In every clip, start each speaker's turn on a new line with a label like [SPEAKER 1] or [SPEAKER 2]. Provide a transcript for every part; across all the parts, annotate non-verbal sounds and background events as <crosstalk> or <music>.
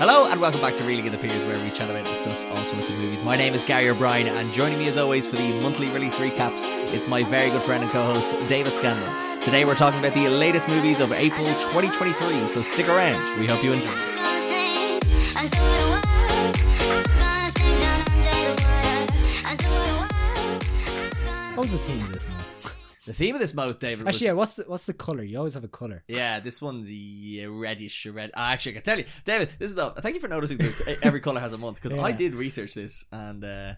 [SPEAKER 1] Hello and welcome back to Reeling in the Piers, where we chat about and discuss all sorts of movies. My name is Gary O'Brien, and joining me as always for the monthly release recaps, it's my very good friend and co-host David Scanlon. Today we're talking about the latest movies of April 2023, so stick around. We hope you enjoy.
[SPEAKER 2] What was the theme of this month?
[SPEAKER 1] The theme of this month, David. was-
[SPEAKER 2] Actually, yeah, what's the, what's the color? You always have a color.
[SPEAKER 1] Yeah, this one's yeah, reddish red. Ah, actually, I can tell you, David. This is the. Thank you for noticing that e-, every color has a month because I
[SPEAKER 2] Yeah.
[SPEAKER 1] did research this and uh,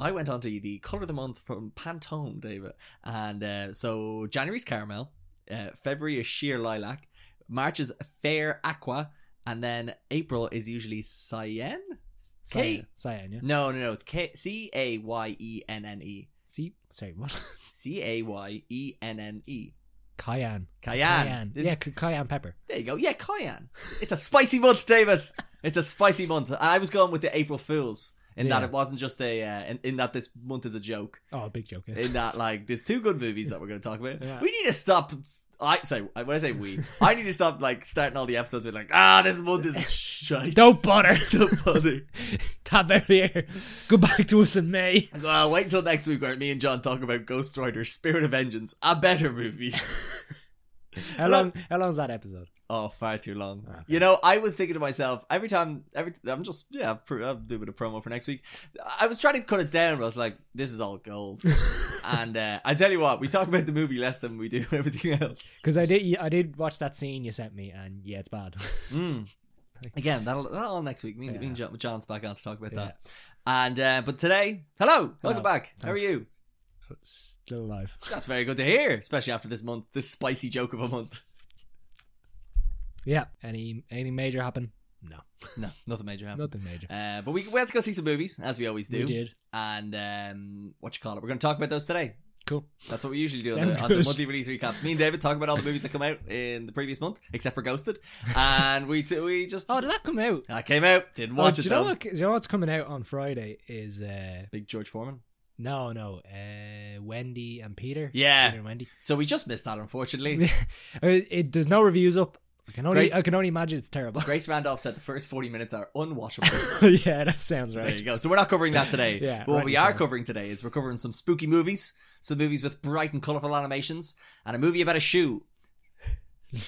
[SPEAKER 1] I went on to the color of the month from Pantone, David. And uh, so January's caramel, uh, February is sheer lilac, March is fair aqua, and then April is usually cyan. K-
[SPEAKER 2] Cyan, cyan, yeah.
[SPEAKER 1] no, no, no. It's K C A Y E N N E
[SPEAKER 2] See, sorry, what? <laughs>
[SPEAKER 1] C A Y E N N E.
[SPEAKER 2] Cayenne.
[SPEAKER 1] Cayenne. This
[SPEAKER 2] yeah,
[SPEAKER 1] is
[SPEAKER 2] c- cayenne pepper.
[SPEAKER 1] There you go. Yeah, cayenne. It's a spicy month, David. It's a spicy month. I was going with the April Fools in that
[SPEAKER 2] Yeah.
[SPEAKER 1] it wasn't just a uh, in, in that this month is a joke.
[SPEAKER 2] Oh, big joke. Yeah.
[SPEAKER 1] In that like there's two good movies that we're going to talk about.
[SPEAKER 2] Yeah.
[SPEAKER 1] We need to stop. I say when I say we, I need to stop like starting all the episodes with like ah this month
[SPEAKER 2] <laughs>
[SPEAKER 1] is shite. <laughs>
[SPEAKER 2] <laughs> Don't bother. <laughs>
[SPEAKER 1] Don't bother.
[SPEAKER 2] Tap out here. Go <laughs> back to us in May.
[SPEAKER 1] Well, wait until next week where me and John talk about Ghost Rider: Spirit of Vengeance, a better movie.
[SPEAKER 2] How long? How long's that episode?
[SPEAKER 1] Oh, far too long.
[SPEAKER 2] Okay.
[SPEAKER 1] You know, I was thinking to myself every time. Every I'm just yeah, pr- I'll do a bit of promo for next week. I was trying to cut it down, but I was like, this is all
[SPEAKER 2] <laughs>
[SPEAKER 1] gold. and uh, I tell you what, we talk about the movie less than we do <laughs> everything else.
[SPEAKER 2] Because I did. I did watch that scene you sent me, and yeah, it's bad.
[SPEAKER 1] Mm. Again, that'll, that'll all next week. Me and, me and John, John's back on to talk about
[SPEAKER 2] <laughs> Yeah.
[SPEAKER 1] that. And uh, but today, hello, welcome
[SPEAKER 2] Hello.
[SPEAKER 1] back. How are
[SPEAKER 2] Thanks.
[SPEAKER 1] you?
[SPEAKER 2] Still alive.
[SPEAKER 1] That's very good to hear, especially after this month, this spicy joke of a month. <laughs>
[SPEAKER 2] Yeah. Any anything major happen? No,
[SPEAKER 1] No, nothing major happened.
[SPEAKER 2] nothing major.
[SPEAKER 1] Uh, but we, we had to go see some movies, as we always do.
[SPEAKER 2] We did.
[SPEAKER 1] and um, what you call it. We're going to talk about those today.
[SPEAKER 2] Cool.
[SPEAKER 1] That's what we usually do on
[SPEAKER 2] Sounds
[SPEAKER 1] the, on the
[SPEAKER 2] good.
[SPEAKER 1] monthly release recaps. Me and David talk about all the movies that come out in the previous month, except for Ghosted, and we t- we just
[SPEAKER 2] Oh, did that come out?
[SPEAKER 1] that came out. Didn't watch
[SPEAKER 2] oh,
[SPEAKER 1] it
[SPEAKER 2] do you
[SPEAKER 1] though.
[SPEAKER 2] know what? Do you know what's coming out on Friday? Is uh
[SPEAKER 1] Big George Foreman.
[SPEAKER 2] no, no, uh Wendy and Peter.
[SPEAKER 1] Yeah.
[SPEAKER 2] Peter and Wendy. <laughs>
[SPEAKER 1] So we just missed that, unfortunately.
[SPEAKER 2] Yeah. It, it, there's no reviews up. I can only
[SPEAKER 1] Grace-
[SPEAKER 2] I can only imagine it's terrible. <laughs>
[SPEAKER 1] Grace Randolph said the first forty minutes are unwatchable.
[SPEAKER 2] yeah, that sounds
[SPEAKER 1] there you
[SPEAKER 2] right.
[SPEAKER 1] go. So we're not covering that
[SPEAKER 2] <laughs>
[SPEAKER 1] today.
[SPEAKER 2] Yeah,
[SPEAKER 1] but what
[SPEAKER 2] rightly
[SPEAKER 1] we are
[SPEAKER 2] so.
[SPEAKER 1] covering today is we're covering some spooky movies, some movies with bright and colourful animations, and a movie about a shoe.
[SPEAKER 2] <laughs>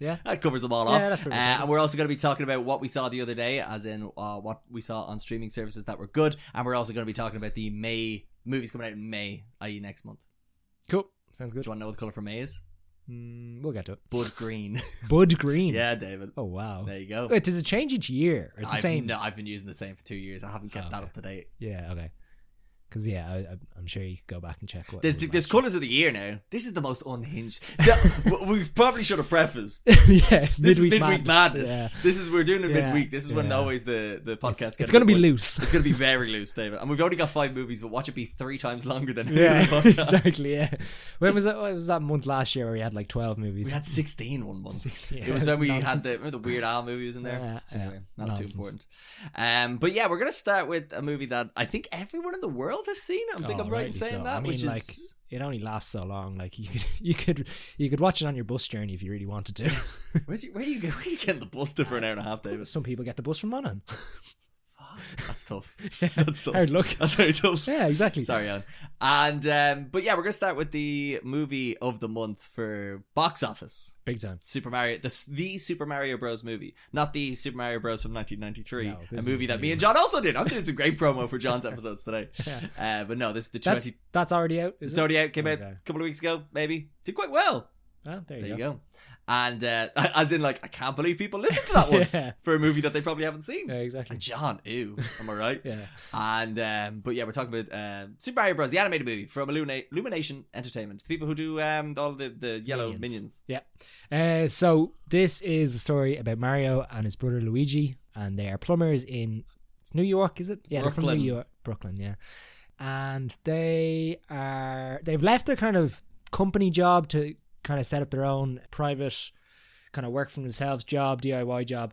[SPEAKER 2] Yeah.
[SPEAKER 1] That covers them all
[SPEAKER 2] Yeah,
[SPEAKER 1] off.
[SPEAKER 2] that's pretty much
[SPEAKER 1] Uh,
[SPEAKER 2] it.
[SPEAKER 1] and we're also going to be talking about what we saw the other day, as in uh, what we saw on streaming services that were good. And we're also going to be talking about the May movies coming out in May, i.e., next month.
[SPEAKER 2] Cool. Sounds
[SPEAKER 1] Do
[SPEAKER 2] good.
[SPEAKER 1] you want to know what the color for May is?
[SPEAKER 2] Mm, we'll get to it.
[SPEAKER 1] Bud green. <laughs>
[SPEAKER 2] Bud Green.
[SPEAKER 1] yeah, David.
[SPEAKER 2] Oh wow.
[SPEAKER 1] There you go.
[SPEAKER 2] Wait, does it change each year? Or it's the
[SPEAKER 1] I've,
[SPEAKER 2] same.
[SPEAKER 1] No, I've been using the same for two years. I haven't kept
[SPEAKER 2] Oh,
[SPEAKER 1] that
[SPEAKER 2] okay.
[SPEAKER 1] up to date.
[SPEAKER 2] Yeah. Okay. Because yeah, I, I- I'm sure you could go back and check what.
[SPEAKER 1] There's
[SPEAKER 2] it was
[SPEAKER 1] there's colors of the year now. This is the most
[SPEAKER 2] <laughs>
[SPEAKER 1] unhinged. No, we probably should have prefaced.
[SPEAKER 2] like. <laughs> yeah.
[SPEAKER 1] This
[SPEAKER 2] midweek
[SPEAKER 1] is midweek madness. This is we're doing a
[SPEAKER 2] Yeah,
[SPEAKER 1] midweek. This is when
[SPEAKER 2] yeah.
[SPEAKER 1] always the the
[SPEAKER 2] Yeah.
[SPEAKER 1] podcast.
[SPEAKER 2] It's,
[SPEAKER 1] gets
[SPEAKER 2] it's gonna
[SPEAKER 1] a
[SPEAKER 2] be
[SPEAKER 1] bit-
[SPEAKER 2] loose. <laughs>
[SPEAKER 1] It's gonna be very loose, David. And we've only got five movies, but watch it be three times longer than
[SPEAKER 2] yeah. <laughs>
[SPEAKER 1] the podcast.
[SPEAKER 2] exactly. Yeah. When was that? What was that month last year where we had like 12 movies?
[SPEAKER 1] We had 16 one month.
[SPEAKER 2] Yeah,
[SPEAKER 1] It was when we had
[SPEAKER 2] nonsense.
[SPEAKER 1] the remember the Weird Al movie was in there.
[SPEAKER 2] Yeah, yeah.
[SPEAKER 1] anyway, not
[SPEAKER 2] Nonsense.
[SPEAKER 1] too important. Um, but yeah, we're gonna start with a movie that I think everyone in the world has seen. I think
[SPEAKER 2] Oh,
[SPEAKER 1] I'm right in
[SPEAKER 2] rightly
[SPEAKER 1] saying
[SPEAKER 2] so.
[SPEAKER 1] that,
[SPEAKER 2] I mean,
[SPEAKER 1] which
[SPEAKER 2] like
[SPEAKER 1] is
[SPEAKER 2] it only lasts so long. Like you could, <laughs> you could, you could watch it on your bus journey if you really wanted to.
[SPEAKER 1] <laughs> where's you, where you go- where you getting the bus to for an hour and a half, David?
[SPEAKER 2] Some people get the bus from Monaghan.
[SPEAKER 1] <laughs> That's
[SPEAKER 2] <laughs>
[SPEAKER 1] tough. That's tough.
[SPEAKER 2] Hard luck.
[SPEAKER 1] <laughs> That's very tough.
[SPEAKER 2] <laughs> Yeah, exactly.
[SPEAKER 1] Sorry, Alan. And um, but yeah, we're gonna start with the movie of the month for box office.
[SPEAKER 2] Big time.
[SPEAKER 1] Super Mario, the the Super Mario Bros. movie, not the Super Mario Bros. from 1993,
[SPEAKER 2] No,
[SPEAKER 1] a
[SPEAKER 2] this
[SPEAKER 1] movie
[SPEAKER 2] is
[SPEAKER 1] that
[SPEAKER 2] the-
[SPEAKER 1] me and John also did. I'm doing some
[SPEAKER 2] <laughs>
[SPEAKER 1] great promo for John's episodes today. Uh, but no, this is the 20.
[SPEAKER 2] That's that's already out. Is
[SPEAKER 1] it's already out. Came out
[SPEAKER 2] Okay.
[SPEAKER 1] a couple of weeks ago, maybe. Did quite well.
[SPEAKER 2] it? Oh,
[SPEAKER 1] There
[SPEAKER 2] there, you <laughs>
[SPEAKER 1] you
[SPEAKER 2] go.
[SPEAKER 1] go. And uh, <laughs> as in, like, I can't believe people listen to
[SPEAKER 2] <laughs>
[SPEAKER 1] that one
[SPEAKER 2] Yeah.
[SPEAKER 1] for a movie that they probably haven't seen.
[SPEAKER 2] Yeah, exactly.
[SPEAKER 1] And John, ew, am I
[SPEAKER 2] <laughs>
[SPEAKER 1] right?
[SPEAKER 2] Yeah.
[SPEAKER 1] And um, but yeah, we're talking about um, Super Mario Bros. the animated movie from Illumina- Illumination Entertainment, the people who do um, all the, the yellow minions.
[SPEAKER 2] Minions. Yeah. Uh, so this is a story about Mario and his brother Luigi, and they are plumbers in it's New York, is it? Yeah, they're
[SPEAKER 1] Brooklyn.
[SPEAKER 2] from New York, Brooklyn. Yeah, and they are they've left their kind of company job to kind of set up their own private kind of work for themselves job, DIY job.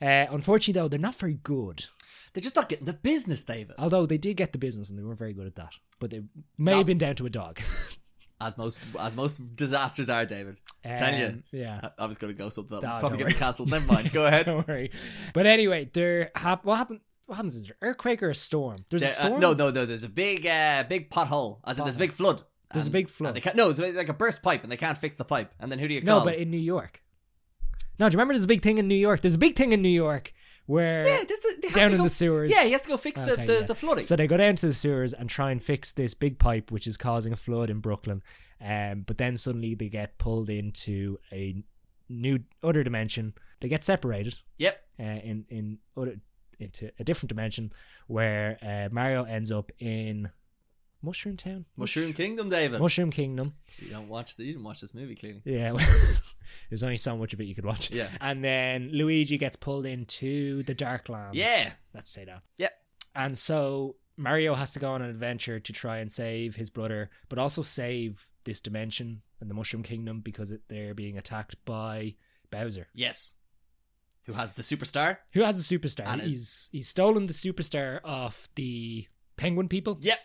[SPEAKER 2] Uh, unfortunately, though, they're not very good.
[SPEAKER 1] They're just not getting the business, David.
[SPEAKER 2] Although they did get the business, and they weren't very good at that. But they may have been down to a dog.
[SPEAKER 1] as most as most disasters are, David. Tell you.
[SPEAKER 2] Um, yeah.
[SPEAKER 1] I, I was going to go something that
[SPEAKER 2] Ah,
[SPEAKER 1] would probably
[SPEAKER 2] don't
[SPEAKER 1] get
[SPEAKER 2] worry.
[SPEAKER 1] me cancelled. Never mind.
[SPEAKER 2] <laughs>
[SPEAKER 1] Go ahead.
[SPEAKER 2] Don't worry. But anyway, there hap- what happened? What happens is there an earthquake or a storm? There's a
[SPEAKER 1] There- uh,
[SPEAKER 2] storm. Ah.
[SPEAKER 1] no, no, no. There's a big, uh, big pothole. As in, there's a big flood.
[SPEAKER 2] There's a
[SPEAKER 1] And-
[SPEAKER 2] big
[SPEAKER 1] and
[SPEAKER 2] flood.
[SPEAKER 1] they can't, no, it's like a burst pipe, and they can't fix the pipe. And then who do you
[SPEAKER 2] No,
[SPEAKER 1] call?
[SPEAKER 2] but in New York. No, do you remember there's a big thing in New York? There's a big thing in New York where
[SPEAKER 1] yeah, this, they have
[SPEAKER 2] down
[SPEAKER 1] to
[SPEAKER 2] in
[SPEAKER 1] go,
[SPEAKER 2] the sewers.
[SPEAKER 1] Yeah, he has to go fix the,
[SPEAKER 2] Okay,
[SPEAKER 1] the,
[SPEAKER 2] yeah.
[SPEAKER 1] the flooding.
[SPEAKER 2] So they go down to the sewers and try and fix this big pipe which is causing a flood in Brooklyn. Um, but then suddenly they get pulled into a new other dimension. They get separated
[SPEAKER 1] yep.
[SPEAKER 2] uh, in in other, into a different dimension where uh, Mario ends up in Mushroom Town,
[SPEAKER 1] Mushroom Kingdom, David.
[SPEAKER 2] Mushroom Kingdom.
[SPEAKER 1] you don't watch. The, you didn't watch this movie, clearly.
[SPEAKER 2] Yeah, <laughs> there's only so much of it you could watch.
[SPEAKER 1] Yeah.
[SPEAKER 2] and then Luigi gets pulled into the Dark Lands.
[SPEAKER 1] Yeah.
[SPEAKER 2] let's say that.
[SPEAKER 1] Yep.
[SPEAKER 2] and so Mario has to go on an adventure to try and save his brother, but also save this dimension and the Mushroom Kingdom because it, they're being attacked by Bowser.
[SPEAKER 1] Yes. Who has the superstar?
[SPEAKER 2] Who has a superstar?
[SPEAKER 1] And it-
[SPEAKER 2] he's he's stolen the superstar off the penguin people.
[SPEAKER 1] Yep.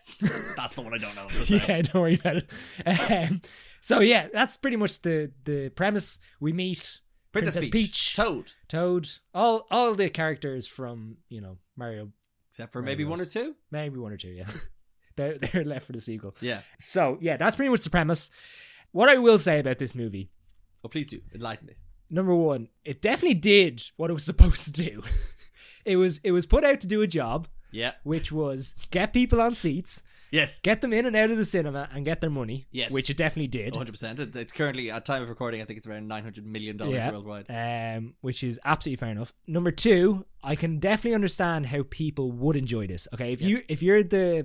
[SPEAKER 1] That's the one I don't know. I'm so sorry.
[SPEAKER 2] <laughs> Yeah, don't worry about it. <laughs> Um, so yeah, that's pretty much the the premise. We meet
[SPEAKER 1] Princess, Peach.
[SPEAKER 2] Princess Peach.
[SPEAKER 1] Toad.
[SPEAKER 2] Toad, all all the characters from you know Mario,
[SPEAKER 1] Except for
[SPEAKER 2] Very
[SPEAKER 1] maybe one or
[SPEAKER 2] nice.
[SPEAKER 1] two.
[SPEAKER 2] maybe one or two. Yeah, they're they're left for the sequel.
[SPEAKER 1] Yeah.
[SPEAKER 2] So yeah, that's pretty much the premise. What I will say about this movie,
[SPEAKER 1] Oh, please do enlighten me.
[SPEAKER 2] number one, it definitely did what it was supposed to do. <laughs> it was it was put out to do a job,
[SPEAKER 1] Yeah.
[SPEAKER 2] which was get people on seats.
[SPEAKER 1] Yes.
[SPEAKER 2] get them in and out of the cinema and get their money.
[SPEAKER 1] Yes. Oh,
[SPEAKER 2] which it definitely did.
[SPEAKER 1] 100%. It- It's currently, at time of recording, I think it's around $900 million
[SPEAKER 2] Yeah.
[SPEAKER 1] worldwide.
[SPEAKER 2] Um, which is absolutely fair enough. Number two, I can definitely understand how people would enjoy this. Okay, if you if you're the,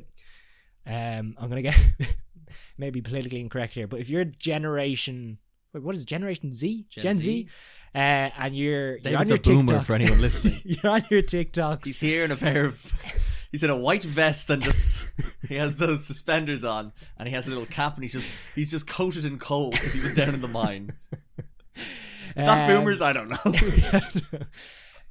[SPEAKER 2] um, I'm gonna get <laughs> maybe politically incorrect here, but if you're generation, wait, what is it, Generation Z,
[SPEAKER 1] Gen
[SPEAKER 2] Gen
[SPEAKER 1] Z?
[SPEAKER 2] Z, uh, and you're you're on
[SPEAKER 1] David's a
[SPEAKER 2] your
[SPEAKER 1] boomer for
[SPEAKER 2] TikToks-
[SPEAKER 1] anyone listening.
[SPEAKER 2] <laughs> you're on your TikToks.
[SPEAKER 1] He's here in a pair of. <laughs> He's in a white vest and just <laughs> he has those suspenders on and he has a little cap and he's just he's just coated in coal because he was down in the mine. Is
[SPEAKER 2] <laughs>
[SPEAKER 1] that
[SPEAKER 2] Um,
[SPEAKER 1] boomers? I don't know.
[SPEAKER 2] <laughs>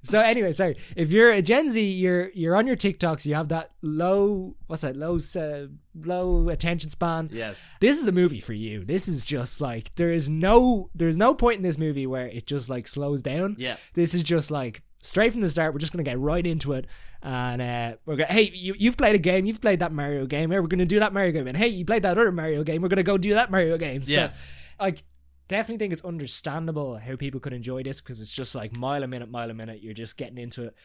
[SPEAKER 2] so anyway, sorry. If you're a Gen Z, you're you're on your TikToks. You have that low, what's that? Low, uh, low attention span.
[SPEAKER 1] yes.
[SPEAKER 2] This is the movie for you. This is just like there is no there is no point in this movie where it just like slows down.
[SPEAKER 1] Yeah.
[SPEAKER 2] This is just like straight from the start. We're just gonna get right into it, and uh, we're gonna hey you you've played a game. You've played that Mario game. Here we're gonna do that Mario game, and hey you played that other Mario game. We're gonna go do that Mario game. So,
[SPEAKER 1] Yeah.
[SPEAKER 2] like definitely think it's understandable how people could enjoy this because it's just like mile a minute, mile a minute. You're just getting into it.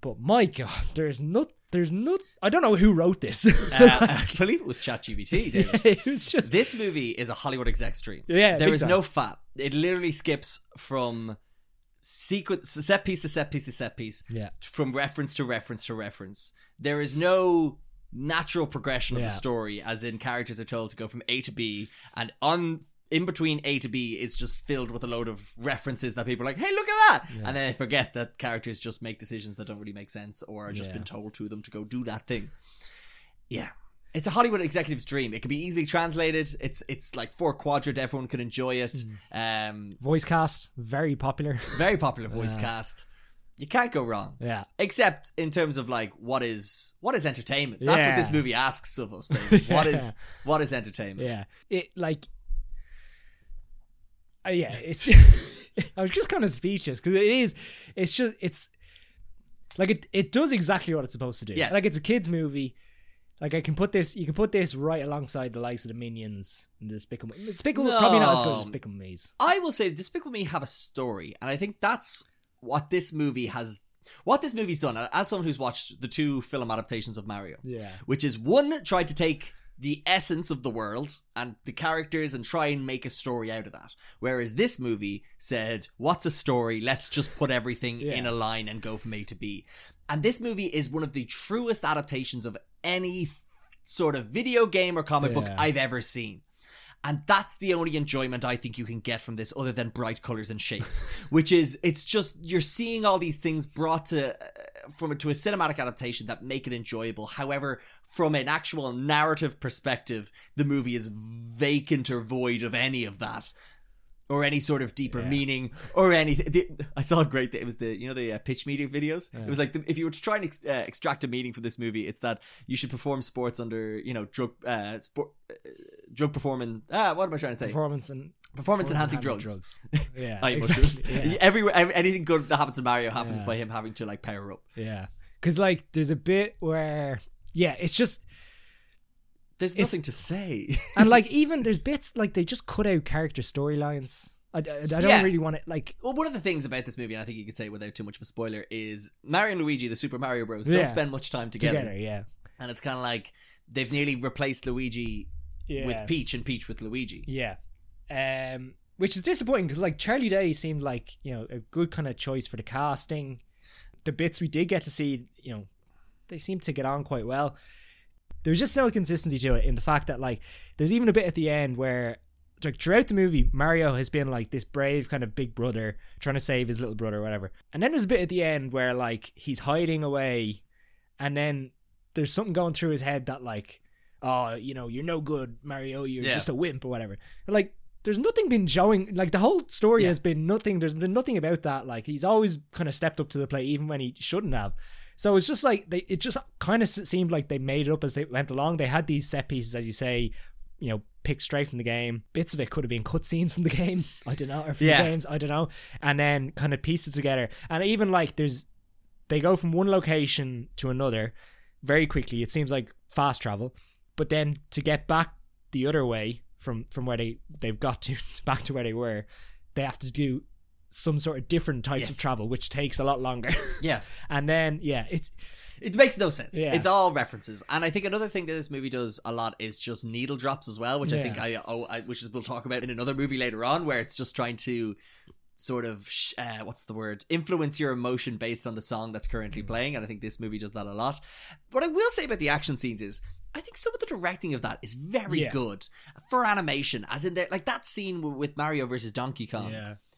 [SPEAKER 2] But my god, there's not there's not. I don't know who wrote this.
[SPEAKER 1] Uh, I believe it was ChatGPT, David.
[SPEAKER 2] <laughs> it was just
[SPEAKER 1] This movie is a Hollywood exec's dream.
[SPEAKER 2] Yeah,
[SPEAKER 1] there
[SPEAKER 2] big
[SPEAKER 1] is
[SPEAKER 2] time.
[SPEAKER 1] no fat. It literally skips from sequence set piece to set piece to set piece.
[SPEAKER 2] Yeah.
[SPEAKER 1] From reference to reference to reference. There is no natural progression of the
[SPEAKER 2] Yeah.
[SPEAKER 1] story as in characters are told to go from A to B and on in between A to B is just filled with a load of references that people are like, hey, look at that! And then they forget that characters just make decisions that don't really make sense or are just
[SPEAKER 2] Yeah.
[SPEAKER 1] been told to them to go do that thing. Yeah. It's a Hollywood executive's dream. It can be easily translated. It's it's like four quadrant. Everyone can enjoy it.
[SPEAKER 2] Hmm.
[SPEAKER 1] Um,
[SPEAKER 2] voice cast very
[SPEAKER 1] <laughs>
[SPEAKER 2] popular
[SPEAKER 1] very
[SPEAKER 2] <laughs>
[SPEAKER 1] popular voice cast. You can't go wrong,
[SPEAKER 2] yeah
[SPEAKER 1] except in terms of like what is what is entertainment. That's what
[SPEAKER 2] Yeah.
[SPEAKER 1] this movie asks of
[SPEAKER 2] <laughs>
[SPEAKER 1] us. David. What is what is entertainment?
[SPEAKER 2] yeah it like
[SPEAKER 1] <laughs>
[SPEAKER 2] uh, yeah it's <laughs> i was just kind of speechless because it is it's just it's like it, it does exactly what it's supposed to do
[SPEAKER 1] Yes.
[SPEAKER 2] like it's a kids movie like i can put this you can put this right alongside the likes of the minions and the despicable despicable probably not as good
[SPEAKER 1] No.
[SPEAKER 2] as despicable me's
[SPEAKER 1] I will say Despicable Me have a story, and I think that's what this movie has. What this movie's done, as someone who's watched the two film adaptations of Mario,
[SPEAKER 2] yeah
[SPEAKER 1] which is one tried to take the essence of the world and the characters and try and make a story out of that whereas this movie said what's a story let's just put everything
[SPEAKER 2] Yeah.
[SPEAKER 1] in a line and go from a to b and this movie is one of the truest adaptations of any th- sort of video game or comic book
[SPEAKER 2] Yeah.
[SPEAKER 1] i've ever seen and that's the only enjoyment I think you can get from this, other than bright colors and shapes. which is, it's just you're seeing all these things brought to uh, from a, to a cinematic adaptation that make it enjoyable. However, from an actual narrative perspective, the movie is vacant or void of any of that. or any sort of deeper
[SPEAKER 2] Yeah.
[SPEAKER 1] meaning or anything. The- I saw a great. It was the you know the uh, pitch meeting videos. It was like the, if you were to try and ex- uh, extract a meaning from this movie, it's that you should perform sports under you know drug uh, sport, uh, drug performing. Ah, what am I trying to say?
[SPEAKER 2] Performance and
[SPEAKER 1] performance enhancing drugs.
[SPEAKER 2] performance
[SPEAKER 1] <laughs>
[SPEAKER 2] Yeah,
[SPEAKER 1] I
[SPEAKER 2] exactly.
[SPEAKER 1] <laughs>
[SPEAKER 2] Yeah.
[SPEAKER 1] Everywhere, ev- anything good that happens to Mario happens
[SPEAKER 2] Yeah.
[SPEAKER 1] by him having to like power up.
[SPEAKER 2] Yeah. Cause like there's a bit where yeah, it's just
[SPEAKER 1] There's
[SPEAKER 2] It's-
[SPEAKER 1] nothing to say. <laughs>
[SPEAKER 2] and like even there's bits like they just cut out character storylines. I, I, I don't
[SPEAKER 1] Yeah.
[SPEAKER 2] really want it like
[SPEAKER 1] well, one of the things about this movie, and I think you could say without too much of a spoiler, is Mario and Luigi, the Super Mario Bros,
[SPEAKER 2] Yeah.
[SPEAKER 1] don't spend much time together,
[SPEAKER 2] together, yeah.
[SPEAKER 1] and it's kind of like they've nearly replaced Luigi
[SPEAKER 2] Yeah.
[SPEAKER 1] with Peach and Peach with Luigi.
[SPEAKER 2] Yeah. Um which is disappointing because like Charlie Day seemed like, you know, a good kind of choice for the casting. The bits we did get to see, you know, they seemed to get on quite well. There's just no consistency to it in the fact that like there's even a bit at the end where like throughout the movie Mario has been like this brave kind of big brother trying to save his little brother or whatever. And then there's a bit at the end where like he's hiding away and then there's something going through his head that like oh you know you're no good Mario you're
[SPEAKER 1] Yeah.
[SPEAKER 2] just a wimp or whatever. Like there's nothing been showing like the whole story
[SPEAKER 1] Yeah.
[SPEAKER 2] has been nothing there's been nothing about that like he's always kind of stepped up to the plate even when he shouldn't have. So it's just like they it just kind of seemed like they made it up as they went along. They had these set pieces as you say you know, picked straight from the game. Bits of it could have been cutscenes from the game. <laughs> I don't know, or from
[SPEAKER 1] Yeah.
[SPEAKER 2] the games. I don't know. And then kind of pieces together. And even like there's, they go from one location to another very quickly. It seems like fast travel, but then to get back the other way from from where they they've got to, <laughs> to back to where they were, they have to do some sort of different types
[SPEAKER 1] Yes.
[SPEAKER 2] of travel, which takes a lot longer. <laughs>
[SPEAKER 1] Yeah,
[SPEAKER 2] and then yeah, it's
[SPEAKER 1] it makes no sense.
[SPEAKER 2] Yeah.
[SPEAKER 1] It's all references, and I think another thing that this movie does a lot is just needle drops as well, which I
[SPEAKER 2] Yeah.
[SPEAKER 1] think I, oh, I which is we'll talk about in another movie later on, where it's just trying to sort of sh- uh, what's the word influence your emotion based on the song that's currently playing, and I think this movie does that a lot. What I will say about the action scenes is. I think some of the directing of that is very
[SPEAKER 2] Yeah.
[SPEAKER 1] good for animation, as in there, like that scene w- with Mario versus Donkey Kong.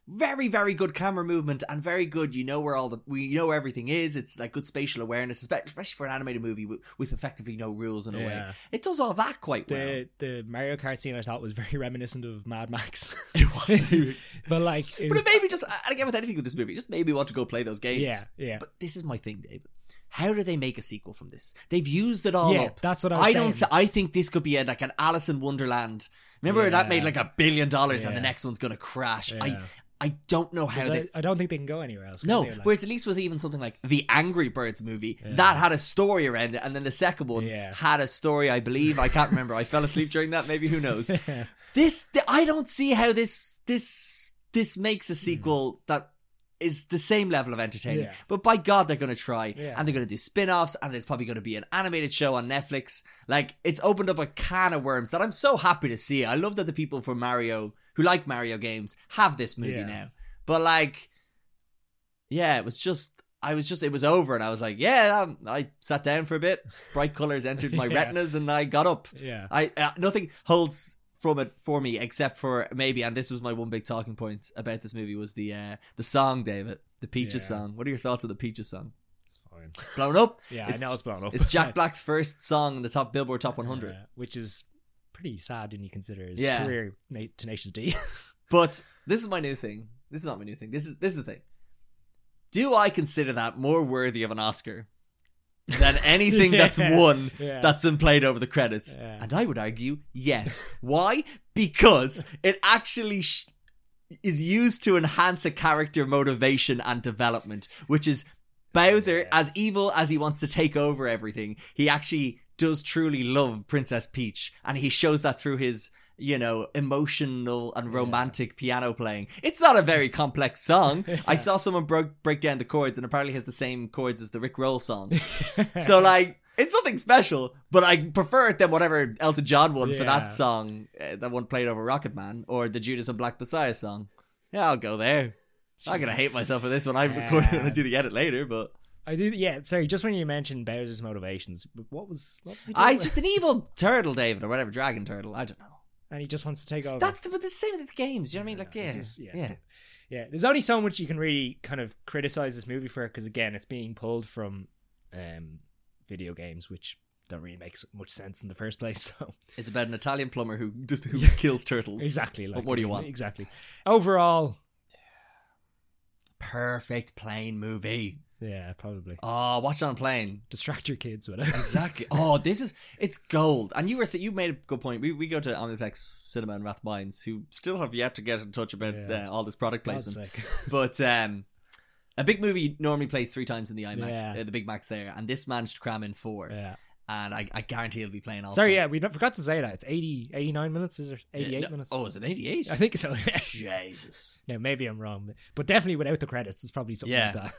[SPEAKER 1] very very good camera movement and very good you know where all the we you know where everything is it's like good spatial awareness espe- especially for an animated movie with, with effectively no rules in a way
[SPEAKER 2] Yeah.
[SPEAKER 1] it does all that quite
[SPEAKER 2] The
[SPEAKER 1] well
[SPEAKER 2] the Mario Kart scene I thought was very <laughs> reminiscent of Mad Max. <laughs>
[SPEAKER 1] it was
[SPEAKER 2] but like it
[SPEAKER 1] but
[SPEAKER 2] was,
[SPEAKER 1] it made me just and again with anything with this movie it just made me want to go play those games
[SPEAKER 2] yeah yeah
[SPEAKER 1] but this is my thing david how do they make a sequel from this they've used it all
[SPEAKER 2] yeah
[SPEAKER 1] up
[SPEAKER 2] that's what I was
[SPEAKER 1] I
[SPEAKER 2] saying.
[SPEAKER 1] don't. Th- I think this could be a, like an Alice in Wonderland. Remember that
[SPEAKER 2] Yeah.
[SPEAKER 1] made like a billion dollars, and the
[SPEAKER 2] Yeah.
[SPEAKER 1] next one's gonna crash. I
[SPEAKER 2] Yeah.
[SPEAKER 1] I don't know how
[SPEAKER 2] 'Cause
[SPEAKER 1] they.
[SPEAKER 2] I, I don't think they can go anywhere else. can
[SPEAKER 1] No,
[SPEAKER 2] they? Like-
[SPEAKER 1] whereas at least with even something like the Angry Birds movie,
[SPEAKER 2] Yeah.
[SPEAKER 1] that had a story around it, and then the second one
[SPEAKER 2] Yeah.
[SPEAKER 1] had a story. I believe I can't remember. I fell asleep during that. Maybe who
[SPEAKER 2] <laughs>
[SPEAKER 1] knows? This th- I don't see how this this this makes a sequel that is the same level of entertaining.
[SPEAKER 2] Hmm. Yeah.
[SPEAKER 1] But by God, they're going to try,
[SPEAKER 2] Yeah.
[SPEAKER 1] and they're going to do spin-offs, and there's probably going to be an animated show on Netflix. Like it's opened up a can of worms that I'm so happy to see. I love that the people from Mario who like Mario games have this movie
[SPEAKER 2] Yeah.
[SPEAKER 1] now. But like, yeah, it was just. I was just, it was over, and I was like, yeah, um, I sat down for a bit. Bright colors entered my
[SPEAKER 2] <laughs> Yeah.
[SPEAKER 1] retinas, and I got up.
[SPEAKER 2] <laughs> yeah.
[SPEAKER 1] I uh, nothing holds from it for me except for maybe, and this was my one big talking point about this movie was the uh, the song, David, the Peaches
[SPEAKER 2] Yeah.
[SPEAKER 1] song. What are your thoughts on the Peaches song?
[SPEAKER 2] It's fine.
[SPEAKER 1] It's blown up.
[SPEAKER 2] Yeah,
[SPEAKER 1] It's
[SPEAKER 2] I know
[SPEAKER 1] j-
[SPEAKER 2] it's blown up.
[SPEAKER 1] It's
[SPEAKER 2] <laughs>
[SPEAKER 1] Jack Black's first song in the top Billboard Top 100.
[SPEAKER 2] Uh, which is pretty sad when you consider his
[SPEAKER 1] Yeah.
[SPEAKER 2] career, na- Tenacious D. <laughs>
[SPEAKER 1] But this is my new thing. This is not my new thing. This is this is the thing. Do I consider that more worthy of an Oscar than
[SPEAKER 2] <laughs>
[SPEAKER 1] anything that's
[SPEAKER 2] Yeah.
[SPEAKER 1] won
[SPEAKER 2] yeah.
[SPEAKER 1] that's been played over the credits?
[SPEAKER 2] Yeah.
[SPEAKER 1] And I would argue, yes. Why? Because it actually sh- is used to enhance a character motivation and development, which is Bowser,
[SPEAKER 2] Yeah.
[SPEAKER 1] as evil as he wants to take over everything, he actually does truly love Princess Peach, and he shows that through his. You know, emotional and romantic piano playing. It's not a very complex <laughs> song. I saw someone broke break down the chords, and apparently has the same chords as the Rick Roll song <laughs> so like it's nothing special, but I prefer it than whatever Elton John won for
[SPEAKER 2] Yeah.
[SPEAKER 1] that song uh, that one played over Rocket Man or the Judas and Black Messiah song. Yeah, I'll go there. I'm gonna hate myself for this one. I record it and I do the edit later, but
[SPEAKER 2] I do. Yeah, sorry. Just when you mentioned Bowser's motivations, what was what was he doing?
[SPEAKER 1] I just an evil turtle, David, or whatever dragon turtle. I don't know.
[SPEAKER 2] and he just wants to take over.
[SPEAKER 1] That's the, but the same with the games. You know what I mean?
[SPEAKER 2] Yeah,
[SPEAKER 1] Like yeah,
[SPEAKER 2] it's just-
[SPEAKER 1] yeah,
[SPEAKER 2] yeah. yeah. There's only so much you can really kind of criticize this movie for because again, it's being pulled from um, video games, which don't really make s- much sense in the first place. <laughs> So
[SPEAKER 1] It's about an Italian plumber who just who kills turtles.
[SPEAKER 2] exactly, like
[SPEAKER 1] what do you
[SPEAKER 2] I mean,
[SPEAKER 1] want?
[SPEAKER 2] Exactly. Overall,
[SPEAKER 1] Perfect plane movie.
[SPEAKER 2] yeah, probably
[SPEAKER 1] Oh, watch it on plane.
[SPEAKER 2] distract your kids with it.
[SPEAKER 1] Exactly. Oh, this is it's gold. And you were sa- you made a good point. We, we go to Omniplex Cinema and Rathbines, who still have yet to get in touch about
[SPEAKER 2] Yeah.
[SPEAKER 1] uh, all this product
[SPEAKER 2] <laughs> God's
[SPEAKER 1] placement. <laughs>
[SPEAKER 2] sake.
[SPEAKER 1] But um, a big movie normally plays three times in the IMAX,
[SPEAKER 2] Yeah.
[SPEAKER 1] uh, the Big Max there, and this managed to cram in four.
[SPEAKER 2] Yeah.
[SPEAKER 1] And I, I guarantee it'll be playing all.
[SPEAKER 2] Sorry, yeah, we don't- forgot to say that. It's 80, 89 minutes, is it? 88 minutes?
[SPEAKER 1] Oh, is it eighty-eight?
[SPEAKER 2] I think so. <laughs>
[SPEAKER 1] Jesus.
[SPEAKER 2] now, maybe I'm wrong, but definitely without the credits, it's probably something
[SPEAKER 1] Yeah.
[SPEAKER 2] like that.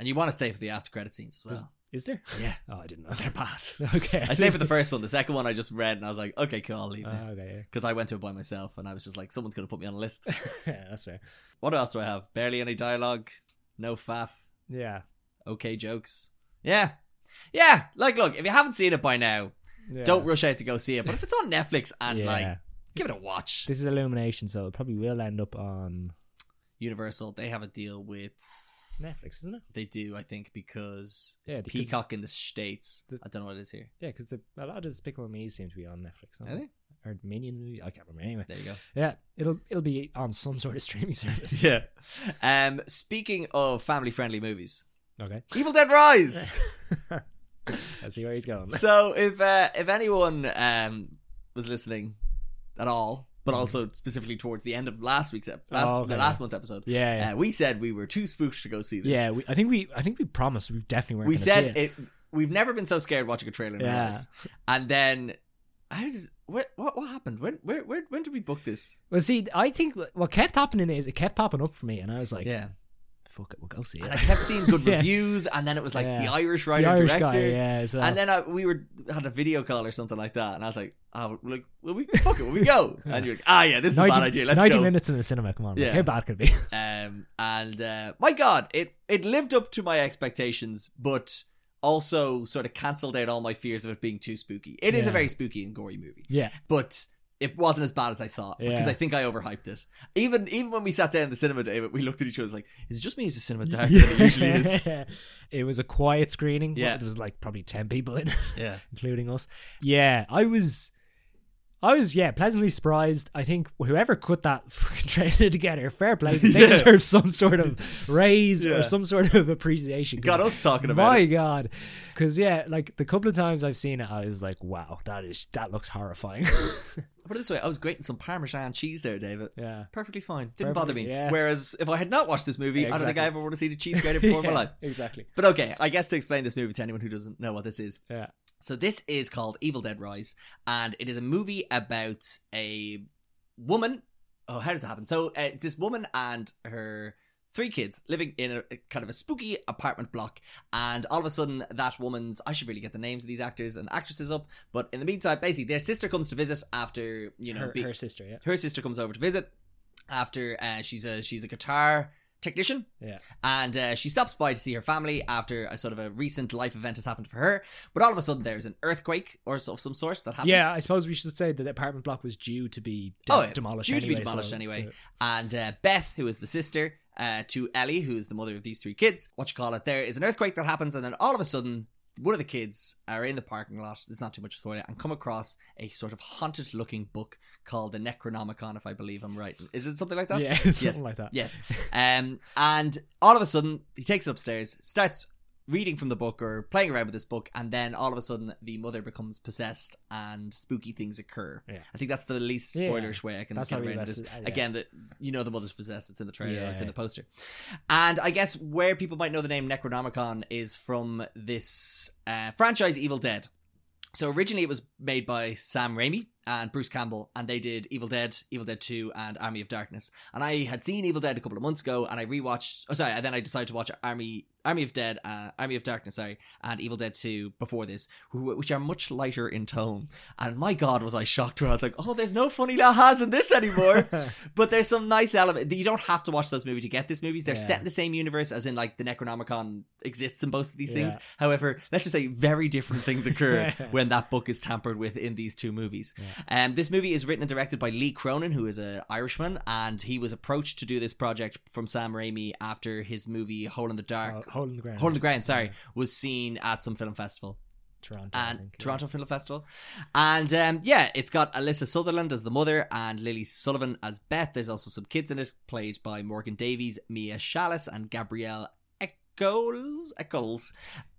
[SPEAKER 1] And you want to stay for the after credit scenes as well.
[SPEAKER 2] Does- Is there?
[SPEAKER 1] yeah,
[SPEAKER 2] <laughs> Oh, I didn't know.
[SPEAKER 1] they're bad.
[SPEAKER 2] <laughs> okay.
[SPEAKER 1] I stayed for the first one. The second one I just read and I was like, okay, cool, I'll leave.
[SPEAKER 2] Oh, okay,
[SPEAKER 1] Because I went to it by myself and I was just like, someone's going to put me on a list. <laughs>
[SPEAKER 2] yeah, <laughs> that's fair.
[SPEAKER 1] what else do I have? Barely any dialogue, no faff,
[SPEAKER 2] Yeah,
[SPEAKER 1] okay jokes. Yeah. Yeah. Like, look, if you haven't seen it by now,
[SPEAKER 2] yeah.
[SPEAKER 1] don't rush out to go see it. But if it's on Netflix and
[SPEAKER 2] yeah.
[SPEAKER 1] like, give it a watch.
[SPEAKER 2] this is Illumination, so it probably will end up on
[SPEAKER 1] Universal, they have a deal with.
[SPEAKER 2] Netflix, isn't it?
[SPEAKER 1] They do, I think, because it's
[SPEAKER 2] Yeah, because-
[SPEAKER 1] Peacock in the States.
[SPEAKER 2] The-
[SPEAKER 1] I don't know what it is here.
[SPEAKER 2] Yeah, because a lot of Despicable Me seem to be on Netflix. don't
[SPEAKER 1] Are they?
[SPEAKER 2] Or Minion movie? I can't remember. Anyway,
[SPEAKER 1] There
[SPEAKER 2] <laughs>
[SPEAKER 1] you go. <laughs>
[SPEAKER 2] yeah, it'll it'll be on some sort of streaming <laughs> service.
[SPEAKER 1] Yeah. Um, speaking of family friendly movies,
[SPEAKER 2] Okay. <laughs>
[SPEAKER 1] Evil Dead Rise!
[SPEAKER 2] I see where he's going.
[SPEAKER 1] so if uh, if anyone um, was listening at all, but also specifically towards the end of last week's ep- last,
[SPEAKER 2] Mm-hmm. Oh, okay,
[SPEAKER 1] the last month's episode,
[SPEAKER 2] Yeah, yeah.
[SPEAKER 1] uh, we said we were too spooked to go see this.
[SPEAKER 2] yeah, we, I think we I think we promised we definitely weren't.
[SPEAKER 1] we
[SPEAKER 2] gonna
[SPEAKER 1] said
[SPEAKER 2] see it.
[SPEAKER 1] it. We've never been so scared watching a trailer in our
[SPEAKER 2] Yeah.
[SPEAKER 1] lives. And then, how does what what, what happened? When where, where when did we book this?
[SPEAKER 2] Well, see, I think wh- what kept happening is it kept popping up for me, and I was like,
[SPEAKER 1] Yeah,
[SPEAKER 2] fuck it, we'll go see it."
[SPEAKER 1] and
[SPEAKER 2] <laughs>
[SPEAKER 1] I kept seeing good
[SPEAKER 2] Yeah.
[SPEAKER 1] reviews, and then it was like
[SPEAKER 2] Yeah.
[SPEAKER 1] the Irish
[SPEAKER 2] the
[SPEAKER 1] writer
[SPEAKER 2] Irish
[SPEAKER 1] director.
[SPEAKER 2] guy, yeah, so
[SPEAKER 1] And then I, we were had a video call or something like that, and I was like, "Oh, like, will we fuck it? Will we
[SPEAKER 2] <laughs>
[SPEAKER 1] go?" And you're like, "Ah, yeah, this is a bad idea. Let's
[SPEAKER 2] 90
[SPEAKER 1] go."
[SPEAKER 2] minutes in the cinema, come on, like,
[SPEAKER 1] Yeah.
[SPEAKER 2] how bad could it be?
[SPEAKER 1] Um, and uh, my God, it it lived up to my expectations, but also sort of cancelled out all my fears of it being too spooky. It is a
[SPEAKER 2] Yeah.
[SPEAKER 1] very spooky and gory movie,
[SPEAKER 2] yeah,
[SPEAKER 1] but it wasn't as bad as I thought because
[SPEAKER 2] Yeah.
[SPEAKER 1] I think I overhyped it. Even even when we sat down in the cinema, David, we looked at each other like, "Is it just me? Is the cinema darker than it
[SPEAKER 2] <laughs>
[SPEAKER 1] usually is?"
[SPEAKER 2] It was a quiet screening.
[SPEAKER 1] Yeah.
[SPEAKER 2] Yeah, there was like probably ten people in, it,
[SPEAKER 1] Yeah,
[SPEAKER 2] including us. Yeah, I was, I was yeah pleasantly surprised. I think whoever cut that <laughs> fucking trailer together,
[SPEAKER 1] <laughs>
[SPEAKER 2] fair play, they
[SPEAKER 1] Yeah.
[SPEAKER 2] deserve some sort of raise
[SPEAKER 1] Yeah.
[SPEAKER 2] or some sort of appreciation. 'cause
[SPEAKER 1] got us talking about
[SPEAKER 2] my
[SPEAKER 1] it.
[SPEAKER 2] god because yeah like the couple of times i've seen it i was like wow that is that looks horrifying <laughs>
[SPEAKER 1] Put it this way, I was grating some Parmesan cheese there, David.
[SPEAKER 2] yeah
[SPEAKER 1] Perfectly fine. Didn't
[SPEAKER 2] Perfectly,
[SPEAKER 1] bother me.
[SPEAKER 2] yeah.
[SPEAKER 1] Whereas if I had not watched this movie,
[SPEAKER 2] Yeah,
[SPEAKER 1] I don't think I
[SPEAKER 2] exactly.
[SPEAKER 1] ever would have seen a cheese grater before
[SPEAKER 2] <laughs>
[SPEAKER 1] in my life.
[SPEAKER 2] exactly
[SPEAKER 1] But okay, I guess to explain this movie to anyone who doesn't know what this is.
[SPEAKER 2] yeah
[SPEAKER 1] So this is called Evil Dead Rise, and it is a movie about a woman. Oh, how does it happen? So uh, this woman and her three kids living in a, a kind of a spooky apartment block, and all of a sudden that woman's I should really get the names of these actors and actresses up. But in the meantime, basically their sister comes to visit after you know
[SPEAKER 2] her,
[SPEAKER 1] be-
[SPEAKER 2] her sister yeah
[SPEAKER 1] her sister comes over to visit after uh, she's a she's a guitar technician
[SPEAKER 2] Yeah.
[SPEAKER 1] and uh, she stops by to see her family after a sort of a recent life event has happened for her but all of a sudden there's an earthquake or so- of some sort that happens
[SPEAKER 2] yeah i suppose we should say that the apartment block was due to be de-
[SPEAKER 1] Oh, yeah,
[SPEAKER 2] demolished
[SPEAKER 1] due to be
[SPEAKER 2] anyway,
[SPEAKER 1] demolished
[SPEAKER 2] so-
[SPEAKER 1] anyway.
[SPEAKER 2] so-
[SPEAKER 1] and uh, beth who is the sister uh, to ellie who's the mother of these three kids what you call it there is an earthquake that happens and then all of a sudden one of the kids are in the parking lot there's not too much for it and come across a sort of haunted looking book called the necronomicon if i believe i'm right is it something like that
[SPEAKER 2] yeah <laughs> something like that
[SPEAKER 1] Yes. Um, and all of a sudden, he takes it upstairs, starts reading from the book or playing around with this book, and then all of a sudden, the mother becomes possessed and spooky things occur.
[SPEAKER 2] Yeah.
[SPEAKER 1] I think that's the least
[SPEAKER 2] Yeah.
[SPEAKER 1] spoilerish way I can
[SPEAKER 2] That's
[SPEAKER 1] get
[SPEAKER 2] probably
[SPEAKER 1] around
[SPEAKER 2] the
[SPEAKER 1] this.
[SPEAKER 2] best- uh, yeah.
[SPEAKER 1] Again, that you know the mother's possessed. It's in the trailer.
[SPEAKER 2] Yeah,
[SPEAKER 1] it's in
[SPEAKER 2] yeah.
[SPEAKER 1] the poster. And I guess where people might know the name Necronomicon is from this uh, franchise, Evil Dead. So originally it was made by Sam Raimi and Bruce Campbell, and they did Evil Dead, Evil Dead 2, and Army of Darkness. And I had seen Evil Dead a couple of months ago, and I rewatched. Oh, sorry. And then I decided to watch Army Army of Dead, uh, Army of Darkness, sorry, and Evil Dead 2 before this, who, which are much lighter in tone. And my God, was I shocked when I was like, oh, there's no funny lahas in this
[SPEAKER 2] <laughs>
[SPEAKER 1] anymore. but there's some nice element. You don't have to watch those movies to get these movies. They're
[SPEAKER 2] Yeah.
[SPEAKER 1] set in the same universe, as in like the Necronomicon exists in both of these things.
[SPEAKER 2] Yeah.
[SPEAKER 1] However, let's just say very different things occur
[SPEAKER 2] <laughs> Yeah.
[SPEAKER 1] when that book is tampered with in these two movies. Um, this movie is written and directed by Lee Cronin, who is an Irishman, and he was approached to do this project from Sam Raimi after his movie Hole in the Dark,
[SPEAKER 2] Uh, hole in the ground
[SPEAKER 1] Hole in the Ground, sorry,
[SPEAKER 2] Yeah.
[SPEAKER 1] was seen at some film festival.
[SPEAKER 2] Toronto. I
[SPEAKER 1] and
[SPEAKER 2] think, yeah.
[SPEAKER 1] Toronto Film Festival. And um, yeah, it's got Alyssa Sutherland as the mother and Lily Sullivan as Beth. There's also some kids in it, played by Morgan Davies, Mia Shallis, and Gabrielle Eccles. Eccles.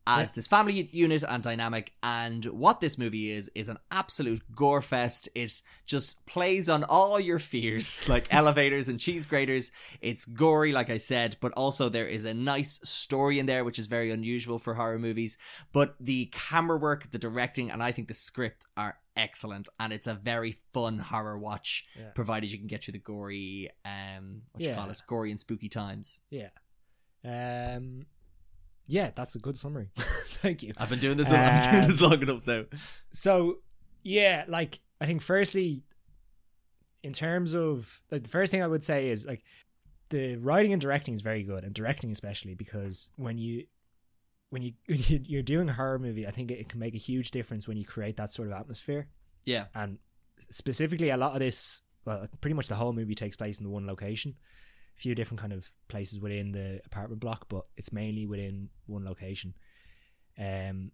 [SPEAKER 1] As this family unit and dynamic, and what this movie is is an absolute gore fest. It just plays on all your fears,
[SPEAKER 2] <laughs>
[SPEAKER 1] like elevators and cheese graters. It's gory, like I said, but also there is a nice story in there, which is very unusual for horror movies. But the camera work, the directing, and I think the script are excellent, and it's a very fun horror watch,
[SPEAKER 2] Yeah.
[SPEAKER 1] provided you can get through the gory, um, what you call
[SPEAKER 2] Yeah.
[SPEAKER 1] it, gory and spooky times.
[SPEAKER 2] Yeah. Um, yeah, that's a good summary. <laughs> Thank you.
[SPEAKER 1] I've been doing
[SPEAKER 2] Uh,
[SPEAKER 1] this, <laughs> I've been doing this long enough now.
[SPEAKER 2] So, yeah, like I think firstly, in terms of like the first thing I would say is like the writing and directing is very good, and directing especially because when you when you <laughs> when you- you're doing a horror movie, I think it can make a huge difference when you create that sort of atmosphere.
[SPEAKER 1] Yeah.
[SPEAKER 2] and specifically a lot of this, well, pretty much the whole movie takes place in the one location. A few different kind of places within the apartment block, but it's mainly within one location. Um,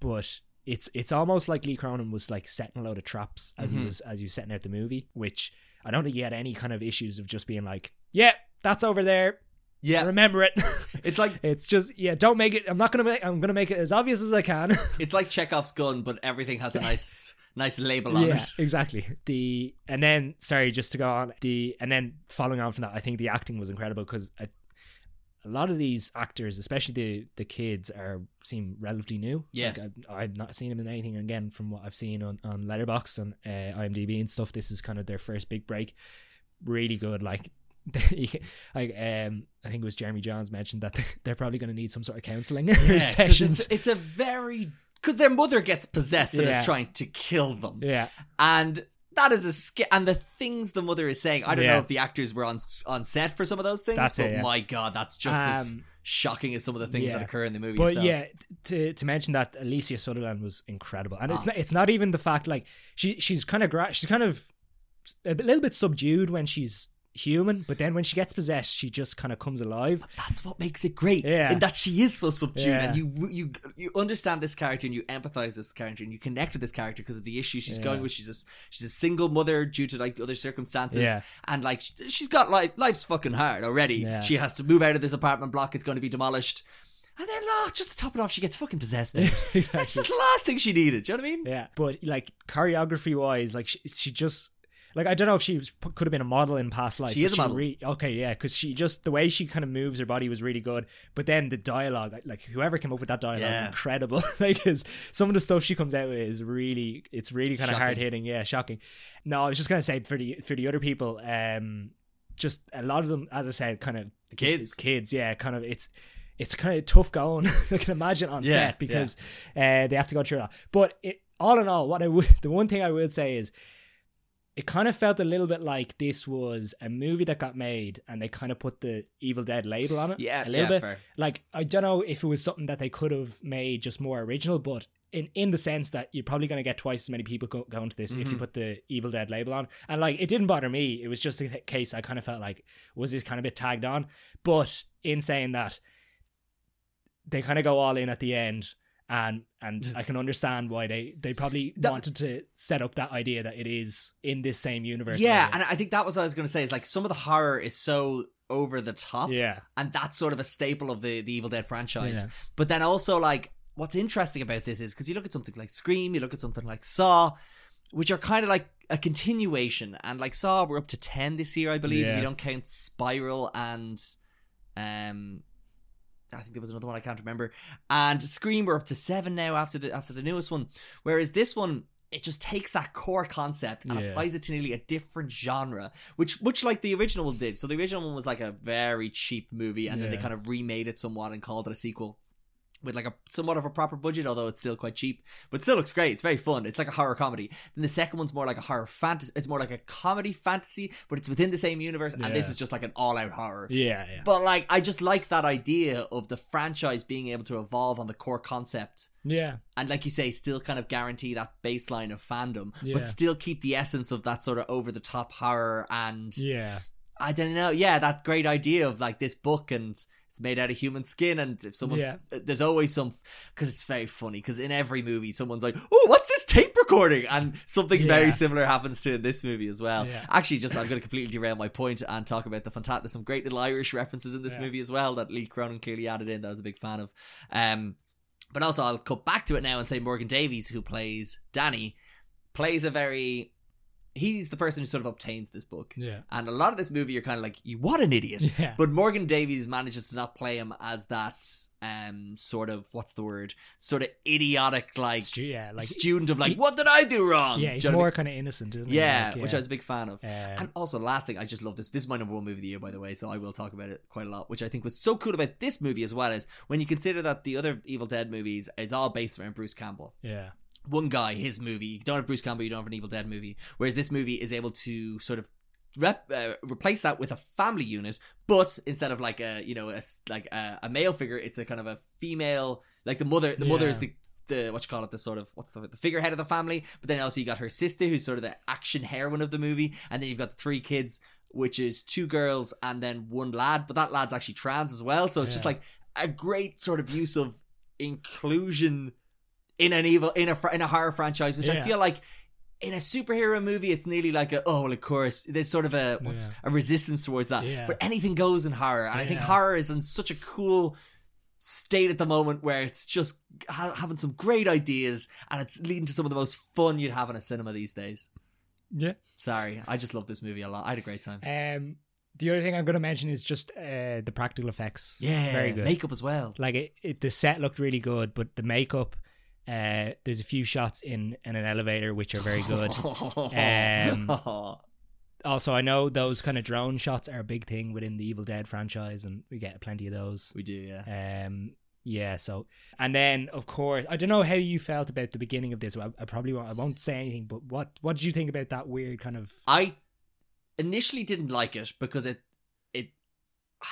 [SPEAKER 2] but it's it's almost like Lee Cronin was like setting a load of traps as
[SPEAKER 1] Mhm.
[SPEAKER 2] he was as he was setting out the movie, which I don't think he had any kind of issues of just being like, yeah, that's over there,
[SPEAKER 1] Yeah,
[SPEAKER 2] remember it. <laughs>
[SPEAKER 1] it's like
[SPEAKER 2] it's just yeah, don't make it. I'm not gonna make. I'm gonna make it as obvious as I
[SPEAKER 1] <laughs>
[SPEAKER 2] can.
[SPEAKER 1] it's like Chekhov's gun, but everything has a nice nice label on
[SPEAKER 2] yeah,
[SPEAKER 1] it.
[SPEAKER 2] exactly. The and then sorry, just to go on the and then following on from that, I think the acting was incredible because a, a lot of these actors, especially the the kids, are seem relatively new.
[SPEAKER 1] Yes.
[SPEAKER 2] like I've, I've not seen them in anything. Again, from what I've seen on on Letterbox and uh, IMDb and stuff, this is kind of their first big break. Really good, like. <laughs> you can- like um, I think it was Jeremy Johns mentioned that <laughs> they're probably going to need some sort of <laughs> counselling
[SPEAKER 1] Yeah, 'cause
[SPEAKER 2] sessions.
[SPEAKER 1] It's, it's a very because their mother gets possessed and
[SPEAKER 2] Yeah.
[SPEAKER 1] is trying to kill them,
[SPEAKER 2] Yeah,
[SPEAKER 1] and that is a sk- and the things the mother is saying. I don't know
[SPEAKER 2] Yeah.
[SPEAKER 1] if the actors were on s- on set for some of those things,
[SPEAKER 2] That's it,
[SPEAKER 1] but
[SPEAKER 2] yeah.
[SPEAKER 1] my god, that's just as
[SPEAKER 2] Um,
[SPEAKER 1] shocking as some of the things that
[SPEAKER 2] yeah.
[SPEAKER 1] occur in the movie.
[SPEAKER 2] But
[SPEAKER 1] itself.
[SPEAKER 2] yeah, t- to to mention that Alicia Sutherland was incredible, and
[SPEAKER 1] Ah.
[SPEAKER 2] it's not, it's not even the fact like she she's kind of gra- she's kind of a bit- little bit subdued when she's human, but then when she gets possessed, she just kind of
[SPEAKER 1] <laughs>
[SPEAKER 2] comes alive.
[SPEAKER 1] that's what makes it great
[SPEAKER 2] Yeah.
[SPEAKER 1] in that she is so subdued
[SPEAKER 2] Yeah.
[SPEAKER 1] and you you you understand this character and you empathize this character and you connect with this character because of the issue she's
[SPEAKER 2] Yeah.
[SPEAKER 1] going with she's a, s- she's a single mother due to like other circumstances
[SPEAKER 2] Yeah.
[SPEAKER 1] and like sh- she's got life life's fucking hard already
[SPEAKER 2] Yeah.
[SPEAKER 1] she has to move out of this apartment block it's going to be demolished and then ah, just to top it off she gets fucking possessed
[SPEAKER 2] <laughs>
[SPEAKER 1] dude. that's just the last thing she needed do you know what I mean
[SPEAKER 2] Yeah, but like choreography wise, like she, she just like I don't know if she was, could have been a model in past life.
[SPEAKER 1] She
[SPEAKER 2] but
[SPEAKER 1] is a model.
[SPEAKER 2] re- okay, yeah, because she just the way she kind of moves her body was really good. But then the dialogue, like, like whoever came up with that dialogue,
[SPEAKER 1] Yeah.
[SPEAKER 2] incredible. <laughs> like, is some of the stuff she comes out with is really, it's really kind of
[SPEAKER 1] Shocking.
[SPEAKER 2] hard hitting. Yeah, shocking. No, I was just gonna say for the for the other people, um, just a lot of them, as I said, kind of
[SPEAKER 1] the kids
[SPEAKER 2] kids yeah kind of it's it's kind of tough going <laughs> i can imagine on
[SPEAKER 1] Yeah, yeah.
[SPEAKER 2] set because uh, they have to go through that but it all in all what i would <laughs> the one thing i would say is it kind of felt a little bit like this was a movie that got made and they kind of put the evil dead label on it
[SPEAKER 1] yeah
[SPEAKER 2] a little
[SPEAKER 1] yeah,
[SPEAKER 2] bit
[SPEAKER 1] fair.
[SPEAKER 2] like i don't know if it was something that they could have made just more original but in, in the sense that you're probably going to get twice as many people go, going to this if you
[SPEAKER 1] Mhm.
[SPEAKER 2] put the evil dead label on and like it didn't bother me it was just a case i kind of felt like was this kind of bit tagged on but in saying that they kind of go all in at the end and and i can understand why they they probably
[SPEAKER 1] Mm. That-
[SPEAKER 2] wanted to set up that idea that it is in this same universe
[SPEAKER 1] yeah
[SPEAKER 2] maybe.
[SPEAKER 1] and I think that was what I was going to say is like some of the horror is so over the top
[SPEAKER 2] yeah
[SPEAKER 1] and that's sort of a staple of the the Evil Dead franchise.
[SPEAKER 2] Yeah.
[SPEAKER 1] But then also like what's interesting about this is because you look at something like Scream, you look at something like Saw, which are kind of like a continuation. And like Saw, we're up to ten this year, I believe. If
[SPEAKER 2] Yeah.
[SPEAKER 1] you don't count Spiral and um. I think there was another one I can't remember. And Scream we're up to seven now after the after the newest one. Whereas this one, it just takes that core concept and
[SPEAKER 2] Yeah.
[SPEAKER 1] applies it to nearly a different genre, which much like the original one did. So the original one was like a very cheap movie, and then they
[SPEAKER 2] Yeah.
[SPEAKER 1] kind of remade it somewhat and called it a sequel with like a somewhat of a proper budget, although it's still quite cheap. But still looks great. It's very fun. It's like a horror comedy. Then the second one's more like a horror fantasy. It's more like a comedy fantasy, but it's within the same universe. And this
[SPEAKER 2] Yeah.
[SPEAKER 1] is just like an all-out horror.
[SPEAKER 2] yeah yeah
[SPEAKER 1] But like, I just like that idea of the franchise being able to evolve on the core concept,
[SPEAKER 2] yeah
[SPEAKER 1] and like you say, still kind of guarantee that baseline of fandom,
[SPEAKER 2] Yeah.
[SPEAKER 1] but still keep the essence of that sort of over the top horror and
[SPEAKER 2] yeah
[SPEAKER 1] I don't know, yeah, that great idea of like this book and it's made out of human skin, and if someone,
[SPEAKER 2] Yeah.
[SPEAKER 1] there's always some, because it's very funny. Because in every movie, someone's like, "Oh, what's this tape recording?" and something
[SPEAKER 2] Yeah.
[SPEAKER 1] very similar happens to in this movie as well.
[SPEAKER 2] Yeah.
[SPEAKER 1] Actually, just I'm going to completely derail my point and talk about the fantastic. There's some great little Irish references in this
[SPEAKER 2] Yeah.
[SPEAKER 1] movie as well that Lee Cronin clearly added in. That I was a big fan of. Um, but also, I'll cut back to it now and say Morgan Davies, who plays Danny, plays a very. He's the person who sort of obtains this book.
[SPEAKER 2] Yeah.
[SPEAKER 1] And a lot of this movie, you're kind of like, you what an idiot.
[SPEAKER 2] Yeah.
[SPEAKER 1] But Morgan Davies manages to not play him as that um sort of what's the word sort of idiotic like
[SPEAKER 2] Stu- yeah, like
[SPEAKER 1] student of like
[SPEAKER 2] he-
[SPEAKER 1] what did I do wrong?
[SPEAKER 2] yeah, he's
[SPEAKER 1] Do you know what I
[SPEAKER 2] more
[SPEAKER 1] mean?
[SPEAKER 2] kind of innocent, isn't he?
[SPEAKER 1] yeah,
[SPEAKER 2] Like,
[SPEAKER 1] which I was a big fan of.
[SPEAKER 2] um,
[SPEAKER 1] And also, last thing, I just love this. This is my number one movie of the year, by the way, so I will talk about it quite a lot. Which I think was so cool about this movie as well is when you consider that the other Evil Dead movies is all based around Bruce Campbell,
[SPEAKER 2] yeah,
[SPEAKER 1] one guy, his movie. You don't have Bruce Campbell, you don't have an Evil Dead movie. Whereas this movie is able to sort of rep, uh, replace that with a family unit, but instead of like a you know a s like a, a male figure, it's a kind of a female. Like the mother, the mother is
[SPEAKER 2] Yeah.
[SPEAKER 1] the. The, what you call it, the sort of what's the, the figurehead of the family, but then also you got her sister, who's sort of the action heroine of the movie, and then you've got the three kids, which is two girls and then one lad, but that lad's actually trans as well, so it's just
[SPEAKER 2] Yeah.
[SPEAKER 1] like a great sort of use of inclusion in an evil in a fr- in a horror franchise, which I
[SPEAKER 2] Yeah.
[SPEAKER 1] feel like in a superhero movie, it's nearly like a oh well, of course. There's sort of a what's,
[SPEAKER 2] Yeah.
[SPEAKER 1] a resistance towards that,
[SPEAKER 2] Yeah.
[SPEAKER 1] but anything goes in horror, and I think
[SPEAKER 2] Yeah.
[SPEAKER 1] horror is in such a cool state at the moment where it's just ha- having some great ideas and it's leading to some of the most fun you'd have in a cinema these days.
[SPEAKER 2] yeah.
[SPEAKER 1] Sorry, I just love this movie a lot. I had a great time.
[SPEAKER 2] Um, the other thing I'm going to mention is just uh, the practical effects.
[SPEAKER 1] Yeah,
[SPEAKER 2] very good.
[SPEAKER 1] makeup as well.
[SPEAKER 2] like it, it, the set looked really good, but the makeup. Uh, there's a few shots in in an elevator which
[SPEAKER 1] <laughs>
[SPEAKER 2] are very good. Um, also, I know those kind of drone shots are a big thing within the Evil Dead franchise, and we get plenty of those.
[SPEAKER 1] we do, yeah.
[SPEAKER 2] Um, yeah. So, and then of course, I don't know how you felt about the beginning of this. I, I probably won't, I won't say anything. But what what did you think about that weird kind of?
[SPEAKER 1] I initially didn't like it because it it <sighs>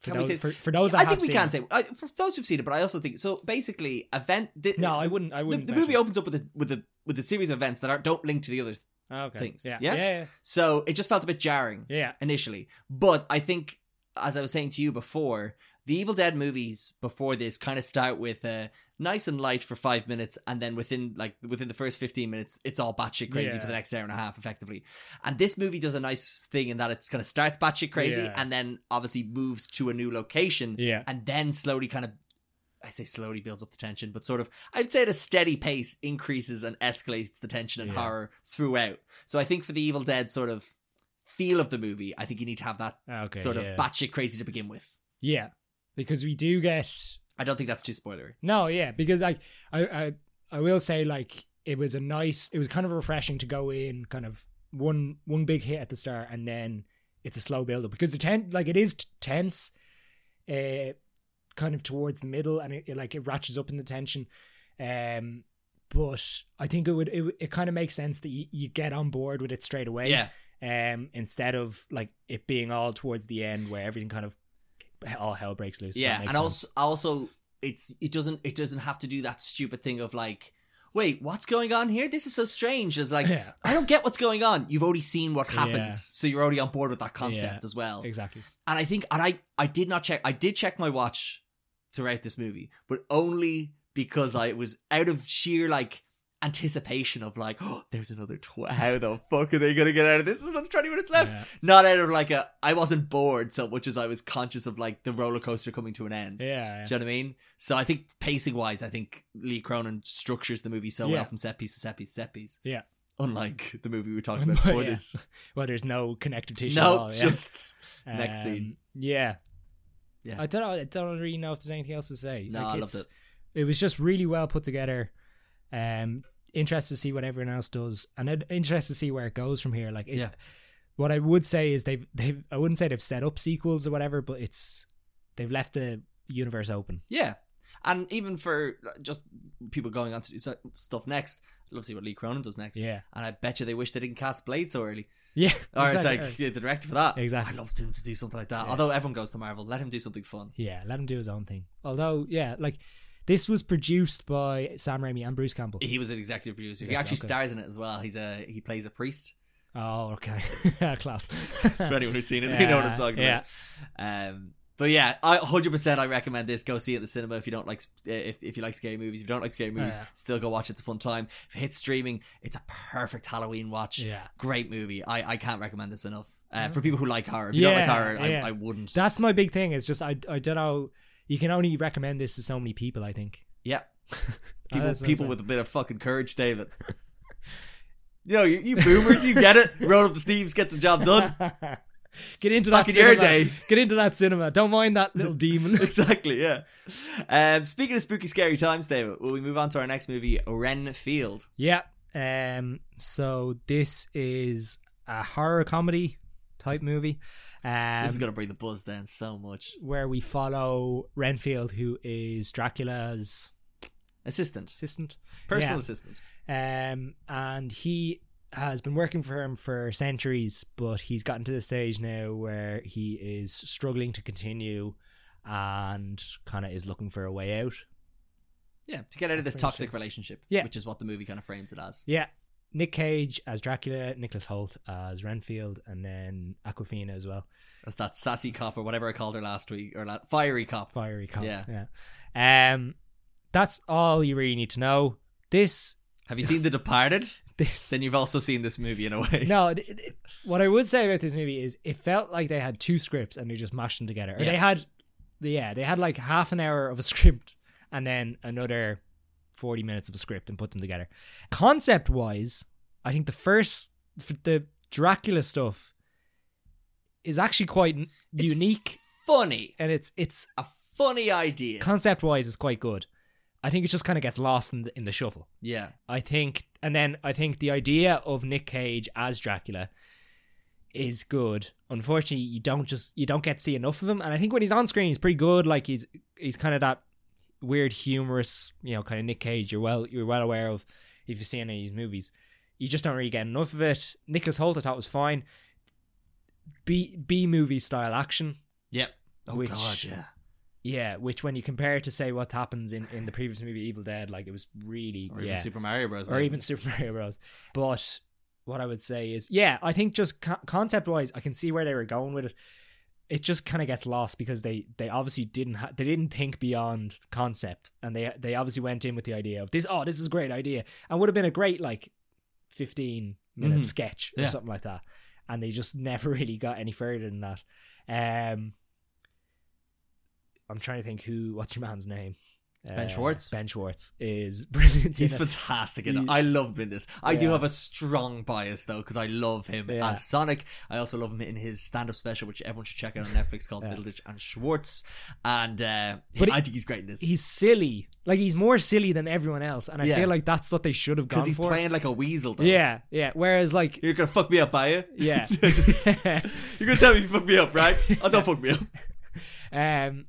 [SPEAKER 2] For
[SPEAKER 1] Can we
[SPEAKER 2] those,
[SPEAKER 1] say-
[SPEAKER 2] for, for those,
[SPEAKER 1] I,
[SPEAKER 2] that have
[SPEAKER 1] think we
[SPEAKER 2] seen
[SPEAKER 1] can
[SPEAKER 2] it-
[SPEAKER 1] say I, for those who've seen it, but I also think so. Basically, event. The,
[SPEAKER 2] No, I wouldn't. I
[SPEAKER 1] The,
[SPEAKER 2] wouldn't.
[SPEAKER 1] the
[SPEAKER 2] mention
[SPEAKER 1] movie opens up with a with a with a series of events that are, don't link to the others,
[SPEAKER 2] it. okay.
[SPEAKER 1] things.
[SPEAKER 2] Yeah.
[SPEAKER 1] Yeah?
[SPEAKER 2] Yeah. Yeah.
[SPEAKER 1] so it just felt a bit jarring
[SPEAKER 2] yeah.
[SPEAKER 1] initially. But I think, as I was saying to you before, the Evil Dead movies before this kind of start with uh, nice and light for five minutes, and then within like within the first fifteen minutes, it's all batshit crazy for
[SPEAKER 2] Yeah.
[SPEAKER 1] the next hour and a half, effectively. And this movie does a nice thing in that it's kind of starts batshit crazy,
[SPEAKER 2] Yeah.
[SPEAKER 1] and then obviously moves to a new location,
[SPEAKER 2] Yeah.
[SPEAKER 1] and then slowly kind of I say slowly builds up the tension, but sort of I'd say at a steady pace increases and escalates the tension and
[SPEAKER 2] Yeah.
[SPEAKER 1] horror throughout. So I think for the Evil Dead sort of feel of the movie, I think you need to have that
[SPEAKER 2] Okay.
[SPEAKER 1] sort
[SPEAKER 2] yeah.
[SPEAKER 1] of batshit crazy to begin with.
[SPEAKER 2] Yeah, because we do get
[SPEAKER 1] I don't think that's too spoilery.
[SPEAKER 2] no. Yeah, because like I, I I will say like it was a nice. It was kind of refreshing to go in kind of one one big hit at the start and then it's a slow build up because the ten like it is t- tense, uh, kind of towards the middle and it, it like it ratchets up in the tension, um. But I think it would it, would- it kind of makes sense that you, you get on board with it straight away
[SPEAKER 1] Yeah,
[SPEAKER 2] um, instead of like it being all towards the end where everything kind of all hell breaks loose. if that
[SPEAKER 1] yeah, and
[SPEAKER 2] makes sense.
[SPEAKER 1] also also it's it doesn't it doesn't have to do that stupid thing of like. Wait, what's going on here? This is so strange. It's
[SPEAKER 2] <laughs>
[SPEAKER 1] like
[SPEAKER 2] yeah,
[SPEAKER 1] I don't get what's going on. You've already seen what happens,
[SPEAKER 2] Yeah.
[SPEAKER 1] so you're already on board with that concept
[SPEAKER 2] Yeah.
[SPEAKER 1] as well.
[SPEAKER 2] exactly.
[SPEAKER 1] and I think and I I did not check I did check my watch throughout this movie, but only because I was out of sheer like anticipation of like <gasps> oh there's another tw- how the fuck are they gonna get out of this? There's another twenty minutes left.
[SPEAKER 2] Yeah.
[SPEAKER 1] Not out of like a I wasn't bored so much as I was conscious of like the roller coaster coming to an end.
[SPEAKER 2] Yeah,
[SPEAKER 1] Do you know what I mean? So I think pacing wise, I think Lee Cronin structures the movie so
[SPEAKER 2] Yeah.
[SPEAKER 1] well from set piece to set piece to set piece.
[SPEAKER 2] Yeah. Oh,
[SPEAKER 1] Unlike the movie we talked
[SPEAKER 2] <laughs>
[SPEAKER 1] about before
[SPEAKER 2] Yeah.
[SPEAKER 1] this.
[SPEAKER 2] well, there's no connective tissue. at
[SPEAKER 1] No,
[SPEAKER 2] all, yeah.
[SPEAKER 1] just next
[SPEAKER 2] Um,
[SPEAKER 1] scene.
[SPEAKER 2] Yeah,
[SPEAKER 1] Yeah.
[SPEAKER 2] I don't. know- I don't really know if there's anything else to say.
[SPEAKER 1] No, I loved
[SPEAKER 2] it's- It was just really well put together. Um, interested to see what everyone else does, and it- interested to see where it goes from here. Like, it,
[SPEAKER 1] Yeah.
[SPEAKER 2] What I would say is they've they've I wouldn't say they've set up sequels or whatever, but it's they've left the universe open.
[SPEAKER 1] Yeah. And even for just people going on to do so- stuff next, I'd love to see what Lee Cronin does next.
[SPEAKER 2] Yeah.
[SPEAKER 1] And I bet you they wish they didn't cast Blade so early. <laughs>
[SPEAKER 2] Yeah.
[SPEAKER 1] Or
[SPEAKER 2] exactly.
[SPEAKER 1] it's like yeah, the director for that.
[SPEAKER 2] Exactly.
[SPEAKER 1] I'd love him to do something like that. Although everyone goes to Marvel, let him do something fun.
[SPEAKER 2] yeah, let him do his own thing. Although, yeah, like this was produced by Sam Raimi and Bruce Campbell.
[SPEAKER 1] He was an executive producer.
[SPEAKER 2] Exactly,
[SPEAKER 1] He actually
[SPEAKER 2] okay.
[SPEAKER 1] stars in it as well. He's a he plays a
[SPEAKER 2] <laughs>
[SPEAKER 1] priest.
[SPEAKER 2] Oh, okay. <laughs> Class.
[SPEAKER 1] <laughs> For anyone who's seen it, they know what I'm
[SPEAKER 2] Yeah,
[SPEAKER 1] talking
[SPEAKER 2] yeah.
[SPEAKER 1] about. Um, But yeah, I 100% I recommend this. Go see it in the cinema if you don't like eh, if, if you like scary movies. If you don't like scary movies,
[SPEAKER 2] yeah.
[SPEAKER 1] still go watch it. It's a fun time. If it hits streaming, it's a perfect Halloween watch.
[SPEAKER 2] <laughs> Yeah.
[SPEAKER 1] Great movie. I, I can't recommend this enough. Uh, for people who like horror. If you don't like
[SPEAKER 2] Yeah,
[SPEAKER 1] horror,
[SPEAKER 2] yeah.
[SPEAKER 1] I, I wouldn't.
[SPEAKER 2] That's my big thing. It's just I I don't know. You can only recommend this to so many people. I think.
[SPEAKER 1] yeah. People
[SPEAKER 2] that's what I'm
[SPEAKER 1] people
[SPEAKER 2] saying.
[SPEAKER 1] with a bit of fucking courage, David. <laughs> Yo, you, you boomers, you get it. Roll up the sleeves, get the job
[SPEAKER 2] <laughs>
[SPEAKER 1] done. <laughs>
[SPEAKER 2] Get into that
[SPEAKER 1] Back in your
[SPEAKER 2] cinema.
[SPEAKER 1] day.
[SPEAKER 2] Get into that cinema. Don't mind that
[SPEAKER 1] <laughs>
[SPEAKER 2] little demon.
[SPEAKER 1] exactly, yeah. Um, speaking of spooky, scary times, David, will we move on to our next movie, Renfield?
[SPEAKER 2] yeah. Um. So this is a horror comedy type movie. Um,
[SPEAKER 1] This is going to bring the buzz down so much.
[SPEAKER 2] where we follow Renfield, who is Dracula's
[SPEAKER 1] Assistant,
[SPEAKER 2] assistant,
[SPEAKER 1] personal
[SPEAKER 2] Yeah.
[SPEAKER 1] assistant.
[SPEAKER 2] um, and he has been working for him for centuries, but he's gotten to the stage now where he is struggling to continue, and kind of is looking for a way out.
[SPEAKER 1] Yeah, to get out of this
[SPEAKER 2] That's pretty
[SPEAKER 1] toxic relationship,
[SPEAKER 2] Yeah.
[SPEAKER 1] which is what the movie kind of frames it as.
[SPEAKER 2] Yeah. Nick Cage as Dracula, Nicholas Holt as Renfield, and then Aquafina as well.
[SPEAKER 1] As that sassy cop or whatever I called her last week, or la- fiery cop.
[SPEAKER 2] Fiery cop.
[SPEAKER 1] Yeah.
[SPEAKER 2] yeah. Um, that's all you really need to know. This,
[SPEAKER 1] Have you seen The Departed?
[SPEAKER 2] this.
[SPEAKER 1] Then you've also seen this movie in a way. <laughs>
[SPEAKER 2] no, th- th- what I would say about this movie is it felt like they had two scripts and they just mashed them together. Or
[SPEAKER 1] Yeah.
[SPEAKER 2] they had, yeah, they had like half an hour of a <laughs> script and then another 40 minutes of a script and put them together. Concept wise, I think the first, f- the Dracula stuff is actually quite n-
[SPEAKER 1] It's
[SPEAKER 2] unique
[SPEAKER 1] Funny.
[SPEAKER 2] and it's, it's
[SPEAKER 1] A funny idea.
[SPEAKER 2] concept wise is quite good. I think it just kind of gets lost in the, in the shuffle.
[SPEAKER 1] Yeah.
[SPEAKER 2] I think, and then I think the idea of Nick Cage as Dracula is good. Unfortunately, you don't just you don't get to see enough of him, and I think when he's on screen, he's pretty good. Like he's he's kind of that weird, humorous, you know, kind of Nick Cage. You're well you're well aware of if you've seen any of his movies. You just don't really get enough of it. Nicholas Holt, I thought was fine. B B movie style action,
[SPEAKER 1] Yep. Oh,
[SPEAKER 2] Which- uh,
[SPEAKER 1] God, yeah.
[SPEAKER 2] yeah. Which when you compare it to say what happens in in the previous movie Evil Dead, like it was really
[SPEAKER 1] Or
[SPEAKER 2] yeah
[SPEAKER 1] even Super Mario Bros.
[SPEAKER 2] or
[SPEAKER 1] like-
[SPEAKER 2] even Super Mario Bros. But what I would say is, yeah, I think just co- concept wise, I can see where they were going with it. It just kind of gets lost because they they obviously didn't ha- they didn't think beyond concept, and they they obviously went in with the idea of this. Oh, this is a great idea, and would have been a great like fifteen minute
[SPEAKER 1] Mhm.
[SPEAKER 2] sketch or
[SPEAKER 1] Yeah.
[SPEAKER 2] something like that. And they just <laughs> never really got any further than that. Um, I'm trying to think who. What's your man's name?
[SPEAKER 1] Ben
[SPEAKER 2] Uh,
[SPEAKER 1] Schwartz?
[SPEAKER 2] Ben Schwartz is <laughs> brilliant.
[SPEAKER 1] He's
[SPEAKER 2] in it.
[SPEAKER 1] fantastic, and
[SPEAKER 2] He-
[SPEAKER 1] I love him in this. I do
[SPEAKER 2] Yeah.
[SPEAKER 1] have a strong bias though, because I love him
[SPEAKER 2] Yeah.
[SPEAKER 1] as Sonic. I also love him in his stand-up special, which everyone should check out on Netflix, called
[SPEAKER 2] Yeah.
[SPEAKER 1] Middleditch and Schwartz. And uh,
[SPEAKER 2] But
[SPEAKER 1] I think he's great in this
[SPEAKER 2] he's silly. Like he's more silly than everyone else, and I
[SPEAKER 1] Yeah.
[SPEAKER 2] feel like that's what they should have gone
[SPEAKER 1] because he's
[SPEAKER 2] for.
[SPEAKER 1] playing like a weasel. Though.
[SPEAKER 2] yeah, yeah. Whereas
[SPEAKER 1] <laughs>
[SPEAKER 2] like
[SPEAKER 1] you're gonna fuck me up, are you?
[SPEAKER 2] yeah,
[SPEAKER 1] <laughs> You're gonna tell me you fuck me up, right? Oh, don't fuck me up.
[SPEAKER 2] <laughs> um,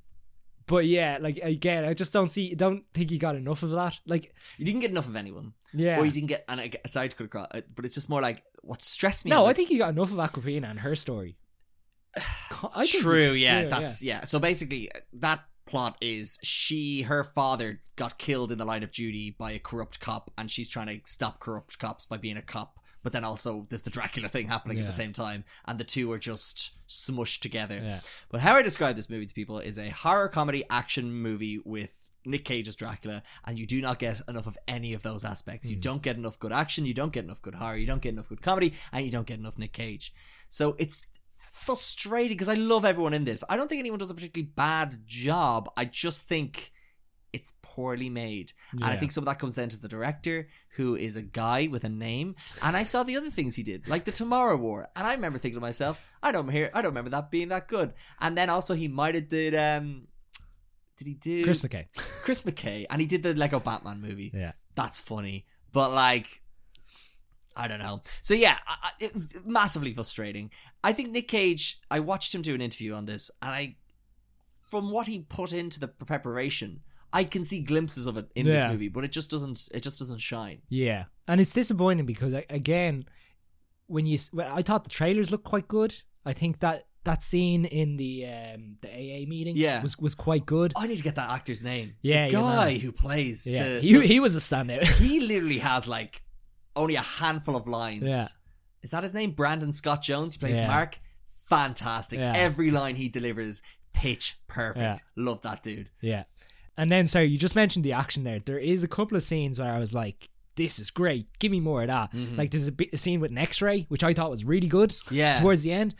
[SPEAKER 2] but yeah, like again, I just don't see, don't think he got enough of that. Like
[SPEAKER 1] You didn't get enough of anyone,
[SPEAKER 2] yeah,
[SPEAKER 1] or you didn't get. And I, sorry to cut across, uh, but it's just more like what stressed me.
[SPEAKER 2] no,
[SPEAKER 1] out-
[SPEAKER 2] I think he got enough of Aquafina and her story. Co- I think
[SPEAKER 1] True,
[SPEAKER 2] he-
[SPEAKER 1] yeah,
[SPEAKER 2] yeah,
[SPEAKER 1] that's yeah. So basically, uh, that plot is she, her father got killed in the line of duty by a corrupt cop, and she's trying to stop corrupt cops by being a cop. But then also, there's the Dracula thing happening at
[SPEAKER 2] Yeah.
[SPEAKER 1] the same time, and the two are just smushed together.
[SPEAKER 2] Yeah.
[SPEAKER 1] But how I describe this movie to people is a horror comedy action movie with Nick Cage as Dracula, and you do not get enough of any of those aspects. You don't get enough good action, you don't get enough good horror, you don't get enough good comedy, and you don't get enough Nick Cage. So it's frustrating because I love everyone in this. I don't think anyone does a particularly bad job. I just think it's poorly made. And I
[SPEAKER 2] Yeah.
[SPEAKER 1] think some of that comes down to the director, who is a guy with a name. And I saw the other things he did, like the Tomorrow War. And I remember thinking to myself, I don't hear, I don't remember that being that good. And then also he might have did, um, did he do
[SPEAKER 2] Chris McKay.
[SPEAKER 1] Chris McKay? And he did the Lego Batman movie.
[SPEAKER 2] Yeah.
[SPEAKER 1] that's funny, but like. I don't know. So yeah, I, I, it, massively frustrating. I think Nick Cage. I watched him do an interview on this, and I, from what he put into the preparation, I can see glimpses of it in this
[SPEAKER 2] Yeah.
[SPEAKER 1] movie, but it just doesn't. It just doesn't shine.
[SPEAKER 2] Yeah, and it's disappointing because like, again, when you s- well, I thought the trailers looked quite good. I think that that scene in the um, the AA meeting
[SPEAKER 1] Yeah.
[SPEAKER 2] was was quite good.
[SPEAKER 1] I need to get that actor's name.
[SPEAKER 2] Yeah,
[SPEAKER 1] the
[SPEAKER 2] your
[SPEAKER 1] guy
[SPEAKER 2] man.
[SPEAKER 1] who plays
[SPEAKER 2] Yeah,
[SPEAKER 1] the
[SPEAKER 2] he,
[SPEAKER 1] so
[SPEAKER 2] he was
[SPEAKER 1] <laughs>
[SPEAKER 2] a standout.
[SPEAKER 1] he literally has like only a handful of lines.
[SPEAKER 2] Yeah.
[SPEAKER 1] Is that his name? Brandon Scott Jones. He plays
[SPEAKER 2] Yeah.
[SPEAKER 1] Mark. Fantastic.
[SPEAKER 2] Yeah.
[SPEAKER 1] Every line he delivers Pitch perfect.
[SPEAKER 2] Yeah.
[SPEAKER 1] Love that dude.
[SPEAKER 2] Yeah. And then, sorry, you just mentioned the action there. There is a couple of scenes where I was like, this is great. Give me more of that.
[SPEAKER 1] Mm-hmm.
[SPEAKER 2] Like, there's a, bit, a scene with an x ray, which I thought was really good
[SPEAKER 1] Yeah.
[SPEAKER 2] towards the end.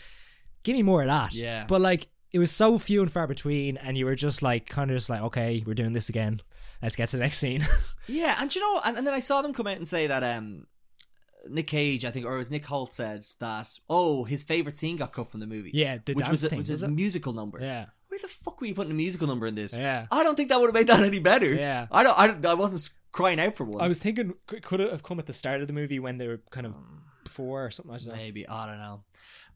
[SPEAKER 2] Give me more of that.
[SPEAKER 1] Yeah.
[SPEAKER 2] But, like, it was so few and far between, and you were just like, kind of just like, okay, we're doing this again. Let's get to the next scene. <laughs>
[SPEAKER 1] Yeah, and you know, and, and then I saw them come out and say that um, Nick Cage, I think, or it was Nick Holt said that oh, his favorite scene got cut from the movie.
[SPEAKER 2] yeah. The
[SPEAKER 1] which
[SPEAKER 2] dance
[SPEAKER 1] was a,
[SPEAKER 2] thing.
[SPEAKER 1] was
[SPEAKER 2] was
[SPEAKER 1] a
[SPEAKER 2] it?
[SPEAKER 1] musical number.
[SPEAKER 2] Yeah.
[SPEAKER 1] Where the fuck were you putting a musical number in this?
[SPEAKER 2] Yeah.
[SPEAKER 1] I don't think that would have made that any better. <laughs>
[SPEAKER 2] Yeah.
[SPEAKER 1] I don't. I, don't- I wasn't s- crying out for one.
[SPEAKER 2] I was thinking, c- could it have come at the start of the movie when they were kind of
[SPEAKER 1] Um,
[SPEAKER 2] before or something? I don't know.
[SPEAKER 1] maybe I don't know,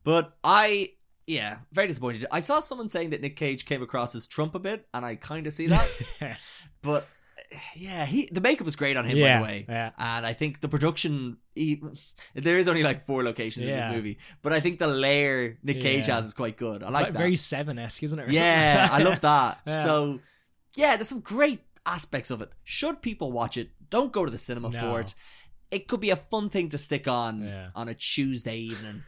[SPEAKER 1] but I yeah, very disappointed. I saw someone saying that Nick Cage came across as Trump a bit, and I kind of see that.
[SPEAKER 2] <laughs>
[SPEAKER 1] but yeah, he the makeup was great on him
[SPEAKER 2] yeah.
[SPEAKER 1] by the way.
[SPEAKER 2] Yeah.
[SPEAKER 1] And I think the production, he, there is only like four locations in
[SPEAKER 2] Yeah.
[SPEAKER 1] this movie, but I think the layer Nick Cage
[SPEAKER 2] Yeah.
[SPEAKER 1] has is quite good. I like
[SPEAKER 2] Ve-
[SPEAKER 1] that.
[SPEAKER 2] Very Seven esque, isn't it? or something
[SPEAKER 1] yeah,
[SPEAKER 2] like
[SPEAKER 1] I
[SPEAKER 2] that? <laughs>
[SPEAKER 1] love that.
[SPEAKER 2] Yeah.
[SPEAKER 1] So, yeah, there's some great aspects of it. Should people watch it? Don't go to the cinema
[SPEAKER 2] No.
[SPEAKER 1] for it. It could be a fun thing to stick on
[SPEAKER 2] Yeah.
[SPEAKER 1] on a Tuesday evening.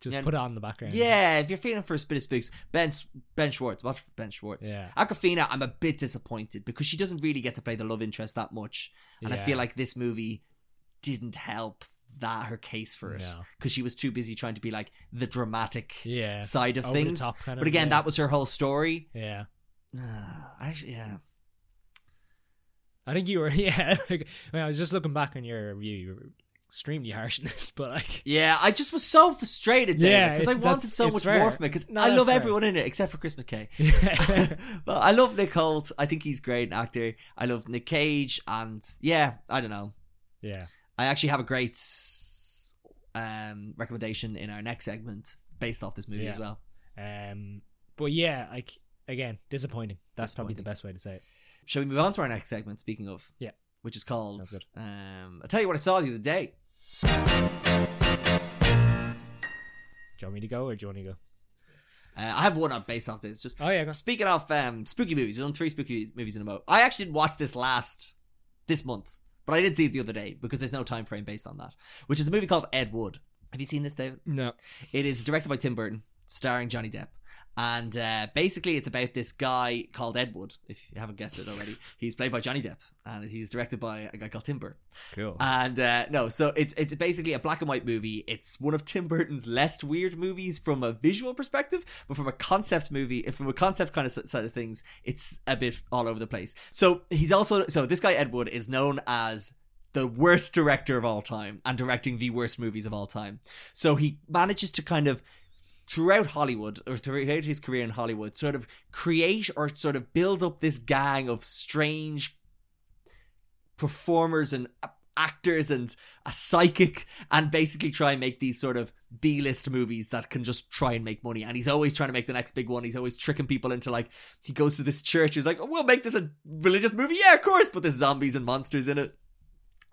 [SPEAKER 2] Just
[SPEAKER 1] Yeah.
[SPEAKER 2] put it on in the background.
[SPEAKER 1] yeah, if you're feeling for a bit of spooks, Ben S- Ben Schwartz, watch Ben Schwartz.
[SPEAKER 2] Yeah.
[SPEAKER 1] Aquafina, I'm a bit disappointed because she doesn't really get to play the love interest that much. And I
[SPEAKER 2] Yeah.
[SPEAKER 1] feel like this movie didn't help that her case for it
[SPEAKER 2] No.
[SPEAKER 1] because she was too busy trying to be like the dramatic
[SPEAKER 2] yeah,
[SPEAKER 1] side of
[SPEAKER 2] Over the
[SPEAKER 1] things.
[SPEAKER 2] top kind
[SPEAKER 1] but
[SPEAKER 2] of,
[SPEAKER 1] again,
[SPEAKER 2] yeah.
[SPEAKER 1] that was her whole story. <sighs>
[SPEAKER 2] yeah.
[SPEAKER 1] Actually, yeah,
[SPEAKER 2] I think you were <laughs> yeah. Like, when I was just looking back on your review, you were extremely harsh in this, <laughs> but like
[SPEAKER 1] yeah. I just was so frustrated, David,
[SPEAKER 2] Yeah,
[SPEAKER 1] because
[SPEAKER 2] it-
[SPEAKER 1] I wanted
[SPEAKER 2] that's-
[SPEAKER 1] so
[SPEAKER 2] it's
[SPEAKER 1] much
[SPEAKER 2] fair.
[SPEAKER 1] more from it. Because
[SPEAKER 2] No,
[SPEAKER 1] I
[SPEAKER 2] that's
[SPEAKER 1] love
[SPEAKER 2] fair.
[SPEAKER 1] everyone in it except for Chris McKay.
[SPEAKER 2] yeah,
[SPEAKER 1] <laughs> but I love Nick Holt. I think he's great an actor. I love Nick Cage, and yeah, I don't know.
[SPEAKER 2] yeah,
[SPEAKER 1] I actually have a great um, recommendation in our next segment based off this movie
[SPEAKER 2] Yeah.
[SPEAKER 1] as well.
[SPEAKER 2] um, but yeah, like again, disappointing. That's probably the
[SPEAKER 1] Disappointing.
[SPEAKER 2] best way to say it.
[SPEAKER 1] Shall we move on to our next segment? Speaking of,
[SPEAKER 2] Yeah.
[SPEAKER 1] which is called.
[SPEAKER 2] Sounds good.
[SPEAKER 1] Um, I'll tell you what I saw the other day.
[SPEAKER 2] Do you want me to go or do you want to go?
[SPEAKER 1] Uh, I have one up based off this. Just
[SPEAKER 2] Oh yeah, go.
[SPEAKER 1] speaking of um, spooky movies, we've done three spooky movies in a row. I actually watched this last this month, but I did see it the other day because there's no time frame based on that. Which is a movie called Ed Wood. Have you seen this, David?
[SPEAKER 2] No.
[SPEAKER 1] It is directed by Tim Burton, starring Johnny Depp. And uh, basically, it's about this guy called Ed Wood, if you haven't guessed it already. He's played by Johnny Depp, and he's directed by a guy called Tim Burton.
[SPEAKER 2] Cool.
[SPEAKER 1] And uh, no, so it's it's basically a black and white movie. It's one of Tim Burton's less weird movies from a visual perspective, but from a concept movie, from a concept kind of s- side of things, it's a bit all over the place. So he's also so this guy Ed Wood is known as the worst director of all time and directing the worst movies of all time. So he manages to kind of throughout Hollywood or throughout his career in Hollywood sort of create or sort of build up this gang of strange performers and a- actors and a psychic and basically try and make these sort of B-list movies that can just try and make money and he's always trying to make the next big one he's always tricking people into like he goes to this church he's like oh, we'll make this a religious movie yeah of course but there's zombies and monsters in it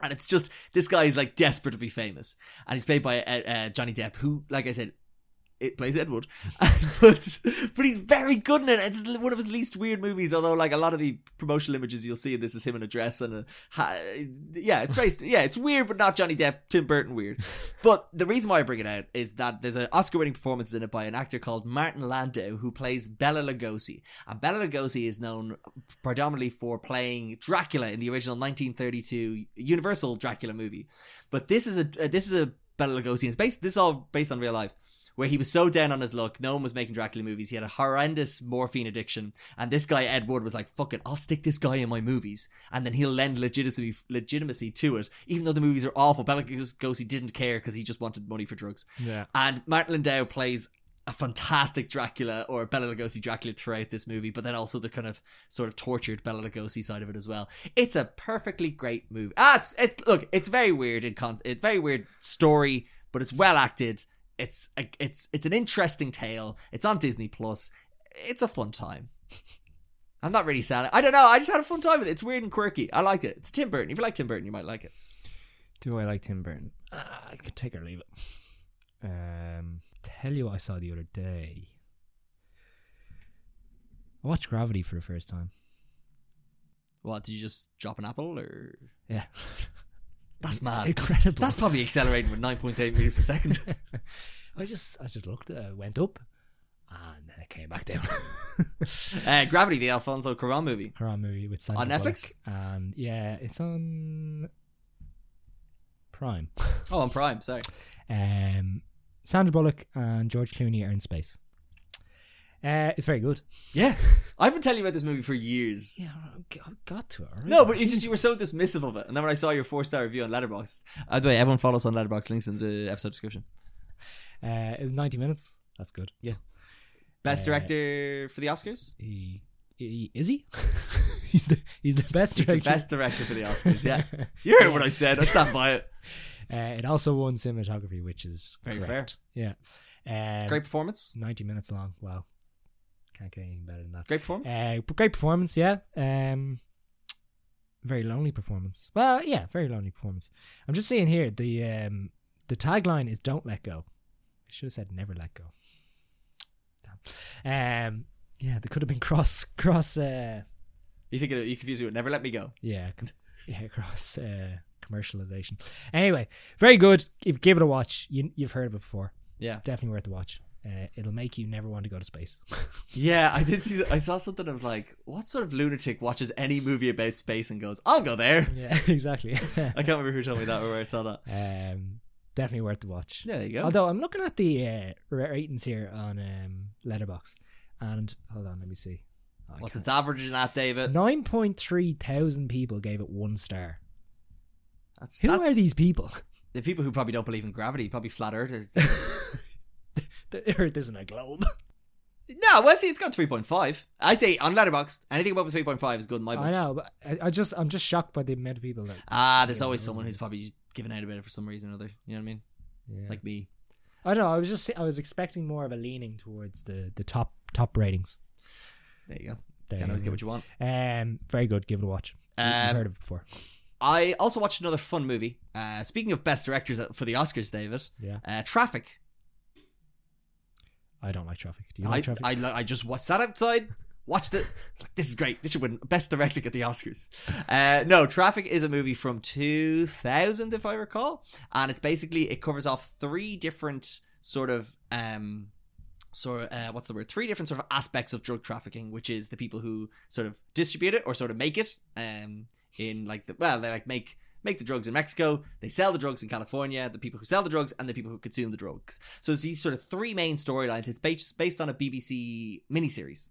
[SPEAKER 1] and it's just this guy is like desperate to be famous and he's played by uh, uh, Johnny Depp who like I said it plays Edward, <laughs> but but he's very good in it. It's one of his least weird movies. Although, like a lot of the promotional images you'll see, this is him in a dress and a ha- yeah, it's very yeah, it's weird, but not Johnny Depp, Tim Burton weird. But the reason why I bring it out is that there's an Oscar-winning performance in it by an actor called Martin Landau who plays Bella Lugosi, and Bella Lugosi is known predominantly for playing Dracula in the original 1932 Universal Dracula movie. But this is a uh, this is a Bela Lugosi. It's based this is all based on real life, where he was so down on his luck. No one was making Dracula movies. He had a horrendous morphine addiction, and this guy Ed Wood was like, "Fuck it, I'll stick this guy in my movies, and then he'll lend legitimacy legitimacy to it, even though the movies are awful." Bela Lugosi didn't care because he just wanted money for drugs.
[SPEAKER 2] Yeah.
[SPEAKER 1] And Martin Landau plays a fantastic Dracula or Bela Lugosi Dracula throughout this movie, but then also the kind of sort of tortured Bela Lugosi side of it as well. It's a perfectly great movie. Ah, it's, it's look, it's very weird in con- it's very weird story, but it's well acted. It's a, it's it's an interesting tale. It's on Disney Plus. It's a fun time. <laughs> I'm not really sad. I don't know. I just had a fun time with it. It's weird and quirky. I like it. It's Tim Burton. If you like Tim Burton, you might like it.
[SPEAKER 2] Do I like Tim Burton? Uh, I could take or leave it. Um, tell you what I saw the other day. I watched Gravity for the first time.
[SPEAKER 1] What did you just drop an apple or?
[SPEAKER 2] Yeah, <laughs>
[SPEAKER 1] That's
[SPEAKER 2] it's
[SPEAKER 1] mad.
[SPEAKER 2] incredible. <laughs>
[SPEAKER 1] That's probably accelerating with 9.8 meters per second.
[SPEAKER 2] I just I just looked at it, uh, went up and then it came back
[SPEAKER 1] <laughs>
[SPEAKER 2] down. <laughs>
[SPEAKER 1] Uh, Gravity, the Alfonso Cuarón movie.
[SPEAKER 2] Quran movie with Sandra
[SPEAKER 1] On Netflix?
[SPEAKER 2] Bullock. and yeah, it's on Prime. <laughs>
[SPEAKER 1] Oh, on Prime. Sorry.
[SPEAKER 2] Um, Sandra Bullock and George Clooney are in space. Uh, it's very good.
[SPEAKER 1] Yeah, I've been telling you about this movie for years.
[SPEAKER 2] Yeah, I got to it.
[SPEAKER 1] No, but it's just you were so dismissive of it, and then when I saw your four star review on Letterboxd, by the way, everyone follows on Letterboxd. Links in the episode description.
[SPEAKER 2] uh, it's ninety minutes. That's good.
[SPEAKER 1] Best
[SPEAKER 2] Uh,
[SPEAKER 1] director for the Oscars.
[SPEAKER 2] He, he- is he? <laughs> he's the he's the best
[SPEAKER 1] He's the
[SPEAKER 2] director.
[SPEAKER 1] best director for the Oscars.
[SPEAKER 2] <laughs>
[SPEAKER 1] Yeah, you heard what I said. I stand by it.
[SPEAKER 2] Uh, it also won cinematography, which is
[SPEAKER 1] Very
[SPEAKER 2] correct. Yeah. Um,
[SPEAKER 1] Great performance.
[SPEAKER 2] Ninety minutes long. Wow. Can't get anything better than that.
[SPEAKER 1] Great performance.
[SPEAKER 2] Uh, p- great performance, yeah. Um, very lonely performance. Well, yeah, very lonely performance. I'm just seeing here the um, the tagline is "Don't let go." I should have said "Never let go." Damn. Um, yeah, they could have been <laughs> cross cross. Uh,
[SPEAKER 1] You think it, you confuse it with Never Let Me Go.
[SPEAKER 2] yeah, c- yeah, cross uh, commercialization. Anyway, very good. Give, give it a watch. You you've heard of it before.
[SPEAKER 1] Yeah,
[SPEAKER 2] Definitely worth a watch. Uh, it'll make you never want to go to space. <laughs>
[SPEAKER 1] yeah. I did see. I saw something of like, what sort of lunatic watches any movie about space and goes, "I'll go there."
[SPEAKER 2] yeah, <laughs> exactly.
[SPEAKER 1] I can't remember who told me that or where I saw that.
[SPEAKER 2] um, definitely worth the watch.
[SPEAKER 1] Yeah, there you go.
[SPEAKER 2] Although I'm looking at the uh, ratings here on um, Letterbox, and hold on, let me see. Oh, I
[SPEAKER 1] What's
[SPEAKER 2] can't-
[SPEAKER 1] its average in that, David?
[SPEAKER 2] Nine point three thousand people gave it one star.
[SPEAKER 1] That's,
[SPEAKER 2] Who
[SPEAKER 1] that's
[SPEAKER 2] are these people? <laughs>
[SPEAKER 1] the people who probably don't believe in gravity? Probably flat earthers.
[SPEAKER 2] The Earth isn't a globe.
[SPEAKER 1] No, well, see, it's got three point five. I say on Letterboxd, anything above three point five is good
[SPEAKER 2] <laughs>
[SPEAKER 1] in my
[SPEAKER 2] I
[SPEAKER 1] books.
[SPEAKER 2] know, but I, I just I'm just shocked by the amount of people that.
[SPEAKER 1] Ah, there's
[SPEAKER 2] Yeah,
[SPEAKER 1] always
[SPEAKER 2] I
[SPEAKER 1] someone who's
[SPEAKER 2] always-
[SPEAKER 1] probably giving out about it for some reason or other. You know what I mean?
[SPEAKER 2] Yeah.
[SPEAKER 1] Like me.
[SPEAKER 2] I don't know. I was just I was expecting more of a leaning towards the the top top ratings.
[SPEAKER 1] There you go.
[SPEAKER 2] There
[SPEAKER 1] Can't always
[SPEAKER 2] you
[SPEAKER 1] get
[SPEAKER 2] go.
[SPEAKER 1] what you want.
[SPEAKER 2] Um, very good. Give it a watch. You- You've
[SPEAKER 1] Um,
[SPEAKER 2] heard of it before.
[SPEAKER 1] I also watched another fun movie. Uh, speaking of best directors for the Oscars, David.
[SPEAKER 2] Yeah.
[SPEAKER 1] Uh, Traffic.
[SPEAKER 2] I don't like traffic. Do you
[SPEAKER 1] I,
[SPEAKER 2] like traffic?
[SPEAKER 1] I lo- I just watched that outside. Watched it. It's like, this is great. This should win best directing at the Oscars. Uh, no, Traffic is a movie from 2000, if I recall, and it's basically it covers off three different sort of um, sort of uh, what's the word? Three different sort of aspects of drug trafficking, which is the people who sort of distribute it or sort of make it um, in like the well, they like make make the drugs in Mexico, they sell the drugs in California, the people who sell the drugs and the people who consume the drugs. So it's these sort of three main storylines. It's based based on a BBC miniseries,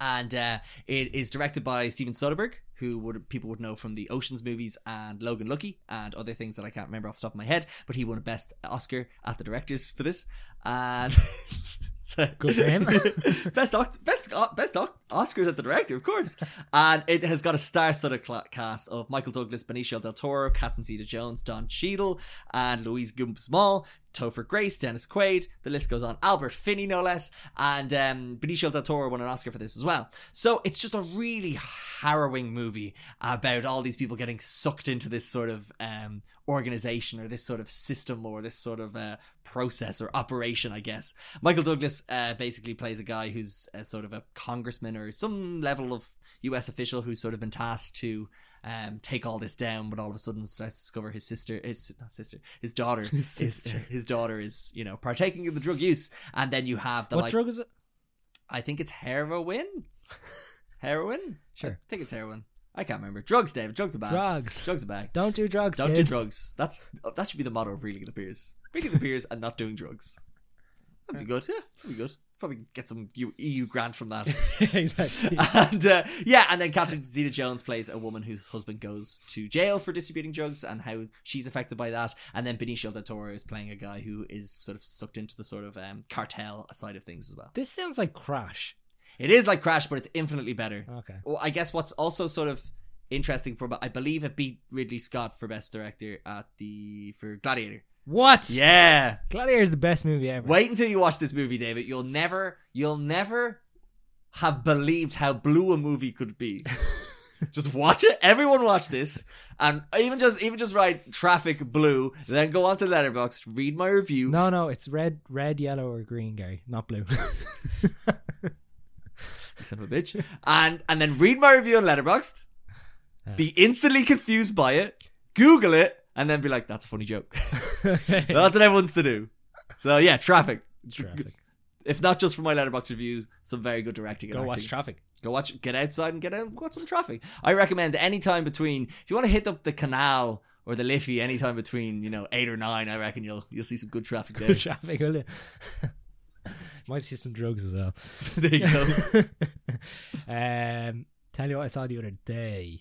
[SPEAKER 1] and uh, it is directed by Steven Soderbergh, who would people would know from the Ocean's movies and Logan Lucky and other things that I can't remember off the top of my head. But he won a Best Oscar at the directors for this, and so
[SPEAKER 2] <laughs> Good for
[SPEAKER 1] <laughs>
[SPEAKER 2] him.
[SPEAKER 1] best oc- best o- best oc- Oscars at the director, of course. And it has got a star-studded cla cast of Michael Douglas, Benicio del Toro, Catherine Zeta-Jones, Don Cheadle, and Louise Guzman, Topher Grace, Dennis Quaid. The list goes on. Albert Finney, no less. And um, Benicio del Toro won an Oscar for this as well. So it's just a really harrowing movie about all these people getting sucked into this sort of um, organization or this sort of system or this sort of uh, process or operation, I guess. Michael Douglas uh, basically plays a guy who's a sort of a congressman or some level of U.S. official who's sort of been tasked to um, take all this down, but all of a sudden starts to discover his sister, his not sister, his
[SPEAKER 2] <laughs>
[SPEAKER 1] daughter, his,
[SPEAKER 2] sister.
[SPEAKER 1] his daughter is you know partaking in the drug use, and then you have the
[SPEAKER 2] what
[SPEAKER 1] like
[SPEAKER 2] drug is it?
[SPEAKER 1] I think it's heroin, <laughs> heroin.
[SPEAKER 2] Sure.
[SPEAKER 1] I think it's heroin. I can't remember. Drugs, David. Drugs are bad.
[SPEAKER 2] Drugs.
[SPEAKER 1] Drugs are bad.
[SPEAKER 2] Don't do drugs.
[SPEAKER 1] Don't
[SPEAKER 2] kids.
[SPEAKER 1] do drugs. That's that should be the motto of reeling the beers. Reeling the beers and not doing drugs. That'd be good. Yeah, that'd be good. Probably get some EU EU grant from that.
[SPEAKER 2] <laughs> <laughs> exactly.
[SPEAKER 1] and uh, yeah, and then Catherine Zeta Jones plays a woman whose husband goes to jail for distributing drugs and how she's affected by that. And then Benicio del Toro is playing a guy who is sort of sucked into the sort of um, cartel side of things as well.
[SPEAKER 2] This sounds like Crash.
[SPEAKER 1] It is like Crash, but it's infinitely better.
[SPEAKER 2] Okay.
[SPEAKER 1] Well, I guess what's also sort of interesting for, I believe it beat Ridley Scott for best director at the for Gladiator.
[SPEAKER 2] What?
[SPEAKER 1] Yeah.
[SPEAKER 2] Gladiator is the best movie ever.
[SPEAKER 1] Wait until you watch this movie, David. You'll never, you'll never have believed how blue a movie could
[SPEAKER 2] <laughs>
[SPEAKER 1] be. just watch it. Everyone watch this, and even just even just write traffic blue. Then go onto Letterbox, read my review.
[SPEAKER 2] No, no, it's red, red, yellow, or green, Gary,
[SPEAKER 1] <laughs>
[SPEAKER 2] not blue. <laughs>
[SPEAKER 1] you son of a bitch. And and then read my review on Letterboxd.
[SPEAKER 2] Yeah.
[SPEAKER 1] Be instantly confused by it. Google it, and then be like,
[SPEAKER 2] <laughs>
[SPEAKER 1] "That's a funny joke." That's what everyone's to do. So yeah, traffic.
[SPEAKER 2] Traffic.
[SPEAKER 1] if not just for my letterbox reviews, some very good directing. and
[SPEAKER 2] Go watch
[SPEAKER 1] acting. <laughs>
[SPEAKER 2] Traffic.
[SPEAKER 1] Go watch, get outside and get out, watch some traffic. I recommend any time between, if you want to hit up the canal or the Liffey, any time between, you know, eight or nine, I reckon you'll you'll see some good traffic <laughs> there.
[SPEAKER 2] Good Traffic, will you? <laughs> Might see some drugs
[SPEAKER 1] <laughs>
[SPEAKER 2] as well.
[SPEAKER 1] there you go.
[SPEAKER 2] <laughs> um, tell you what I saw the other day.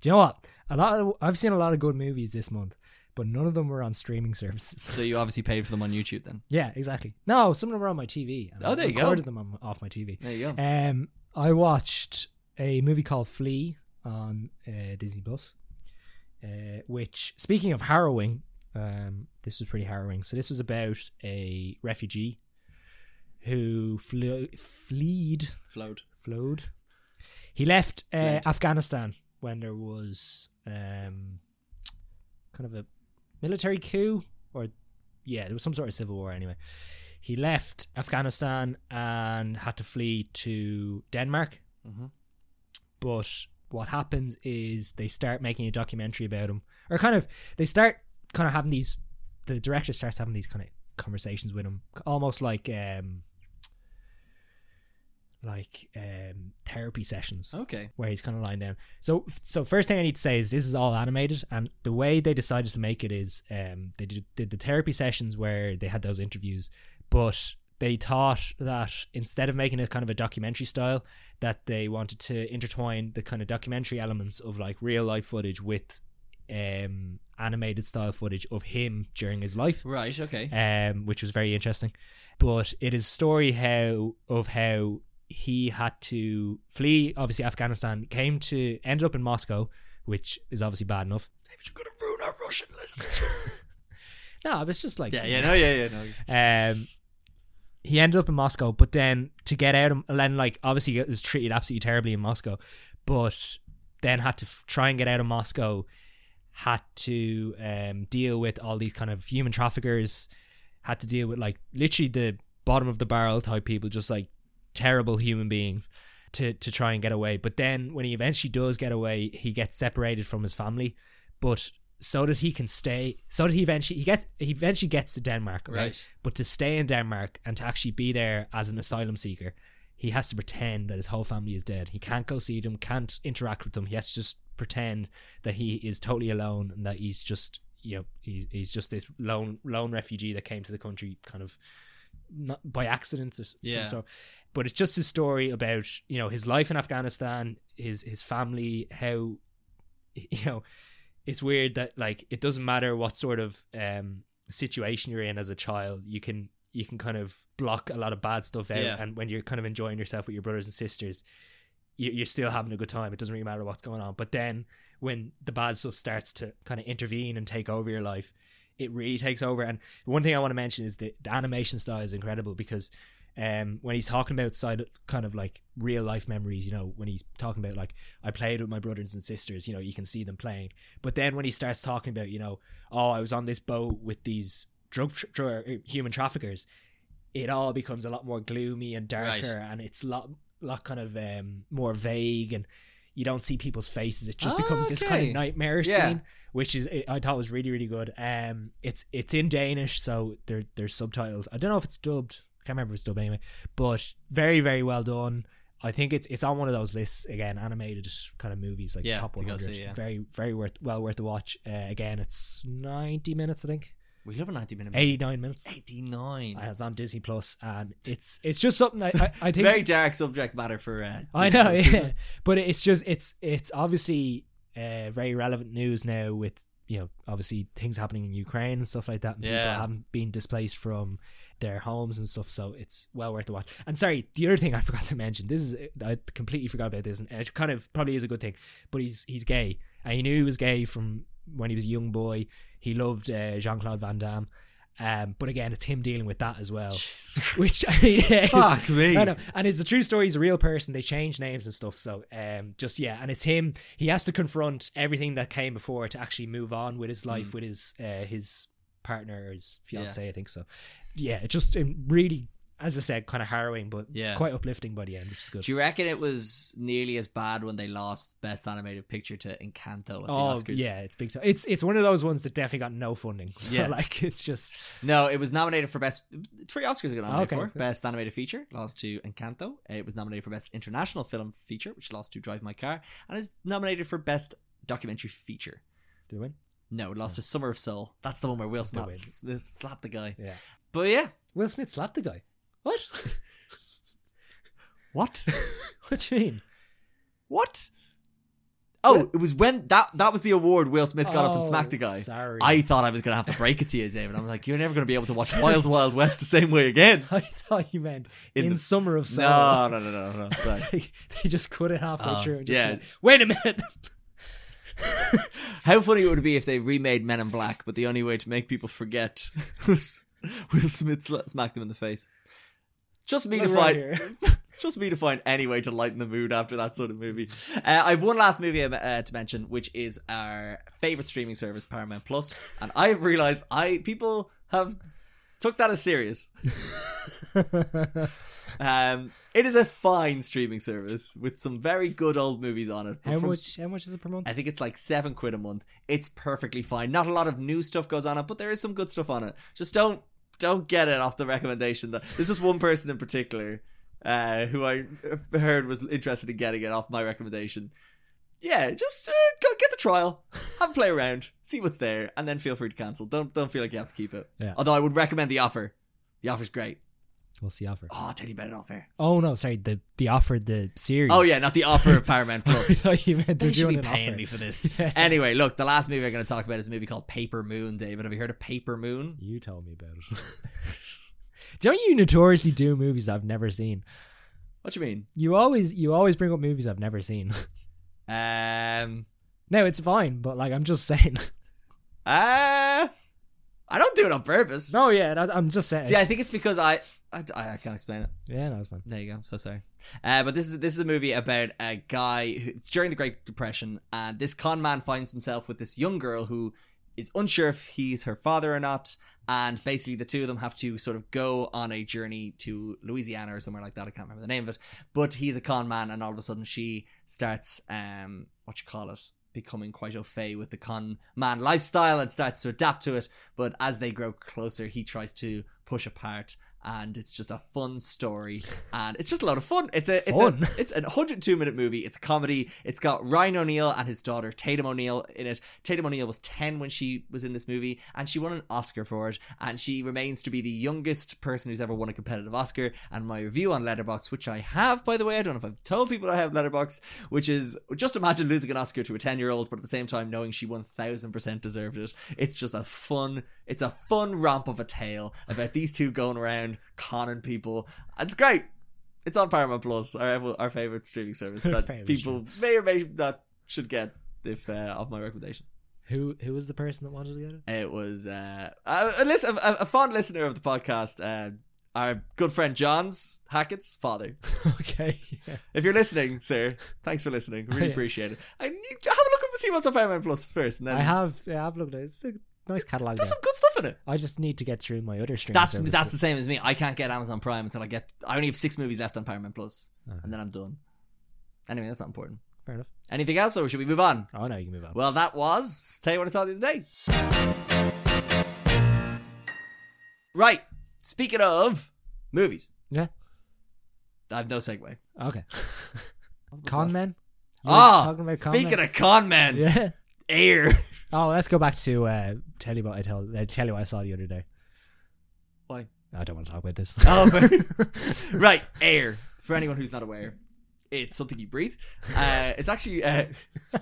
[SPEAKER 2] Do you know what? A lot of, I've seen a lot of good movies this month, but none of them were on streaming services.
[SPEAKER 1] so you obviously paid for them on YouTube then.
[SPEAKER 2] <laughs> yeah, exactly. No, some of them were on my TV. and
[SPEAKER 1] Oh,
[SPEAKER 2] I
[SPEAKER 1] there you go.
[SPEAKER 2] Recorded them on, off my TV.
[SPEAKER 1] There you go.
[SPEAKER 2] Um, I watched a movie called Flea on uh, Disney Plus. Uh, which, speaking of harrowing, um, this was pretty harrowing. So this was about a refugee who flew, fleed
[SPEAKER 1] Flowed.
[SPEAKER 2] flowed. He left uh,
[SPEAKER 1] Fled.
[SPEAKER 2] Afghanistan when there was um, kind of a military coup, or yeah, there was some sort of civil war anyway. He left Afghanistan and had to flee to Denmark.
[SPEAKER 1] Mhm.
[SPEAKER 2] But what happens is they start making a documentary about him, or kind of they start kind of having these. The director starts having these kind of conversations with him, almost like um, like um, therapy sessions
[SPEAKER 1] Okay.
[SPEAKER 2] where he's kind of lying down. So, so first thing I need to say is this is all animated, and the way they decided to make it is um, they did, did the therapy sessions where they had those interviews, but they thought that instead of making it kind of a documentary style, that they wanted to intertwine the kind of documentary elements of like real life footage with um, animated style footage of him during his life
[SPEAKER 1] Right, okay.
[SPEAKER 2] um, which was very interesting. But it is story how of how he had to flee, obviously Afghanistan, came to ended up in Moscow, which is obviously bad enough.
[SPEAKER 1] David, you're gonna ruin our Russian listeners.
[SPEAKER 2] No, it's just
[SPEAKER 1] <laughs>
[SPEAKER 2] like
[SPEAKER 1] yeah, yeah, no, yeah, yeah, no.
[SPEAKER 2] Um, he ended up in Moscow, but then to get out, of- and then like obviously he was treated absolutely terribly in Moscow, but then had to f- try and get out of Moscow, had to um, deal with all these kind of human traffickers, had to deal with like literally the bottom of the barrel type people, just like terrible human beings. To, to try and get away but then when he eventually does get away he gets separated from his family but so that he can stay so that he eventually he gets he eventually gets to Denmark right
[SPEAKER 1] Right.
[SPEAKER 2] but to stay in Denmark and to actually be there as an asylum seeker, he has to pretend that his whole family is dead. He can't go see them, can't interact with them. He has to just pretend that he is totally alone and that he's just you know he's he's just this lone lone refugee that came to the country kind of not by accident or s-
[SPEAKER 1] Yeah.
[SPEAKER 2] some sort. But it's just his story about you know his life in Afghanistan, his his family, how <laughs> you know it's weird that like it doesn't matter what sort of um situation you're in as a child you can you can kind of block a lot of bad stuff out
[SPEAKER 1] Yeah.
[SPEAKER 2] and when you're kind of enjoying yourself with your brothers and sisters you- you're still having a good time it doesn't really matter what's going on but then when the bad stuff starts to kind of intervene and take over your life it really takes over and one thing i want to mention is the, the animation style is incredible because um, when he's talking about side kind of like real life memories, you know, when he's talking about like I played with my brothers and sisters, you know, you can see them playing. But then when he starts talking about, you know, oh, I was on this boat with these drug tra- tra- er, human traffickers, it all becomes a lot more gloomy and darker,
[SPEAKER 1] Right.
[SPEAKER 2] and it's lot lot kind of um, more vague, and you don't see people's faces. It just becomes this kind
[SPEAKER 1] Okay.
[SPEAKER 2] of nightmare
[SPEAKER 1] Yeah.
[SPEAKER 2] scene, which is I thought was really really good. Um, it's it's in Danish, so there there's subtitles. I don't know if it's dubbed. I can't remember if it's dubbed anyway, but very very well done. I think it's it's on one of those lists again, animated kind of movies like
[SPEAKER 1] Yeah,
[SPEAKER 2] top
[SPEAKER 1] to
[SPEAKER 2] one
[SPEAKER 1] go
[SPEAKER 2] hundred.
[SPEAKER 1] see, yeah.
[SPEAKER 2] Very very worth well worth the watch. Uh, again, it's ninety minutes I think,
[SPEAKER 1] We love a 90 minute movie.
[SPEAKER 2] eighty nine minutes.
[SPEAKER 1] 89.
[SPEAKER 2] Uh, It's on Disney Plus, and it's it's just something I, I,
[SPEAKER 1] <laughs>
[SPEAKER 2] I think
[SPEAKER 1] Very dark subject matter for. Uh, <laughs>
[SPEAKER 2] I know,
[SPEAKER 1] Disney.
[SPEAKER 2] yeah. But it's just it's it's obviously uh, very relevant news now with you know obviously things happening in Ukraine and stuff like that. And
[SPEAKER 1] Yeah.
[SPEAKER 2] People haven't been displaced from their homes and stuff, so it's well worth the watch. And sorry, the other thing I <laughs> forgot to mention. This is I completely forgot about this, and it kind of probably is a good thing. But he's he's gay, and he knew he was gay from when he was a young boy. He loved uh, Jean Claude Van Damme. Um, but again, it's him dealing with that as well,
[SPEAKER 1] Jesus
[SPEAKER 2] <laughs> which I mean, it's-
[SPEAKER 1] Fuck me.
[SPEAKER 2] I know, and it's a true story. He's a real person. They change names and stuff. So, um, just yeah, and it's him. He has to confront everything that came before to actually move on with his
[SPEAKER 1] Mm.
[SPEAKER 2] life, with his uh, his partner, or his fiance. I think so. Yeah, it just um, really as I said, kind of harrowing, but
[SPEAKER 1] Yeah.
[SPEAKER 2] quite uplifting by the end, which is good.
[SPEAKER 1] Do you reckon it was nearly as bad when they lost Best Animated Picture to Encanto at the
[SPEAKER 2] Oh
[SPEAKER 1] Oscars?
[SPEAKER 2] yeah, it's big time. It's it's one of those ones that definitely got no funding. <laughs> So
[SPEAKER 1] Yeah.
[SPEAKER 2] like it's just
[SPEAKER 1] No, it was nominated for best. Three Oscars it got nominated
[SPEAKER 2] Okay.
[SPEAKER 1] for best animated feature, lost to Encanto. It was nominated for best international film feature, which lost to Drive My Car, and is nominated for best documentary feature.
[SPEAKER 2] did it win?
[SPEAKER 1] No, it lost to Summer of Soul. That's the one where Will
[SPEAKER 2] Hmm. the
[SPEAKER 1] Smith s- slapped the guy.
[SPEAKER 2] Yeah.
[SPEAKER 1] But yeah,
[SPEAKER 2] Will Smith slapped the guy. What? <laughs>
[SPEAKER 1] what?
[SPEAKER 2] what do you mean?
[SPEAKER 1] what? Oh, it was when that that was the award Will Smith got up and
[SPEAKER 2] Oh,
[SPEAKER 1] smacked the guy.
[SPEAKER 2] Sorry.
[SPEAKER 1] I thought I was gonna have to break it to you, David. I'm like, you're never gonna be able to watch Wild Wild West the same way <laughs> again.
[SPEAKER 2] I thought you meant
[SPEAKER 1] In
[SPEAKER 2] in,
[SPEAKER 1] the-
[SPEAKER 2] summer of soul.
[SPEAKER 1] No, no, no, no, no. Sorry.
[SPEAKER 2] Like, <laughs> they just cut it halfway
[SPEAKER 1] Oh,
[SPEAKER 2] through and just
[SPEAKER 1] yeah.
[SPEAKER 2] went, wait a minute.
[SPEAKER 1] <laughs>
[SPEAKER 2] <laughs>
[SPEAKER 1] How funny it would be if they remade Men in Black, but the only way to make people forget <laughs> was Will Smith sla- smacked them in the face. Just me to
[SPEAKER 2] Look around
[SPEAKER 1] find, <laughs> just me to find any way to lighten the mood after that sort of movie. Uh, I've one last movie uh, to mention, which is our favorite streaming service, Paramount Plus, and I've realized I people have took that as
[SPEAKER 2] <laughs>
[SPEAKER 1] serious. Um, it is a fine streaming service with some very good old movies on it. but
[SPEAKER 2] how
[SPEAKER 1] from
[SPEAKER 2] much? How much is it per month?
[SPEAKER 1] I think it's like seven quid a month. It's perfectly fine. Not a lot of new stuff goes on it, but there is some good stuff on it. Just don't don't get it off the recommendation. That there's just one person in particular uh, who I heard was interested in getting it off my recommendation. Yeah, just uh, go get the trial, have a play around, see what's there, and then feel free to cancel. Don't don't feel like you have to keep it.
[SPEAKER 2] Yeah.
[SPEAKER 1] Although I would recommend the offer. The offer's great.
[SPEAKER 2] What's the offer?
[SPEAKER 1] Oh, I'll tell you about it off air.
[SPEAKER 2] Oh no, sorry. The the offer, the series.
[SPEAKER 1] Oh yeah, not the offer of Paramount
[SPEAKER 2] <laughs> I
[SPEAKER 1] Plus.
[SPEAKER 2] thought you meant
[SPEAKER 1] They
[SPEAKER 2] they're
[SPEAKER 1] should
[SPEAKER 2] doing
[SPEAKER 1] be
[SPEAKER 2] an
[SPEAKER 1] paying
[SPEAKER 2] offer.
[SPEAKER 1] me for
[SPEAKER 2] <laughs>
[SPEAKER 1] this. anyway, look, the last movie I'm going to talk about is a movie called Paper Moon. David, have you heard of Paper Moon?
[SPEAKER 2] You told me about it. <laughs> Don't you notoriously do movies I've never seen?
[SPEAKER 1] What do you mean?
[SPEAKER 2] You always you always bring up movies I've never seen. <laughs>
[SPEAKER 1] Um,
[SPEAKER 2] no, it's fine, but like I'm just saying. <laughs>
[SPEAKER 1] uh, I don't do it on purpose.
[SPEAKER 2] No, yeah, that's, I'm just saying.
[SPEAKER 1] See, I think it's because I, I, I can't explain it.
[SPEAKER 2] yeah, no, it's fine.
[SPEAKER 1] There you go. I'm so sorry. Uh, but this is this is a movie about a guy. Who, it's during the Great Depression, and this con man finds himself with this young girl who is unsure if he's her father or not. And basically, the two of them have to sort of go on a journey to Louisiana or somewhere like that. I can't remember the name of it. But he's a con man, and all of a sudden, she starts um, what you call it. Becoming quite au fait with the con man lifestyle and starts to adapt to it. But as they grow closer, he tries to push apart, and it's just a fun story and it's just a lot of fun. It's a it's
[SPEAKER 2] Fun.
[SPEAKER 1] a it's an 102 minute movie. It's a comedy. It's got Ryan O'Neal and his daughter Tatum O'Neal in it. Tatum O'Neal was 10 when she was in this movie, and she won an Oscar for it. And she remains to be the youngest person who's ever won a competitive Oscar. And my review on Letterbox, which I have by the way, I don't know if I've told people I have Letterbox, which is just imagine losing an Oscar to a 10 year old, but at the same time knowing she 1000% deserved it. It's just a fun, it's a fun romp of a tale about these two going around conning people. It's great. It's on Paramount Plus, our our favorite streaming service
[SPEAKER 2] Our
[SPEAKER 1] that
[SPEAKER 2] favourite
[SPEAKER 1] people may or may not should get if uh, of my recommendation.
[SPEAKER 2] Who who was the person that wanted to get it?
[SPEAKER 1] It was uh, a, a, listen, a, a fond listener of the podcast, uh, our good friend John's Hackett's father.
[SPEAKER 2] <laughs> okay, yeah.
[SPEAKER 1] If you're listening, sir, thanks for listening. Really
[SPEAKER 2] Yeah.
[SPEAKER 1] appreciate it. And you, have a look up and see what's on Paramount Plus first, and then
[SPEAKER 2] I have yeah, I've looked at it. It's a nice catalog.
[SPEAKER 1] there's
[SPEAKER 2] There.
[SPEAKER 1] some good stuff in it.
[SPEAKER 2] I just need to get through my other streams.
[SPEAKER 1] That's that's the same as me. I can't get Amazon Prime until I get. I only have six movies left on Paramount Plus,
[SPEAKER 2] Uh-huh.
[SPEAKER 1] and then I'm done. Anyway, that's not important.
[SPEAKER 2] fair enough.
[SPEAKER 1] Anything else, or should we move on?
[SPEAKER 2] Oh no, you can move on.
[SPEAKER 1] Well, that was tell you what I saw the other day. Right. Speaking of movies,
[SPEAKER 2] yeah.
[SPEAKER 1] I have no segue. <laughs>
[SPEAKER 2] Okay. Con men. You were
[SPEAKER 1] Ah,
[SPEAKER 2] talking about con
[SPEAKER 1] speaking
[SPEAKER 2] men?
[SPEAKER 1] of con men,
[SPEAKER 2] <laughs> yeah.
[SPEAKER 1] air.
[SPEAKER 2] Oh, let's go back to uh, tell you what I tell uh, tell you what I saw the other day.
[SPEAKER 1] Why?
[SPEAKER 2] I don't want to talk about this.
[SPEAKER 1] Oh,
[SPEAKER 2] <laughs>
[SPEAKER 1] but- <laughs> right, air. For anyone who's not aware, it's something you breathe. Uh, it's actually uh,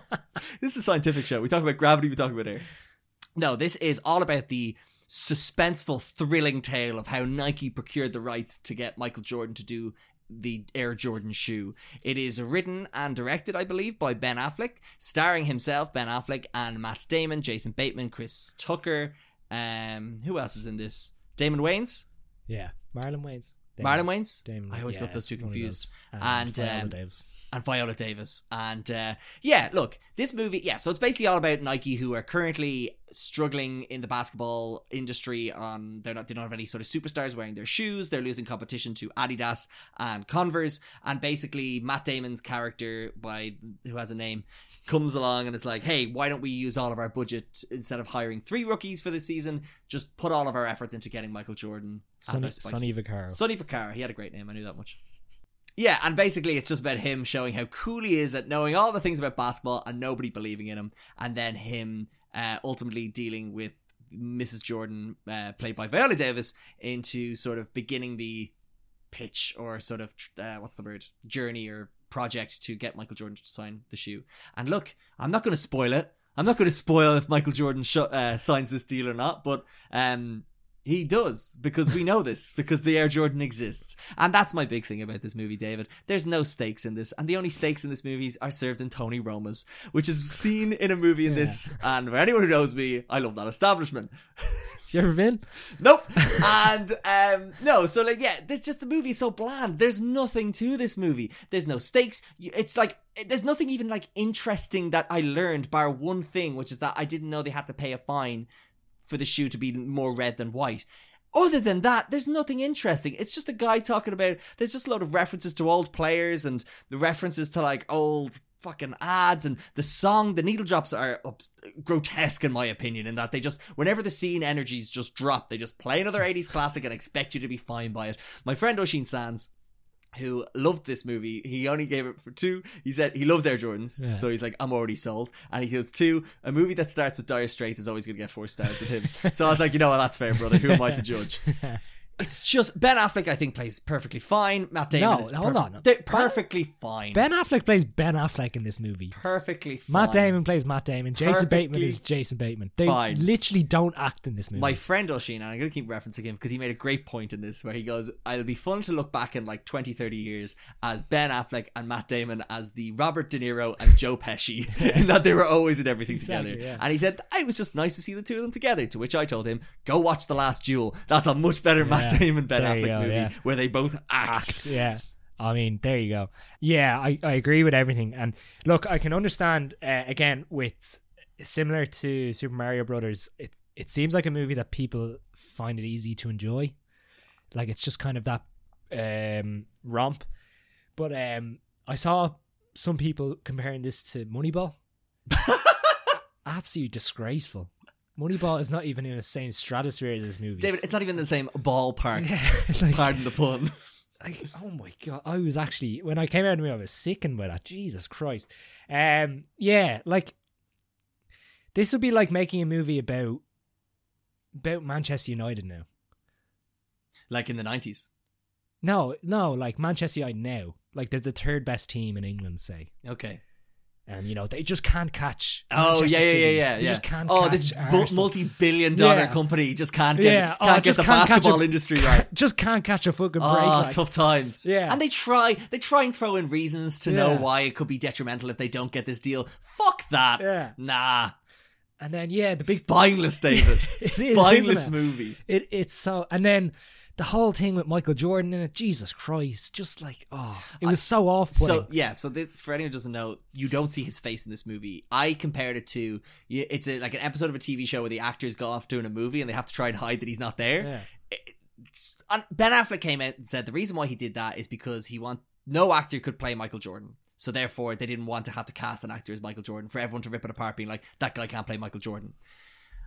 [SPEAKER 1] <laughs> this is a scientific show. We talk about gravity. We talk about air. No, this is all about the suspenseful, thrilling tale of how Nike procured the rights to get Michael Jordan to do the Air Jordan shoe. It is written and directed, I believe, by Ben Affleck, starring himself, Ben Affleck, and Matt Damon, Jason Bateman, Chris Tucker. Um, who else is in this? Damon Wayans.
[SPEAKER 2] yeah, Marlon Wayans.
[SPEAKER 1] Marlon Wayans.
[SPEAKER 2] Damon-
[SPEAKER 1] I always
[SPEAKER 2] yeah,
[SPEAKER 1] got those two
[SPEAKER 2] one of
[SPEAKER 1] confused.
[SPEAKER 2] those.
[SPEAKER 1] And,
[SPEAKER 2] Viola
[SPEAKER 1] um,
[SPEAKER 2] Davis.
[SPEAKER 1] and Viola Davis. And uh, yeah, look, this movie, yeah, so it's basically all about Nike, who are currently struggling in the basketball industry. On they're not they don't have any sort of superstars wearing their shoes. They're losing competition to Adidas and Converse. And basically, Matt Damon's character, by who has a name, comes along and is like, "Hey, why don't we use all of our budget instead of hiring three rookies for the season? Just put all of our efforts into getting Michael Jordan." as our
[SPEAKER 2] Sonny,
[SPEAKER 1] Spice
[SPEAKER 2] Sonny Vaccaro.
[SPEAKER 1] Sonny Vaccaro. He had a great name. I knew that much. Yeah, and basically it's just about him showing how cool he is at knowing all the things about basketball and nobody believing in him, and then him uh, ultimately dealing with Mrs. Jordan, uh, played by Viola Davis, into sort of beginning the pitch or sort of uh, what's the word journey or project to get Michael Jordan to sign the shoe. And look, I'm not going to spoil it. I'm not going to spoil if Michael Jordan sh- uh, signs this deal or not, but um, he does because we know this because the Air Jordan exists, and that's my big thing about this movie, David. There's no stakes in this, and the only stakes in this movie are served in Tony Roma's, which is seen in a movie in this. And for anyone who knows me, I love that establishment.
[SPEAKER 2] You ever been?
[SPEAKER 1] Nope. and um, no, so like, yeah, this just the movie is so bland. There's nothing to this movie. There's no stakes. You- It's like there's nothing even like interesting that I learned, bar one thing, which is that I didn't know they had to pay a fine for the shoe to be more red than white. Other than that, there's nothing interesting. It's just a guy talking about. There's just a lot of references to old players and the references to like old fucking ads and the song. The needle drops are up, grotesque in my opinion, in that they just whenever the scene energies just drop, they just play another '80s classic and expect you to be fine by it. My friend Oshin Sands. Who loved this movie? He only gave it for two. He said he loves Air Jordans,
[SPEAKER 2] Yeah.
[SPEAKER 1] so he's like, "I'm alredire sold." And he goes, two, a movie that starts with dire straits is always going to get four stars with
[SPEAKER 2] <laughs>
[SPEAKER 1] him. so I was like, you know what, that's fair, brother. Who am I to judge? It's just Ben Affleck. I think plays perfectly fine. Matt Damon
[SPEAKER 2] No,
[SPEAKER 1] is
[SPEAKER 2] hold
[SPEAKER 1] perfect-
[SPEAKER 2] on.
[SPEAKER 1] They're perfectly fine.
[SPEAKER 2] Ben Affleck plays Ben Affleck in this movie.
[SPEAKER 1] perfectly fine.
[SPEAKER 2] Matt Damon plays Matt Damon. Jason Bateman
[SPEAKER 1] Perfectly
[SPEAKER 2] is Jason Bateman. They
[SPEAKER 1] fine.
[SPEAKER 2] literally don't act in this movie.
[SPEAKER 1] My friend Oshin, and I'm going to keep referencing him because he made a great point in this where he goes, It'll be fun to look back in like 20, 30 years as Ben Affleck and Matt Damon as the Robert De Niro and Joe Pesci, <laughs>
[SPEAKER 2] <laughs>
[SPEAKER 1] in that they were always in everything
[SPEAKER 2] Exactly,
[SPEAKER 1] together.
[SPEAKER 2] yeah.
[SPEAKER 1] And he said, It was just nice to see the two of them together. To which I told him, Go watch The Last Duel. That's a much better Matt
[SPEAKER 2] Yeah.
[SPEAKER 1] Damon, Ben
[SPEAKER 2] There you
[SPEAKER 1] Affleck
[SPEAKER 2] go,
[SPEAKER 1] movie
[SPEAKER 2] yeah.
[SPEAKER 1] where they both act.
[SPEAKER 2] yeah. I mean, there you go. Yeah, I, I agree with everything. And look, I can understand, uh, again, with similar to Super Mario Brothers, it, it seems like a movie that people find it easy to enjoy. Like, it's just kind of that um, romp. But um, I saw some people comparing this
[SPEAKER 1] <laughs>
[SPEAKER 2] to Moneyball. Absolutely disgraceful. Moneyball is not even in the same stratosphere as this movie.
[SPEAKER 1] David, it's not even the same ballpark.
[SPEAKER 2] <laughs> It's <laughs> like-
[SPEAKER 1] Pardon the pun. <laughs>
[SPEAKER 2] like, oh my god, I was actually when I came out of me, I was sickened by that. Jesus Christ. Um, yeah, like this would be like making a movie about about Manchester United now.
[SPEAKER 1] like in the 90s.
[SPEAKER 2] No, no, like Manchester United now. Like they're the third best team in England, say.
[SPEAKER 1] Okay.
[SPEAKER 2] And you know, they just can't catch.
[SPEAKER 1] Oh
[SPEAKER 2] Manchester
[SPEAKER 1] yeah, yeah, yeah,
[SPEAKER 2] City.
[SPEAKER 1] yeah.
[SPEAKER 2] They
[SPEAKER 1] yeah.
[SPEAKER 2] just can't
[SPEAKER 1] oh,
[SPEAKER 2] catch
[SPEAKER 1] this
[SPEAKER 2] Arsenal.
[SPEAKER 1] bu- multi-billion-dollar
[SPEAKER 2] Yeah.
[SPEAKER 1] company just can't get
[SPEAKER 2] Yeah, oh,
[SPEAKER 1] can't get
[SPEAKER 2] just
[SPEAKER 1] the
[SPEAKER 2] can't catch
[SPEAKER 1] basketball
[SPEAKER 2] a-
[SPEAKER 1] industry right.
[SPEAKER 2] <laughs> just can't catch a fucking break.
[SPEAKER 1] Oh,
[SPEAKER 2] like.
[SPEAKER 1] tough times.
[SPEAKER 2] Yeah.
[SPEAKER 1] and they try they try and throw in reasons to know
[SPEAKER 2] Yeah.
[SPEAKER 1] why it could be detrimental if they don't get this deal. Fuck that.
[SPEAKER 2] Yeah.
[SPEAKER 1] Nah,
[SPEAKER 2] And then yeah, the big
[SPEAKER 1] spineless,
[SPEAKER 2] <laughs>
[SPEAKER 1] David.
[SPEAKER 2] is, isn't
[SPEAKER 1] spineless
[SPEAKER 2] it?
[SPEAKER 1] movie.
[SPEAKER 2] It it's so and then the whole thing with Michael Jordan in it, Jesus Christ, just like oh it was so off
[SPEAKER 1] So yeah, so this, for anyone who doesn't know, you don't see his face in this movie. I compared it to y- it's a, like an episode of a TV show where the actors go off doing a movie and they have to try and hide that he's not there.
[SPEAKER 2] Yeah.
[SPEAKER 1] It's- and Ben Affleck came out and said the reason why he did that is because he want no actor could play Michael Jordan. So therefore, they didn't want to have to cast an actor as Michael Jordan for everyone to rip it apart, being like that guy can't play Michael Jordan.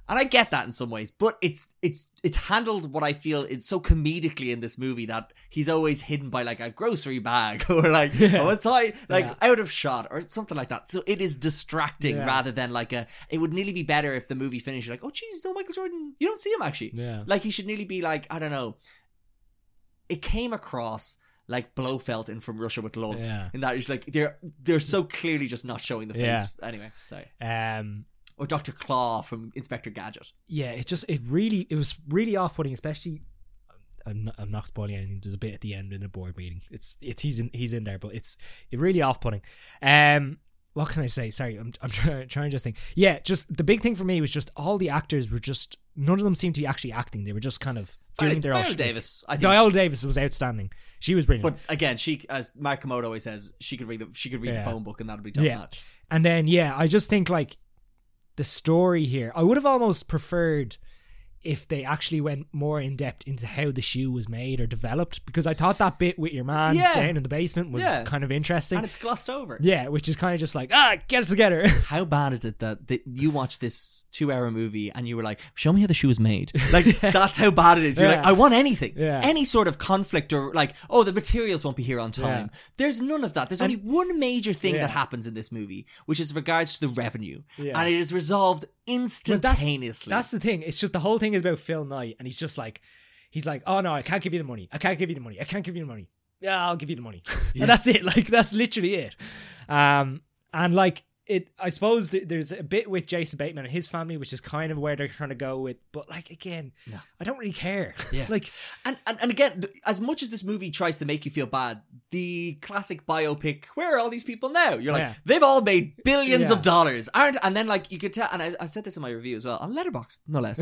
[SPEAKER 1] And I get that in some ways, but it's it's it's handled what I feel it's so comedically in this movie that he's always hidden by like a grocery bag <laughs> or like
[SPEAKER 2] Yeah.
[SPEAKER 1] oh it's high, like
[SPEAKER 2] Yeah.
[SPEAKER 1] out of shot or something like that. So it is distracting
[SPEAKER 2] Yeah.
[SPEAKER 1] rather than like a. It would nearly be better if the movie finished like oh jeez no Michael Jordan you don't see him actually
[SPEAKER 2] Yeah.
[SPEAKER 1] like he should nearly be like I don't know. It came across like Blofeld in From Russia with Love,
[SPEAKER 2] Yeah.
[SPEAKER 1] in that it's like they're they're so clearly just not showing the
[SPEAKER 2] Yeah.
[SPEAKER 1] face. Anyway, sorry.
[SPEAKER 2] Um
[SPEAKER 1] Or Doctor Claw from Inspector Gadget.
[SPEAKER 2] yeah, it just it really it was really off putting, especially I'm not, I'm not spoiling anything. There's a bit at the end in the board meeting. It's it's he's in he's in there, but it's it really off putting. Um what can I say? Sorry, I'm <laughs> I'm trying trying to just think. Yeah, just the big thing for me was just all the actors were just none of them seemed to be actually acting. They were just kind of doing their own.
[SPEAKER 1] Viola
[SPEAKER 2] shtick.
[SPEAKER 1] Davis, I think.
[SPEAKER 2] Viola Davis was outstanding. She was brilliant.
[SPEAKER 1] but again, she, as Mark Komodo always says, she could read the she could read
[SPEAKER 2] Yeah.
[SPEAKER 1] the phone book, and that'd be top
[SPEAKER 2] Yeah.
[SPEAKER 1] notch.
[SPEAKER 2] And then yeah, I just think like the story here. I would have almost preferred if they actually went more in depth into how the shoe was made or developed because I thought that bit with your man
[SPEAKER 1] Yeah.
[SPEAKER 2] down in the basement was
[SPEAKER 1] Yeah.
[SPEAKER 2] kind of interesting.
[SPEAKER 1] And it's glossed over.
[SPEAKER 2] Yeah, which is kind of just like ah, get it together. <laughs>
[SPEAKER 1] How bad is it that, that you watch this two-hour movie and you were like, "Show me how the shoe was made."
[SPEAKER 2] <laughs>
[SPEAKER 1] Like that's how bad it is. You're like,
[SPEAKER 2] Yeah.
[SPEAKER 1] "I want anything,
[SPEAKER 2] Yeah.
[SPEAKER 1] any sort of conflict or like, oh, the materials won't be here on time." There's none of that. There's only one major thing
[SPEAKER 2] Yeah.
[SPEAKER 1] that happens in this movie, which is regards to the revenue,
[SPEAKER 2] Yeah.
[SPEAKER 1] and it is resolved
[SPEAKER 2] But that's-
[SPEAKER 1] instantaneously.
[SPEAKER 2] That's the thing. It's just the whole thing is about Phil Knight, and he's just like, he's like, oh no, I can't give you the money. I can't give you the money. I can't give you the money. Yeah, I'll give you the money. and that's it. Like that's literally it. Um, and like it, I suppose th- there's a bit with Jason Bateman and his family, which is kind of where they're trying to go with. But like again,
[SPEAKER 1] No.
[SPEAKER 2] I don't really care.
[SPEAKER 1] Yeah.
[SPEAKER 2] <laughs> like
[SPEAKER 1] And, and and again, th- as much as this movie tries to make you feel bad, the classic biopic, where are all these people now? You're like,
[SPEAKER 2] Yeah.
[SPEAKER 1] they've all made billions
[SPEAKER 2] Yeah.
[SPEAKER 1] of dollars, aren't? And then like you could tell, and I, I said this in my review as well on Letterboxd, no
[SPEAKER 2] <laughs>
[SPEAKER 1] less.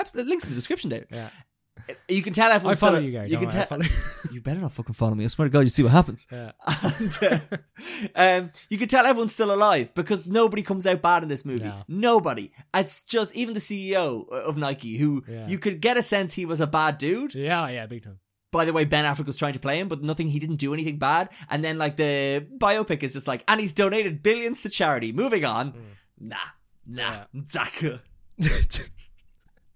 [SPEAKER 1] Abs- links in the description, Dave.
[SPEAKER 2] Yeah.
[SPEAKER 1] You can tell
[SPEAKER 2] I
[SPEAKER 1] everyone.
[SPEAKER 2] follow you, guys.
[SPEAKER 1] You can
[SPEAKER 2] tell.
[SPEAKER 1] tell. <laughs> You better not fucking follow me. I swear to God, you see what happens.
[SPEAKER 2] Yeah.
[SPEAKER 1] <laughs> And, uh, um, you can tell everyone's still alive because nobody comes out bad in this movie.
[SPEAKER 2] No.
[SPEAKER 1] Nobody. It's just even the CEO of Nike, who
[SPEAKER 2] Yeah.
[SPEAKER 1] you could get a sense he was a bad dude
[SPEAKER 2] yeah, yeah, big time.
[SPEAKER 1] by the way, Ben Affleck was trying to play him, but nothing. He didn't do anything bad. And then like the biopic is just like, and he's donated billions to charity. Moving
[SPEAKER 2] Mm.
[SPEAKER 1] on. Nah, <laughs> nah, Daka.
[SPEAKER 2] <laughs>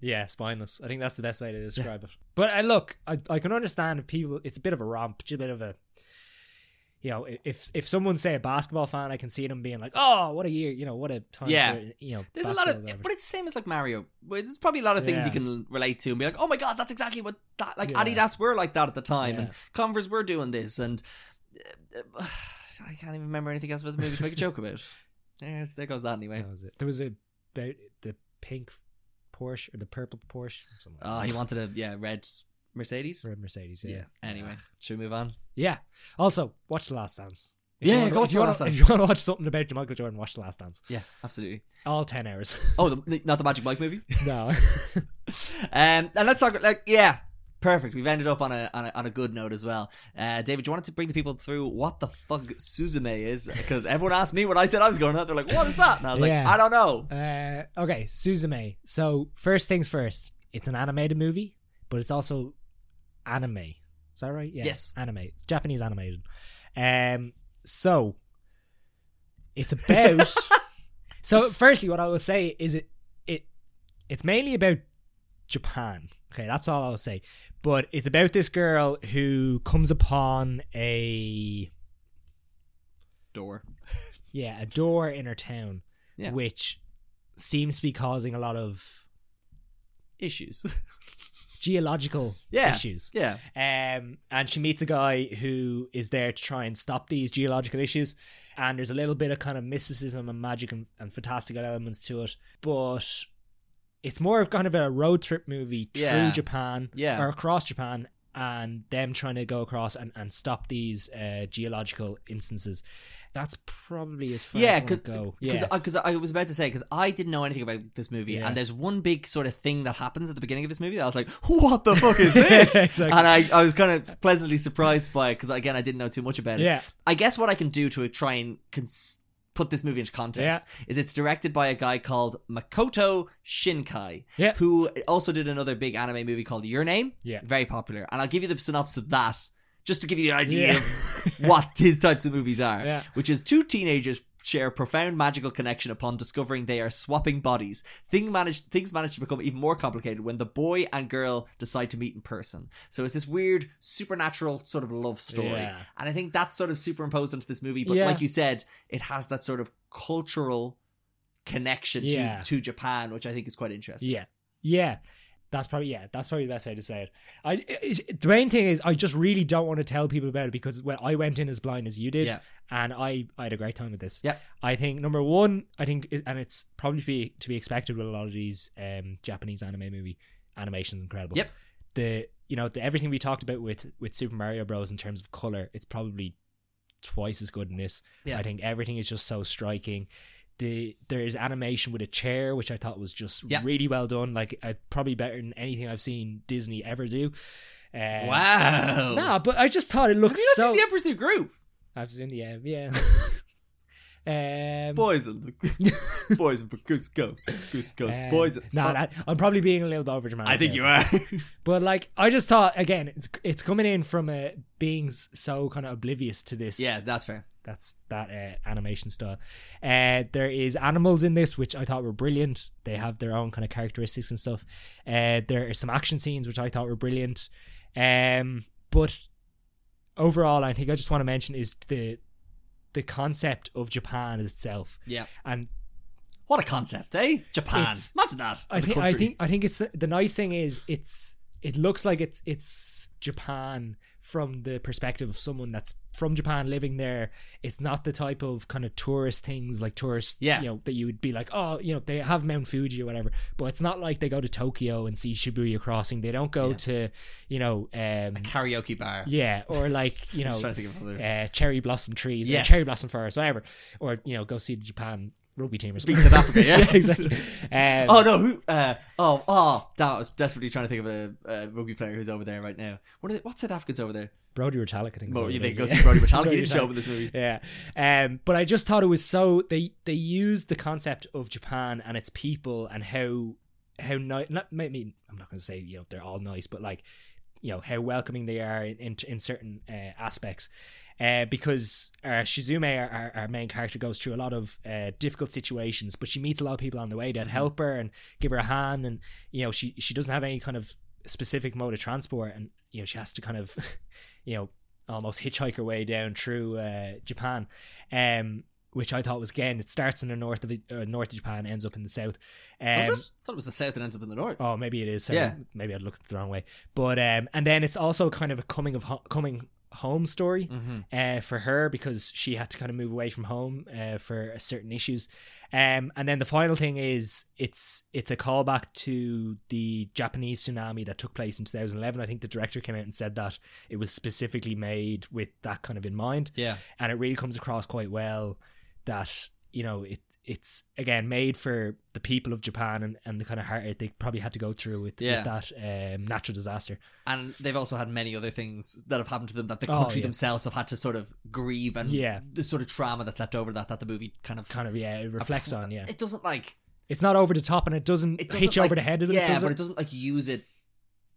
[SPEAKER 2] yeah, spineless. I think that's the best way to describe it. But uh, look, I, I can understand if people. It's a bit of a romp, just a bit of a, you know, i- if if someone say a basketball fan, I can see them being like, "Oh, what a year! You know, what a time."
[SPEAKER 1] Yeah.
[SPEAKER 2] for, you know,
[SPEAKER 1] There's a lot of,
[SPEAKER 2] basketball or whatever."
[SPEAKER 1] but it's the same as like Mario. Well, There's probably a lot of things
[SPEAKER 2] Yeah.
[SPEAKER 1] you can relate to and be like, oh my god, that's exactly what that like
[SPEAKER 2] Yeah.
[SPEAKER 1] Adidas were like that at the time, and
[SPEAKER 2] Yeah.
[SPEAKER 1] Converse were doing this, and <sighs> uh, uh, I can't even remember anything else about the movie to make a joke
[SPEAKER 2] <laughs>
[SPEAKER 1] about. There's, there goes that anyway.
[SPEAKER 2] That was it. There was a about the pink Porsche or the purple Porsche. Something
[SPEAKER 1] Oh, he wanted a yeah red Mercedes.
[SPEAKER 2] Red Mercedes. Yeah.
[SPEAKER 1] Yeah. Anyway, should we move on?
[SPEAKER 2] Yeah. Also, watch The Last Dance.
[SPEAKER 1] Yeah,
[SPEAKER 2] you wanna-
[SPEAKER 1] go watch
[SPEAKER 2] if
[SPEAKER 1] The
[SPEAKER 2] you wanna-
[SPEAKER 1] Last Dance.
[SPEAKER 2] If you want to watch something about Michael Jordan, watch The Last Dance.
[SPEAKER 1] Yeah, absolutely.
[SPEAKER 2] All ten hours.
[SPEAKER 1] <laughs> Oh, the, not the Magic Mike
[SPEAKER 2] <laughs>
[SPEAKER 1] movie. <laughs>
[SPEAKER 2] no.
[SPEAKER 1] Um, and let's talk like yeah, perfect. We've ended up on a on a, on a good note as well. Uh, David, do you wanted to bring the people through what the fuck Suzume is because everyone asked me when I said I was going out. They're like, "What is that?" And I was
[SPEAKER 2] Yeah.
[SPEAKER 1] like, "I don't know."
[SPEAKER 2] Uh, okay, Suzume. So first things first, it's an animated movie, but it's also anime. Is that right? Yeah,
[SPEAKER 1] Yes.
[SPEAKER 2] anime. It's Japanese animated. Um, so
[SPEAKER 1] <laughs>
[SPEAKER 2] it's about. so firstly, what I will say is it it it's mainly about Japan. Okay, that's all I'll say. But it's about this girl who comes upon a
[SPEAKER 1] Door.
[SPEAKER 2] yeah, a door in her town,
[SPEAKER 1] Yeah.
[SPEAKER 2] which seems to be causing a lot of
[SPEAKER 1] Issues.
[SPEAKER 2] <laughs> geological
[SPEAKER 1] Yeah.
[SPEAKER 2] issues.
[SPEAKER 1] yeah.
[SPEAKER 2] Um, and she meets a guy who is there to try and stop these geological issues. And there's a little bit of kind of mysticism and magic and, and fantastical elements to it, but it's more of kind of a road trip movie through
[SPEAKER 1] Yeah.
[SPEAKER 2] Japan
[SPEAKER 1] Yeah.
[SPEAKER 2] or across Japan, and them trying to go across and, and stop these uh, geological instances. That's probably as far
[SPEAKER 1] Yeah,
[SPEAKER 2] as I wanna
[SPEAKER 1] because
[SPEAKER 2] go.
[SPEAKER 1] because I was about to say because I didn't know anything about this movie
[SPEAKER 2] Yeah.
[SPEAKER 1] and there's one big sort of thing that happens at the beginning of this movie that I was like what the fuck
[SPEAKER 2] <laughs>
[SPEAKER 1] is this
[SPEAKER 2] Exactly.
[SPEAKER 1] and I, I was kind of pleasantly surprised by it because again I didn't know too much about it
[SPEAKER 2] Yeah.
[SPEAKER 1] I guess what I can do to try and cons- put this movie into context is it's directed by a guy called Makoto Shinkai,
[SPEAKER 2] Yeah.
[SPEAKER 1] who also did another big anime movie called Your Name.
[SPEAKER 2] Yeah.
[SPEAKER 1] Very popular. And I'll give you the synopsis of that just to give you an idea
[SPEAKER 2] Yeah.
[SPEAKER 1] of <laughs> what his types of movies are,
[SPEAKER 2] Yeah.
[SPEAKER 1] which is two teenagers share a profound magical connection upon discovering they are swapping bodies. Thing managed, things manage to become even more complicated when the boy and girl decide to meet in person. So it's this weird supernatural sort of love story.
[SPEAKER 2] Yeah.
[SPEAKER 1] And I think that's sort of superimposed into this movie. But
[SPEAKER 2] Yeah.
[SPEAKER 1] like you said, it has that sort of cultural connection
[SPEAKER 2] Yeah.
[SPEAKER 1] to, to Japan, which I think is quite interesting.
[SPEAKER 2] Yeah, yeah, that's probably yeah, that's probably the best way to say it. I it, it- the main thing is I just really don't want to tell people about it because well, I went in as blind as you did,
[SPEAKER 1] Yeah.
[SPEAKER 2] and I I had a great time with this.
[SPEAKER 1] Yeah.
[SPEAKER 2] I think number one, I think, it- and it's probably to be to be expected with a lot of these um Japanese anime movie animation's incredible.
[SPEAKER 1] Yep.
[SPEAKER 2] the you know the everything we talked about with with Super Mario Bros in terms of color, it's probably twice as good in this.
[SPEAKER 1] Yeah.
[SPEAKER 2] I think everything is just so striking. The there is animation with a chair, which I thought was just
[SPEAKER 1] Yeah.
[SPEAKER 2] really well done. Like uh, probably better than anything I've seen Disney ever do. Uh,
[SPEAKER 1] wow.
[SPEAKER 2] Nah, but I just thought it
[SPEAKER 1] Have
[SPEAKER 2] looked
[SPEAKER 1] you not
[SPEAKER 2] so.
[SPEAKER 1] seen The Emperor's New
[SPEAKER 2] <laughs>
[SPEAKER 1] Groove?
[SPEAKER 2] I've seen the end, yeah.
[SPEAKER 1] <laughs>
[SPEAKER 2] um,
[SPEAKER 1] Boys and the
[SPEAKER 2] <laughs>
[SPEAKER 1] boys and the goose go, goose goes,
[SPEAKER 2] um,
[SPEAKER 1] boys.
[SPEAKER 2] Nah,
[SPEAKER 1] stop.
[SPEAKER 2] that, I'm probably being a little bit over dramatic.
[SPEAKER 1] I think
[SPEAKER 2] there.
[SPEAKER 1] you are.
[SPEAKER 2] <laughs> But like, I just thought again, it's it's coming in from a being s- so kind of oblivious to this.
[SPEAKER 1] yes, that's fair.
[SPEAKER 2] that's that uh, animation style. Uh, there is animals in this which I thought were brilliant. They have their own kind of characteristics and stuff. Uh, there are some action scenes which I thought were brilliant. Um, but overall, I think I just want to mention is the the concept of Japan itself
[SPEAKER 1] Yeah.
[SPEAKER 2] and
[SPEAKER 1] What a concept, eh? Japan.
[SPEAKER 2] It's-
[SPEAKER 1] Imagine that.
[SPEAKER 2] I
[SPEAKER 1] as a
[SPEAKER 2] think I
[SPEAKER 1] country.
[SPEAKER 2] think I think it's the, the nice thing is it's it looks like it's it's Japan from the perspective of someone that's from Japan living there. It's not the type of kind of tourist things like tourists,
[SPEAKER 1] Yeah.
[SPEAKER 2] you know, that you would be like, oh, you know, they have Mount Fuji or whatever. But it's not like they go to Tokyo and see Shibuya Crossing. They don't go
[SPEAKER 1] Yeah.
[SPEAKER 2] to, you know, um,
[SPEAKER 1] karaoke bar.
[SPEAKER 2] yeah,
[SPEAKER 1] <laughs>
[SPEAKER 2] or like you
[SPEAKER 1] I'm
[SPEAKER 2] know,
[SPEAKER 1] just trying to think of other.
[SPEAKER 2] uh, cherry blossom trees,
[SPEAKER 1] Yes.
[SPEAKER 2] or cherry blossom forests, whatever, or you know, go see the Japan rugby team or
[SPEAKER 1] Beat
[SPEAKER 2] something.
[SPEAKER 1] South Africa, yeah.
[SPEAKER 2] <laughs> yeah,
[SPEAKER 1] <laughs>
[SPEAKER 2] exactly. Um,
[SPEAKER 1] Oh no! Who? Uh, oh, oh! That I was desperately trying to think of a, a rugby player who's over there right now. What are they, what's South Africans over there?
[SPEAKER 2] Brody Retallick, I think. is
[SPEAKER 1] Well,
[SPEAKER 2] what
[SPEAKER 1] you
[SPEAKER 2] it
[SPEAKER 1] they
[SPEAKER 2] is,
[SPEAKER 1] go
[SPEAKER 2] yeah.
[SPEAKER 1] see Brody Metallic. He
[SPEAKER 2] Brody
[SPEAKER 1] didn't show up
[SPEAKER 2] Retallick.
[SPEAKER 1] in this movie.
[SPEAKER 2] Yeah, um, but I just thought it was so they they used the concept of Japan and its people and how how nice. Not, I mean, I'm not going to say you know they're all nice, but like you know how welcoming they are in in, in certain uh, aspects. Uh, because uh, Shizume, our, our, our main character, goes through a lot of uh, difficult situations, but she meets a lot of people on the way
[SPEAKER 1] Mm-hmm.
[SPEAKER 2] that help her and give her a hand, and you know she she doesn't have any kind of specific mode of transport, and you know she has to kind of <laughs> you know almost hitchhike her way down through uh, Japan, um, which I thought was again it starts in the north of uh, north of Japan, ends up in the south. Um,
[SPEAKER 1] Does it? I thought it was the south and ends up in the north.
[SPEAKER 2] Oh, maybe it is. Sorry.
[SPEAKER 1] Yeah.
[SPEAKER 2] maybe I'd looked at it the wrong way. But um, and then it's also kind of a coming of ho- coming home story
[SPEAKER 1] Mm-hmm.
[SPEAKER 2] uh, for her because she had to kind of move away from home uh, for certain issues. Um, and then the final thing is it's it's a callback to the Japanese tsunami that took place in 2011. I think the director came out and said that it was specifically made with that kind of in mind
[SPEAKER 1] Yeah.
[SPEAKER 2] and it really comes across quite well that you know it it's again made for the people of Japan and, and the kind of heartache they probably had to go through with,
[SPEAKER 1] Yeah.
[SPEAKER 2] with that um, natural disaster.
[SPEAKER 1] And they've also had many other things that have happened to them that the
[SPEAKER 2] Oh,
[SPEAKER 1] country
[SPEAKER 2] yeah.
[SPEAKER 1] themselves have had to sort of grieve and
[SPEAKER 2] Yeah.
[SPEAKER 1] the sort of trauma that's left over that that the movie kind of
[SPEAKER 2] Kind of yeah, it reflects on yeah.
[SPEAKER 1] it doesn't like
[SPEAKER 2] It's not over the top and it doesn't,
[SPEAKER 1] it doesn't
[SPEAKER 2] hit you
[SPEAKER 1] like,
[SPEAKER 2] over the head. Of
[SPEAKER 1] yeah,
[SPEAKER 2] it, does
[SPEAKER 1] but
[SPEAKER 2] it?
[SPEAKER 1] it doesn't like use it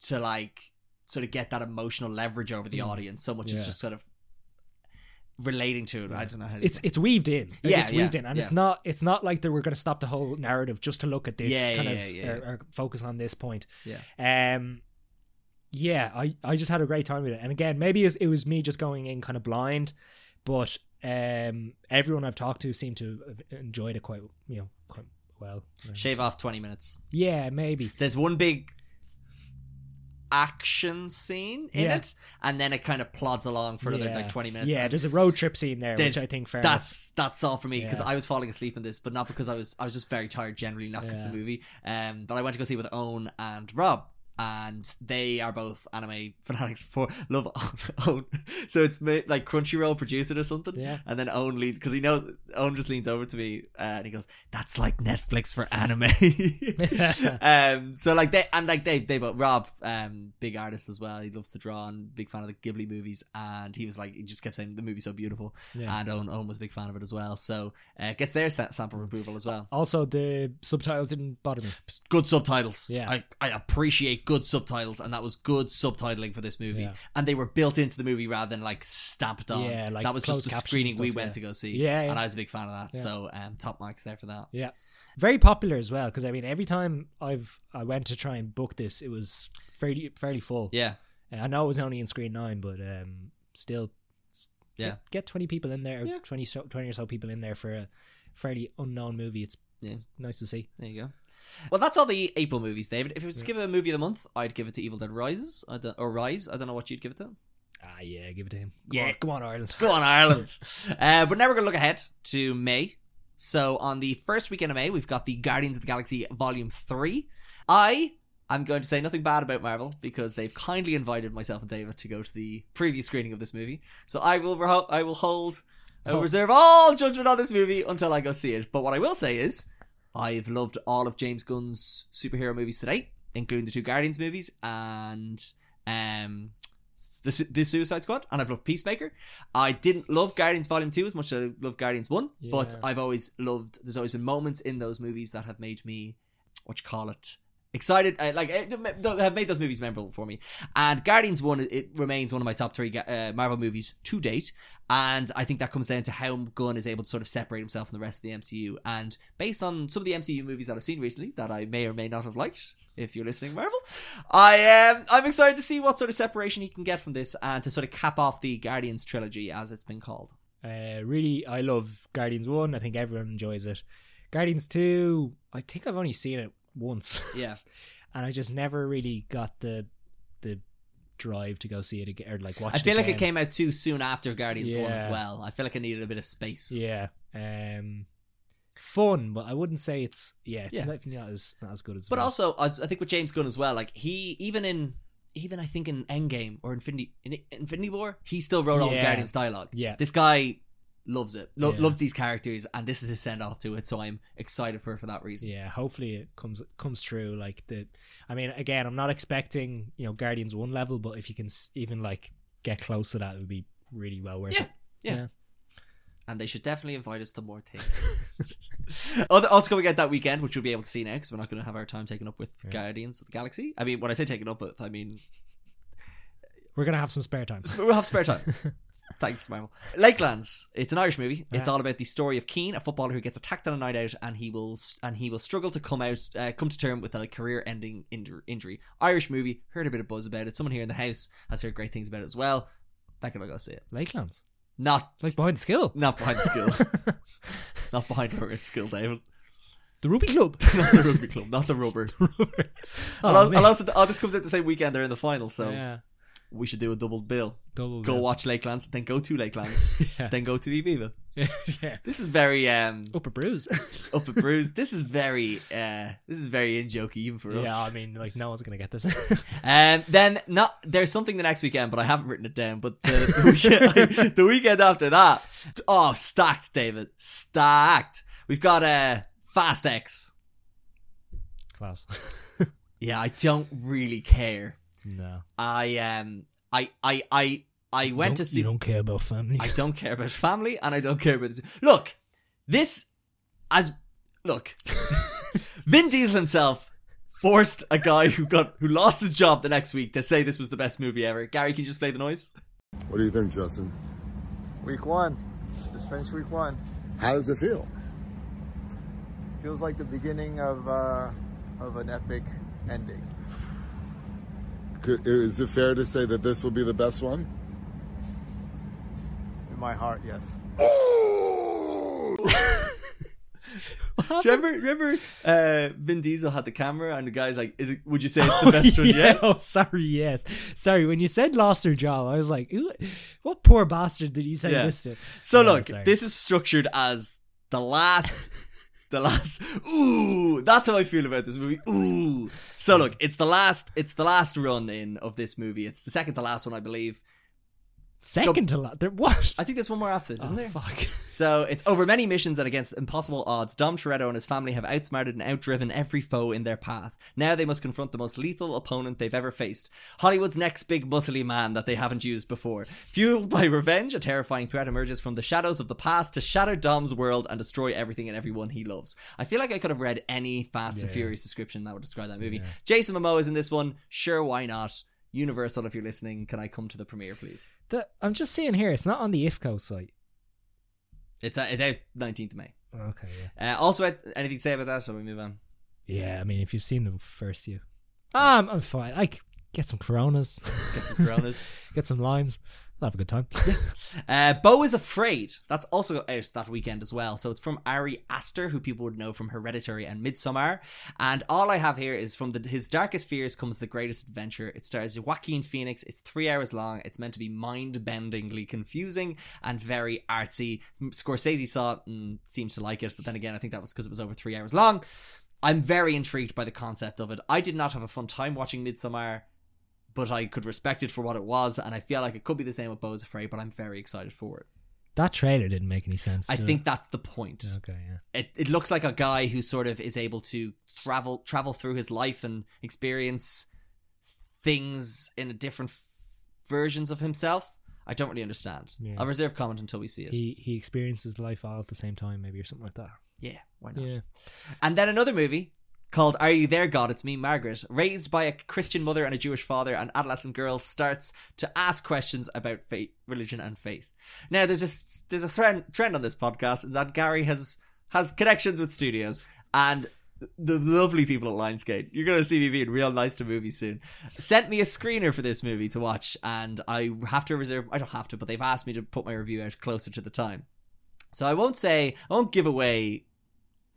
[SPEAKER 1] to like sort of get that emotional leverage over the
[SPEAKER 2] Mm.
[SPEAKER 1] audience so much
[SPEAKER 2] Yeah.
[SPEAKER 1] as just sort of relating to it. I don't know how to
[SPEAKER 2] it's it's weaved in. Like,
[SPEAKER 1] Yeah,
[SPEAKER 2] it's weaved
[SPEAKER 1] yeah,
[SPEAKER 2] in, and
[SPEAKER 1] yeah.
[SPEAKER 2] it's not it's not like they were going to stop the whole narrative just to look at this
[SPEAKER 1] Yeah,
[SPEAKER 2] kind
[SPEAKER 1] yeah,
[SPEAKER 2] of
[SPEAKER 1] yeah,
[SPEAKER 2] Or, or focus on this point.
[SPEAKER 1] Yeah.
[SPEAKER 2] Um. Yeah, I I just had a great time with it, and again, maybe it's- it was me just going in kind of blind, but um, everyone I've talked to seemed to have enjoyed it quite you know quite well.
[SPEAKER 1] <laughs> shave off 20 minutes.
[SPEAKER 2] Yeah, maybe.
[SPEAKER 1] There's one big action scene in
[SPEAKER 2] Yeah.
[SPEAKER 1] it and then it kind of plods along for another
[SPEAKER 2] Yeah.
[SPEAKER 1] like 20 minutes.
[SPEAKER 2] Yeah,
[SPEAKER 1] and
[SPEAKER 2] there's a road trip scene there,
[SPEAKER 1] There's-
[SPEAKER 2] which I think fair. enough.
[SPEAKER 1] that's that's all for me because
[SPEAKER 2] Yeah.
[SPEAKER 1] I was falling asleep in this, but not because I was I was just very tired generally, not because of the
[SPEAKER 2] Yeah.
[SPEAKER 1] movie. Um, but I went to go see it with Owen and Rob, and they are both anime <laughs> fanatics for love <laughs> Owen. So it's ma- like Crunchyroll produced it or something,
[SPEAKER 2] Yeah.
[SPEAKER 1] and then Owen leans because he knows Owen just leans over to me uh, and he goes, "That's like Netflix for anime."
[SPEAKER 2] <laughs>
[SPEAKER 1] <laughs> um, so like they and like they they both Rob, um, big artist as well. He loves to draw and big fan of the Ghibli movies, and he was like he just kept saying the movie's so beautiful
[SPEAKER 2] Yeah.
[SPEAKER 1] and Owen, Owen was a big fan of it as well. So uh, it gets their sta- sample approval as well.
[SPEAKER 2] also, the subtitles didn't bother me.
[SPEAKER 1] Good subtitles.
[SPEAKER 2] Yeah.
[SPEAKER 1] I, I appreciate good subtitles, and that was good subtitling for this movie.
[SPEAKER 2] Yeah.
[SPEAKER 1] And they were built into the movie rather than like stamped on.
[SPEAKER 2] Yeah, like
[SPEAKER 1] that was just
[SPEAKER 2] closed
[SPEAKER 1] the
[SPEAKER 2] caption
[SPEAKER 1] screening
[SPEAKER 2] and
[SPEAKER 1] we
[SPEAKER 2] stuff,
[SPEAKER 1] went
[SPEAKER 2] yeah.
[SPEAKER 1] to go see.
[SPEAKER 2] Yeah, yeah.
[SPEAKER 1] and I was a big fan of that.
[SPEAKER 2] Yeah.
[SPEAKER 1] So um, top marks there for that.
[SPEAKER 2] Yeah. Very popular as well because I mean every time I've I went to try and book this it was fairly fairly full.
[SPEAKER 1] Yeah,
[SPEAKER 2] Uh, I know it was only in screen 9 but um still s-
[SPEAKER 1] Yeah.
[SPEAKER 2] get, get 20 people in there or
[SPEAKER 1] Yeah.
[SPEAKER 2] 20 so, 20 or so people in there for a fairly unknown movie it's,
[SPEAKER 1] Yeah.
[SPEAKER 2] it's nice to see.
[SPEAKER 1] there you go. Well, that's all the April movies, David. If it was to
[SPEAKER 2] Yeah.
[SPEAKER 1] give it a movie of the month, I'd give it to Evil Dead Rises I don't, or Rise. I don't know what you'd give it to.
[SPEAKER 2] Ah yeah, give it to him. Come
[SPEAKER 1] Yeah.
[SPEAKER 2] on, come on Ireland.
[SPEAKER 1] Go on, Ireland. <laughs> uh, but now we're going to look ahead to May. So on the first weekend of May, we've got the Guardians of the Galaxy Volume 3. I I'm going to say nothing bad about Marvel because they've kindly invited myself and David to go to the preview screening of this movie. So I will reho- I will hold I will
[SPEAKER 2] Oh.
[SPEAKER 1] reserve all judgment on this movie until I go see it. But what I will say is I've loved all of James Gunn's superhero movies to date, including the two Guardians movies and um the, Su- the Suicide Squad, and I've loved Peacemaker. I didn't love Guardians Volume Two as much as I loved Guardians One, but
[SPEAKER 2] Yeah.
[SPEAKER 1] I've always loved. There's always been moments in those movies that have made me what you call it excited. Uh, like it, that have made those movies memorable for me. And Guardians One, it remains one of my top three uh, Marvel movies to date, and I think that comes down to how Gunn is able to sort of separate himself from the rest of the MCU. And based on some of the MCU movies that I've seen recently, that I may or may not have liked, if you're listening, Marvel, I am. I'm excited to see what sort of separation he can get from this, and to sort of cap off the Guardians trilogy, as it's been called.
[SPEAKER 2] Uh, really, I love Guardians 1. I think everyone enjoys it. Guardians 2, I think I've only seen it once. <laughs>
[SPEAKER 1] Yeah,
[SPEAKER 2] and I just never really got the the drive to go see it again or like watch
[SPEAKER 1] I feel
[SPEAKER 2] it
[SPEAKER 1] like it
[SPEAKER 2] again.
[SPEAKER 1] came out too soon after Guardians One as
[SPEAKER 2] Yeah.
[SPEAKER 1] well. I feel like I needed a bit of space.
[SPEAKER 2] Yeah. Um, fun, but I wouldn't say it's. Yeah, it's
[SPEAKER 1] Yeah.
[SPEAKER 2] definitely not as, not as good as.
[SPEAKER 1] But
[SPEAKER 2] well.
[SPEAKER 1] also, I I think with James Gunn as well, like he even in even I think in Endgame or Infinity in Infinity War, he still wrote all the
[SPEAKER 2] Yeah.
[SPEAKER 1] Guardians dialogue.
[SPEAKER 2] Yeah.
[SPEAKER 1] This guy loves it, lo-
[SPEAKER 2] Yeah.
[SPEAKER 1] loves these characters, and this is his send off to it. So I'm excited for for that reason.
[SPEAKER 2] Yeah, hopefully it comes comes true. Like the, I mean, again, I'm not expecting you know Guardians one level, but if you can s- even like get close to that, it would be really well worth
[SPEAKER 1] Yeah.
[SPEAKER 2] it.
[SPEAKER 1] And they should definitely invite us to more things. <laughs> Other, also coming out that weekend, which we'll be able to see now because we're not going to have our time taken up with
[SPEAKER 2] Yeah.
[SPEAKER 1] Guardians of the Galaxy. I mean, when I say taken up with, I mean
[SPEAKER 2] We're gonna have some spare time. <laughs>
[SPEAKER 1] So We'll have spare time. Thanks, Marvel. Lakelands. It's an Irish movie. It's
[SPEAKER 2] Yeah.
[SPEAKER 1] all about the story of Keane, a footballer who gets attacked on a night out, and he will and he will struggle to come out, uh, come to term with a career-ending injur- injury. Irish movie. Heard a bit of buzz about it. Someone here in the house has heard great things about it as well. Back when I go see it.
[SPEAKER 2] Lakelands,
[SPEAKER 1] Not
[SPEAKER 2] like behind the skill,
[SPEAKER 1] not behind school.
[SPEAKER 2] <laughs>
[SPEAKER 1] not behind her at school, David.
[SPEAKER 2] the Ruby Club.
[SPEAKER 1] <laughs> Not the rugby club.
[SPEAKER 2] <laughs>
[SPEAKER 1] Not the rubber. and
[SPEAKER 2] Oh,
[SPEAKER 1] also,
[SPEAKER 2] man. <laughs>
[SPEAKER 1] and also, oh, this comes out the same weekend. They're in the final, so
[SPEAKER 2] yeah,
[SPEAKER 1] we should do a double bill.
[SPEAKER 2] double
[SPEAKER 1] Go watch Lakelands, then go to Lakelands,
[SPEAKER 2] <laughs> Yeah.
[SPEAKER 1] then go to the Aviva.
[SPEAKER 2] <laughs> yeah,
[SPEAKER 1] This is very um
[SPEAKER 2] upper bruise.
[SPEAKER 1] up at Bruce. This is very uh this is very in jokey even for
[SPEAKER 2] yeah, I
[SPEAKER 1] us.
[SPEAKER 2] mean, like no one's gonna get this. <laughs>
[SPEAKER 1] Um then not there's something the next weekend, but I haven't written it down. But the, the, weekend, <laughs> the weekend after that. Oh, stacked, David. Stacked. We've got uh Fast X.
[SPEAKER 2] Class. <laughs>
[SPEAKER 1] Yeah, I don't really care.
[SPEAKER 2] No,
[SPEAKER 1] I um I I I I
[SPEAKER 2] Don't-
[SPEAKER 1] went to see
[SPEAKER 2] You don't care about family. <laughs>
[SPEAKER 1] I don't care about family and I don't care about this. Look, this as look, <laughs> Vin Diesel himself forced a guy who got who lost his job the next week to say this was the best movie ever. Gary, can you just play the noise?
[SPEAKER 3] What do you think, Justin?
[SPEAKER 4] Week one. Just finished week one.
[SPEAKER 3] How does it feel?
[SPEAKER 4] Feels like the beginning of uh, of an epic ending.
[SPEAKER 3] Could, is it fair to say that this will be the best one?
[SPEAKER 4] In my heart, yes.
[SPEAKER 1] Do you remember? Remember, uh, Vin Diesel had the camera and the guy's like, "Is it? Would you say
[SPEAKER 2] <laughs>
[SPEAKER 1] it's the best one
[SPEAKER 2] yeah.
[SPEAKER 1] yet?"
[SPEAKER 2] Oh, sorry. Yes. Sorry. When you said lost her job, I was like, Ooh, what poor bastard did he say
[SPEAKER 1] Yeah.
[SPEAKER 2] this to?
[SPEAKER 1] So
[SPEAKER 2] Yeah,
[SPEAKER 1] look,
[SPEAKER 2] sorry.
[SPEAKER 1] this is structured as the last. The last, ooh, that's how I feel about this movie. Ooh, so look, it's the last, it's the last run in of this movie. It's the second to last one, I believe.
[SPEAKER 2] second to last. There what?
[SPEAKER 1] I think there's one more after this, isn't
[SPEAKER 2] Oh,
[SPEAKER 1] there?
[SPEAKER 2] Fuck. <laughs>
[SPEAKER 1] So it's over many missions and against impossible odds. Dom Toretto and his family have outsmarted and outdriven every foe in their path. Now they must confront the most lethal opponent they've ever faced Hollywood's next big muscly man that they haven't used before. Fueled by revenge, a terrifying threat emerges from the shadows of the past to shatter Dom's world and destroy everything and everyone he loves. I feel like I could have read any Fast and
[SPEAKER 2] Yeah.
[SPEAKER 1] Furious description that would describe that movie.
[SPEAKER 2] Yeah.
[SPEAKER 1] Jason Momoa is in this one. Sure, why not? Universal, if you're listening, can I come to the premiere, please?
[SPEAKER 2] The, I'm just seeing here. It's not on the IFCO site.
[SPEAKER 1] It's, uh, it's out 19th of May.
[SPEAKER 2] Okay. Yeah.
[SPEAKER 1] Uh, also, at- anything to say about that? So we move on.
[SPEAKER 2] Yeah. I mean, if you've seen the first few, um, I'm fine. I c- get some Coronas,
[SPEAKER 1] <laughs> Get some Coronas.
[SPEAKER 2] <laughs> get some limes. I'll have a good time.
[SPEAKER 1] uh, Bo is afraid. That's also out that weekend as well. So it's from Ari Aster, who people would know from Hereditary and Midsommar. And all I have here is from the, his darkest fears comes the greatest adventure. It stars Joaquin Phoenix. It's three hours long. It's meant to be mind-bendingly confusing and very artsy. Scorsese saw it and seems to like it, but then again, I think that was because it was over three hours long. I'm very intrigued by the concept of it. I did not have a fun time watching Midsommar, but I could respect it for what it was, and I feel like it could be the same with Bo's Afraid, but I'm very excited for it.
[SPEAKER 2] <laughs> That trailer didn't make any sense.
[SPEAKER 1] I
[SPEAKER 2] did it?
[SPEAKER 1] think that's the point.
[SPEAKER 2] Okay, yeah.
[SPEAKER 1] It, it looks like a guy who sort of is able to travel travel through his life and experience things in different f- versions of himself. I don't really understand.
[SPEAKER 2] Yeah.
[SPEAKER 1] I'll reserve comment until we see it.
[SPEAKER 2] He he experiences life all at the same time, maybe or something like that.
[SPEAKER 1] yeah, why not?
[SPEAKER 2] Yeah.
[SPEAKER 1] And then another movie called Are You There, God? It's Me, Margaret. Raised by a Christian mother and a Jewish father, an adolescent girl starts to ask questions about faith, religion, and faith. Now, there's a, there's a trend, trend on this podcast in that Gary has has connections with studios and the lovely people at Lionsgate. You're going to see me being real nice to movies soon. Sent me a screener for this movie to watch, and I have to reserve. I don't have to, but they've asked me to put my review out closer to the time. So I won't say, I won't give away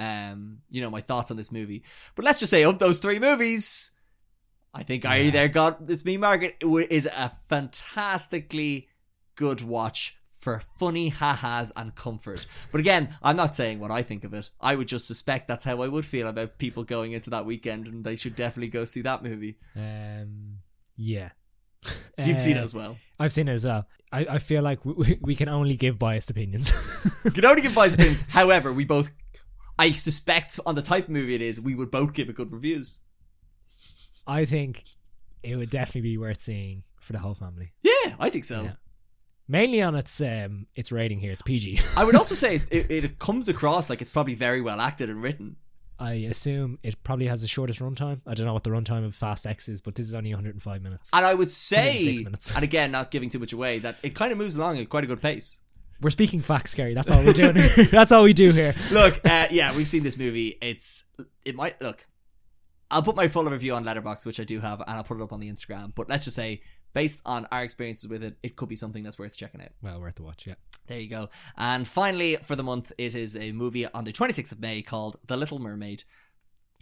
[SPEAKER 1] um, you know, my thoughts on this movie. But let's just say of those three movies, I think I either got it's me Margaret it wa- is a fantastically good watch for funny ha-has and comfort. But again, I'm not saying what I think of it. I would just suspect that's how I would feel about people going into that weekend and they should definitely go see that movie.
[SPEAKER 2] Um, yeah.
[SPEAKER 1] You've seen it
[SPEAKER 2] Uh,
[SPEAKER 1] as well.
[SPEAKER 2] I've seen it as well. I, I feel like we- we, we can only give biased opinions. <laughs>
[SPEAKER 1] You can only give biased opinions. <laughs> However, we both I suspect on the type of movie it is, we would both give it good reviews.
[SPEAKER 2] I think it would definitely be worth seeing for the whole family.
[SPEAKER 1] Yeah, I think so.
[SPEAKER 2] Yeah. Mainly on its um its rating here. It's PG.
[SPEAKER 1] I would also say it, it, it comes across like it's probably very well acted and written.
[SPEAKER 2] <laughs> I assume it probably has the shortest runtime. I don't know what the runtime of Fast X is, but this is only 105 minutes.
[SPEAKER 1] And I would say,
[SPEAKER 2] 106 minutes.
[SPEAKER 1] and again, not giving too much away, that it kind of moves along at quite a good pace.
[SPEAKER 2] We're speaking facts, Gary. That's all we're doing. Here. <laughs> That's all we do here.
[SPEAKER 1] Look, uh, yeah, we've seen this movie. It's it might look. I'll put my full review on Letterbox, which I do have, and I'll put it up on the Instagram. But let's just say, based on our experiences with it, it could be something that's worth checking out.
[SPEAKER 2] Well, worth the watch. Yeah.
[SPEAKER 1] There you go. And finally, for the month, it is a movie on the 26th of May called The Little Mermaid.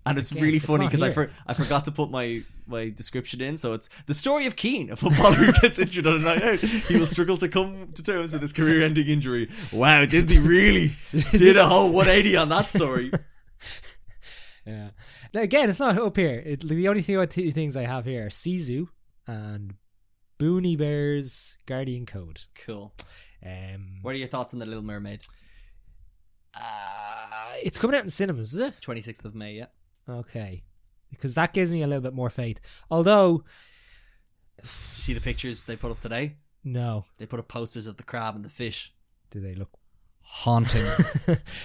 [SPEAKER 1] And it's
[SPEAKER 2] Again,
[SPEAKER 1] really
[SPEAKER 2] it's
[SPEAKER 1] funny
[SPEAKER 2] not
[SPEAKER 1] because I,
[SPEAKER 2] here.
[SPEAKER 1] for, I forgot to put my, my description in. So it's the story of Keane, a footballer who gets injured on a night out. He will struggle to come to terms with his career ending injury. Wow, Disney
[SPEAKER 2] <laughs>
[SPEAKER 1] really did a whole 180 on that story.
[SPEAKER 2] Yeah. Now, again, it's not up here. It, the only thing, two things I have here are Sisu and Boony Bears Guardian Code.
[SPEAKER 1] Cool.
[SPEAKER 2] Um,
[SPEAKER 1] What are your thoughts on The Little Mermaid?
[SPEAKER 2] uh, it's coming out in cinemas, is it?
[SPEAKER 1] 26th of May, yeah.
[SPEAKER 2] Okay. Because that gives me a little bit more faith. Although,
[SPEAKER 1] Did you see the pictures they put up today?
[SPEAKER 2] no.
[SPEAKER 1] They put up posters of the crab and the fish.
[SPEAKER 2] Do they look. <laughs>
[SPEAKER 1] Haunting.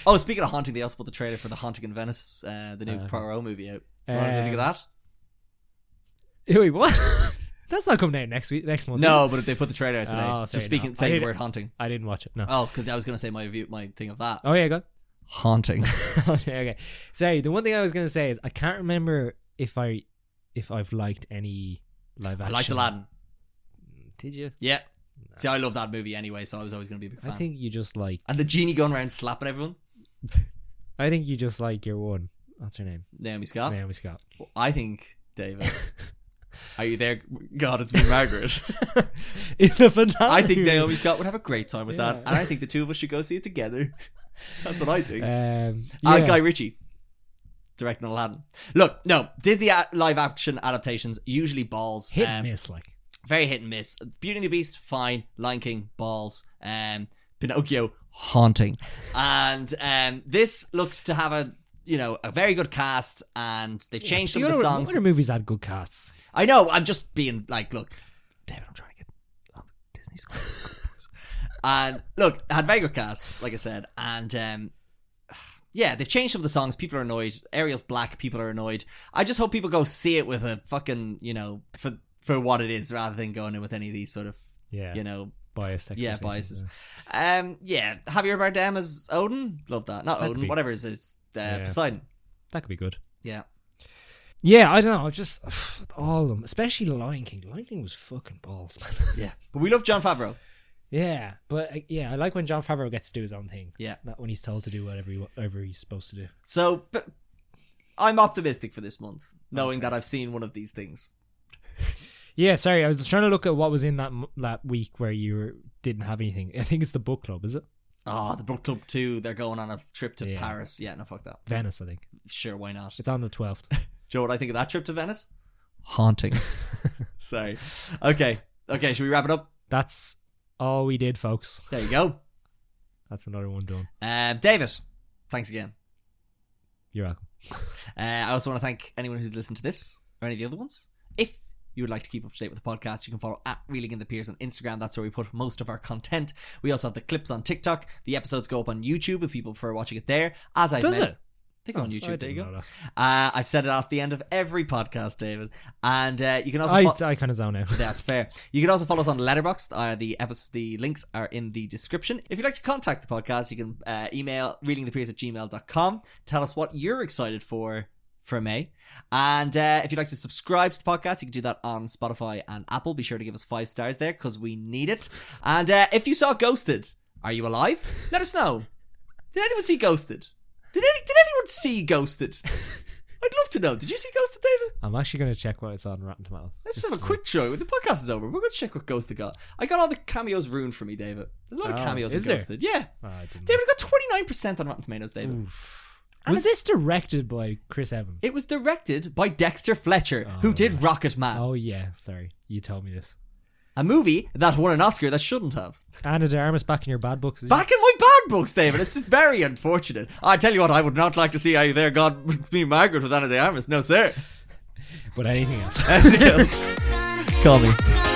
[SPEAKER 1] oh, speaking of haunting, they also put the trailer for the Haunting in Venice, uh, the new
[SPEAKER 2] Uh,
[SPEAKER 1] Poirot movie out. What did you think of
[SPEAKER 2] Um,
[SPEAKER 1] that?
[SPEAKER 2] Wait, what? <laughs> That's not coming out next week, next month. is
[SPEAKER 1] No, but they put the trailer out today.
[SPEAKER 2] Oh, sorry,
[SPEAKER 1] Just speaking,
[SPEAKER 2] no. I
[SPEAKER 1] saying
[SPEAKER 2] hate
[SPEAKER 1] the word
[SPEAKER 2] it.
[SPEAKER 1] haunting.
[SPEAKER 2] it? I didn't watch it. No.
[SPEAKER 1] Oh, because I was going to say my view, my thing of that
[SPEAKER 2] oh yeah, go. <laughs>
[SPEAKER 1] haunting.
[SPEAKER 2] okay, okay. Sorry, the one thing I was gonna say is I can't remember if I if I've liked any live
[SPEAKER 1] I
[SPEAKER 2] action.
[SPEAKER 1] liked Aladdin.
[SPEAKER 2] Did you?
[SPEAKER 1] Yeah. See, I love that movie anyway, so I was always going to be a big fan.
[SPEAKER 2] I think you just like.
[SPEAKER 1] and the genie going around slapping everyone,
[SPEAKER 2] I think you just like your one. What's her name?
[SPEAKER 1] Naomi Scott.
[SPEAKER 2] Naomi Scott. <laughs>
[SPEAKER 1] I think David. Are you there? God, it's me,
[SPEAKER 2] <laughs>
[SPEAKER 1] Margaret.
[SPEAKER 2] it's a fantastic.
[SPEAKER 1] I think
[SPEAKER 2] movie.
[SPEAKER 1] Naomi Scott would have a great time with that,
[SPEAKER 2] Yeah.
[SPEAKER 1] and I think the two of us should go see it
[SPEAKER 2] <laughs>
[SPEAKER 1] together. That's what I think.
[SPEAKER 2] Um,
[SPEAKER 1] Uh,
[SPEAKER 2] yeah.
[SPEAKER 1] Guy Ritchie directing Aladdin. Look, no, Disney a- live action adaptations usually balls.
[SPEAKER 2] hit
[SPEAKER 1] um,
[SPEAKER 2] and miss, like
[SPEAKER 1] Very hit and miss. Beauty and the Beast, fine. Lion King, balls. Um, Pinocchio, haunting. And um, this looks to have a you know a very good cast, and they've changed some
[SPEAKER 2] The
[SPEAKER 1] of the
[SPEAKER 2] other-
[SPEAKER 1] songs.
[SPEAKER 2] Other movies had good casts.
[SPEAKER 1] I know. I'm just being like, look, David, I'm trying to get on the Disney Square. and look, I had very good casts, like I said, and um, yeah, they've changed some of the songs. People are annoyed. Ariel's black. People are annoyed. I just hope people go see it with a fucking you know for for what it is, rather than going in with any of these sort of
[SPEAKER 2] Yeah,
[SPEAKER 1] you know
[SPEAKER 2] biased.
[SPEAKER 1] yeah
[SPEAKER 2] expectations,
[SPEAKER 1] biases.
[SPEAKER 2] uh,
[SPEAKER 1] Um, yeah, Javier Bardem as Odin. Love that. Not
[SPEAKER 2] That'd
[SPEAKER 1] Odin.
[SPEAKER 2] be-
[SPEAKER 1] Whatever it is, it's uh,
[SPEAKER 2] Yeah.
[SPEAKER 1] Poseidon.
[SPEAKER 2] That could be good.
[SPEAKER 1] Yeah.
[SPEAKER 2] Yeah, I don't know. I just <sighs> all of them, especially Lion King. Lion King was fucking balls, <laughs> man.
[SPEAKER 1] Yeah, but we love John Favreau.
[SPEAKER 2] yeah, but uh, yeah, I like when John Favreau gets to do his own thing.
[SPEAKER 1] Yeah.
[SPEAKER 2] not when he's told to do whatever he, whatever he's supposed to do.
[SPEAKER 1] So, but I'm optimistic for this month, knowing that I've seen one of these things.
[SPEAKER 2] Yeah, sorry, I was just trying to look at what was in that m- that week where you were, didn't have anything. I think it's the book club, is it?
[SPEAKER 1] Oh, the book club too. They're going on a trip to
[SPEAKER 2] Yeah.
[SPEAKER 1] Paris. Yeah, no, fuck that.
[SPEAKER 2] Venice, I think.
[SPEAKER 1] Sure, why not?
[SPEAKER 2] It's on the 12th.
[SPEAKER 1] Do you know what I think of that trip to Venice? Haunting. <laughs> Sorry. Okay. Okay. Should we wrap it up?
[SPEAKER 2] <laughs> That's all we did, folks.
[SPEAKER 1] There you go.
[SPEAKER 2] That's another one done.
[SPEAKER 1] Um, David, thanks again.
[SPEAKER 2] You're welcome.
[SPEAKER 1] Uh, I also want to thank anyone who's listened to this or any of the other ones. If you would like to keep up to date with the podcast, you can follow at Reeling in the Piers on Instagram. That's where we put most of our content. We also have the clips on TikTok. The episodes go up on YouTube if people prefer watching it there. As I
[SPEAKER 2] Does it? Oh,
[SPEAKER 1] They go on
[SPEAKER 2] I
[SPEAKER 1] YouTube. There
[SPEAKER 2] didn't
[SPEAKER 1] you go.
[SPEAKER 2] know
[SPEAKER 1] Uh,
[SPEAKER 2] that.
[SPEAKER 1] I've said it off the end of every podcast, David. And uh, you can also. fo-
[SPEAKER 2] I, I kind of zone out.
[SPEAKER 1] <laughs> that's fair. You can also follow us on Letterboxd. Uh, the episodes, the links are in the description. If you'd like to contact the podcast, you can uh, email readingthepeers at gmail.com. Tell us what you're excited for for May. And uh, if you'd like to subscribe to the podcast, you can do that on Spotify and Apple. Be sure to give us five stars there because we need it. And uh, if you saw Ghosted, are you alive? Let us know. Did anyone see Ghosted? Did, any, did anyone see Ghosted? I'd love to know. Did you see Ghosted, David?
[SPEAKER 2] I'm actually going to check what it's on Rotten Tomatoes.
[SPEAKER 1] Let's
[SPEAKER 2] Just
[SPEAKER 1] have a
[SPEAKER 2] to
[SPEAKER 1] quick show. The podcast is over. We're going to check what Ghosted got. I got all the cameos ruined for me, David. There's a lot of
[SPEAKER 2] Oh,
[SPEAKER 1] cameos
[SPEAKER 2] is
[SPEAKER 1] in
[SPEAKER 2] there?
[SPEAKER 1] Ghosted. Yeah.
[SPEAKER 2] see. Oh, I didn't
[SPEAKER 1] David it got 29% on Rotten Tomatoes, David.
[SPEAKER 2] know. Was this directed by Chris Evans?
[SPEAKER 1] It was directed by Dexter Fletcher, who did Rocket Man,
[SPEAKER 2] oh, yeah. Sorry. You told me this.
[SPEAKER 1] a movie that won an Oscar that shouldn't have.
[SPEAKER 2] Anna de Armas back in your bad books. is
[SPEAKER 1] Back in my bad books, David. It's very unfortunate. I tell you what, I would not like to see how there God <laughs> me Margaret <laughs>
[SPEAKER 2] <laughs>
[SPEAKER 1] with Anna de Armas. No, sir.
[SPEAKER 2] it? But anything else.
[SPEAKER 1] Call me.
[SPEAKER 5] gonna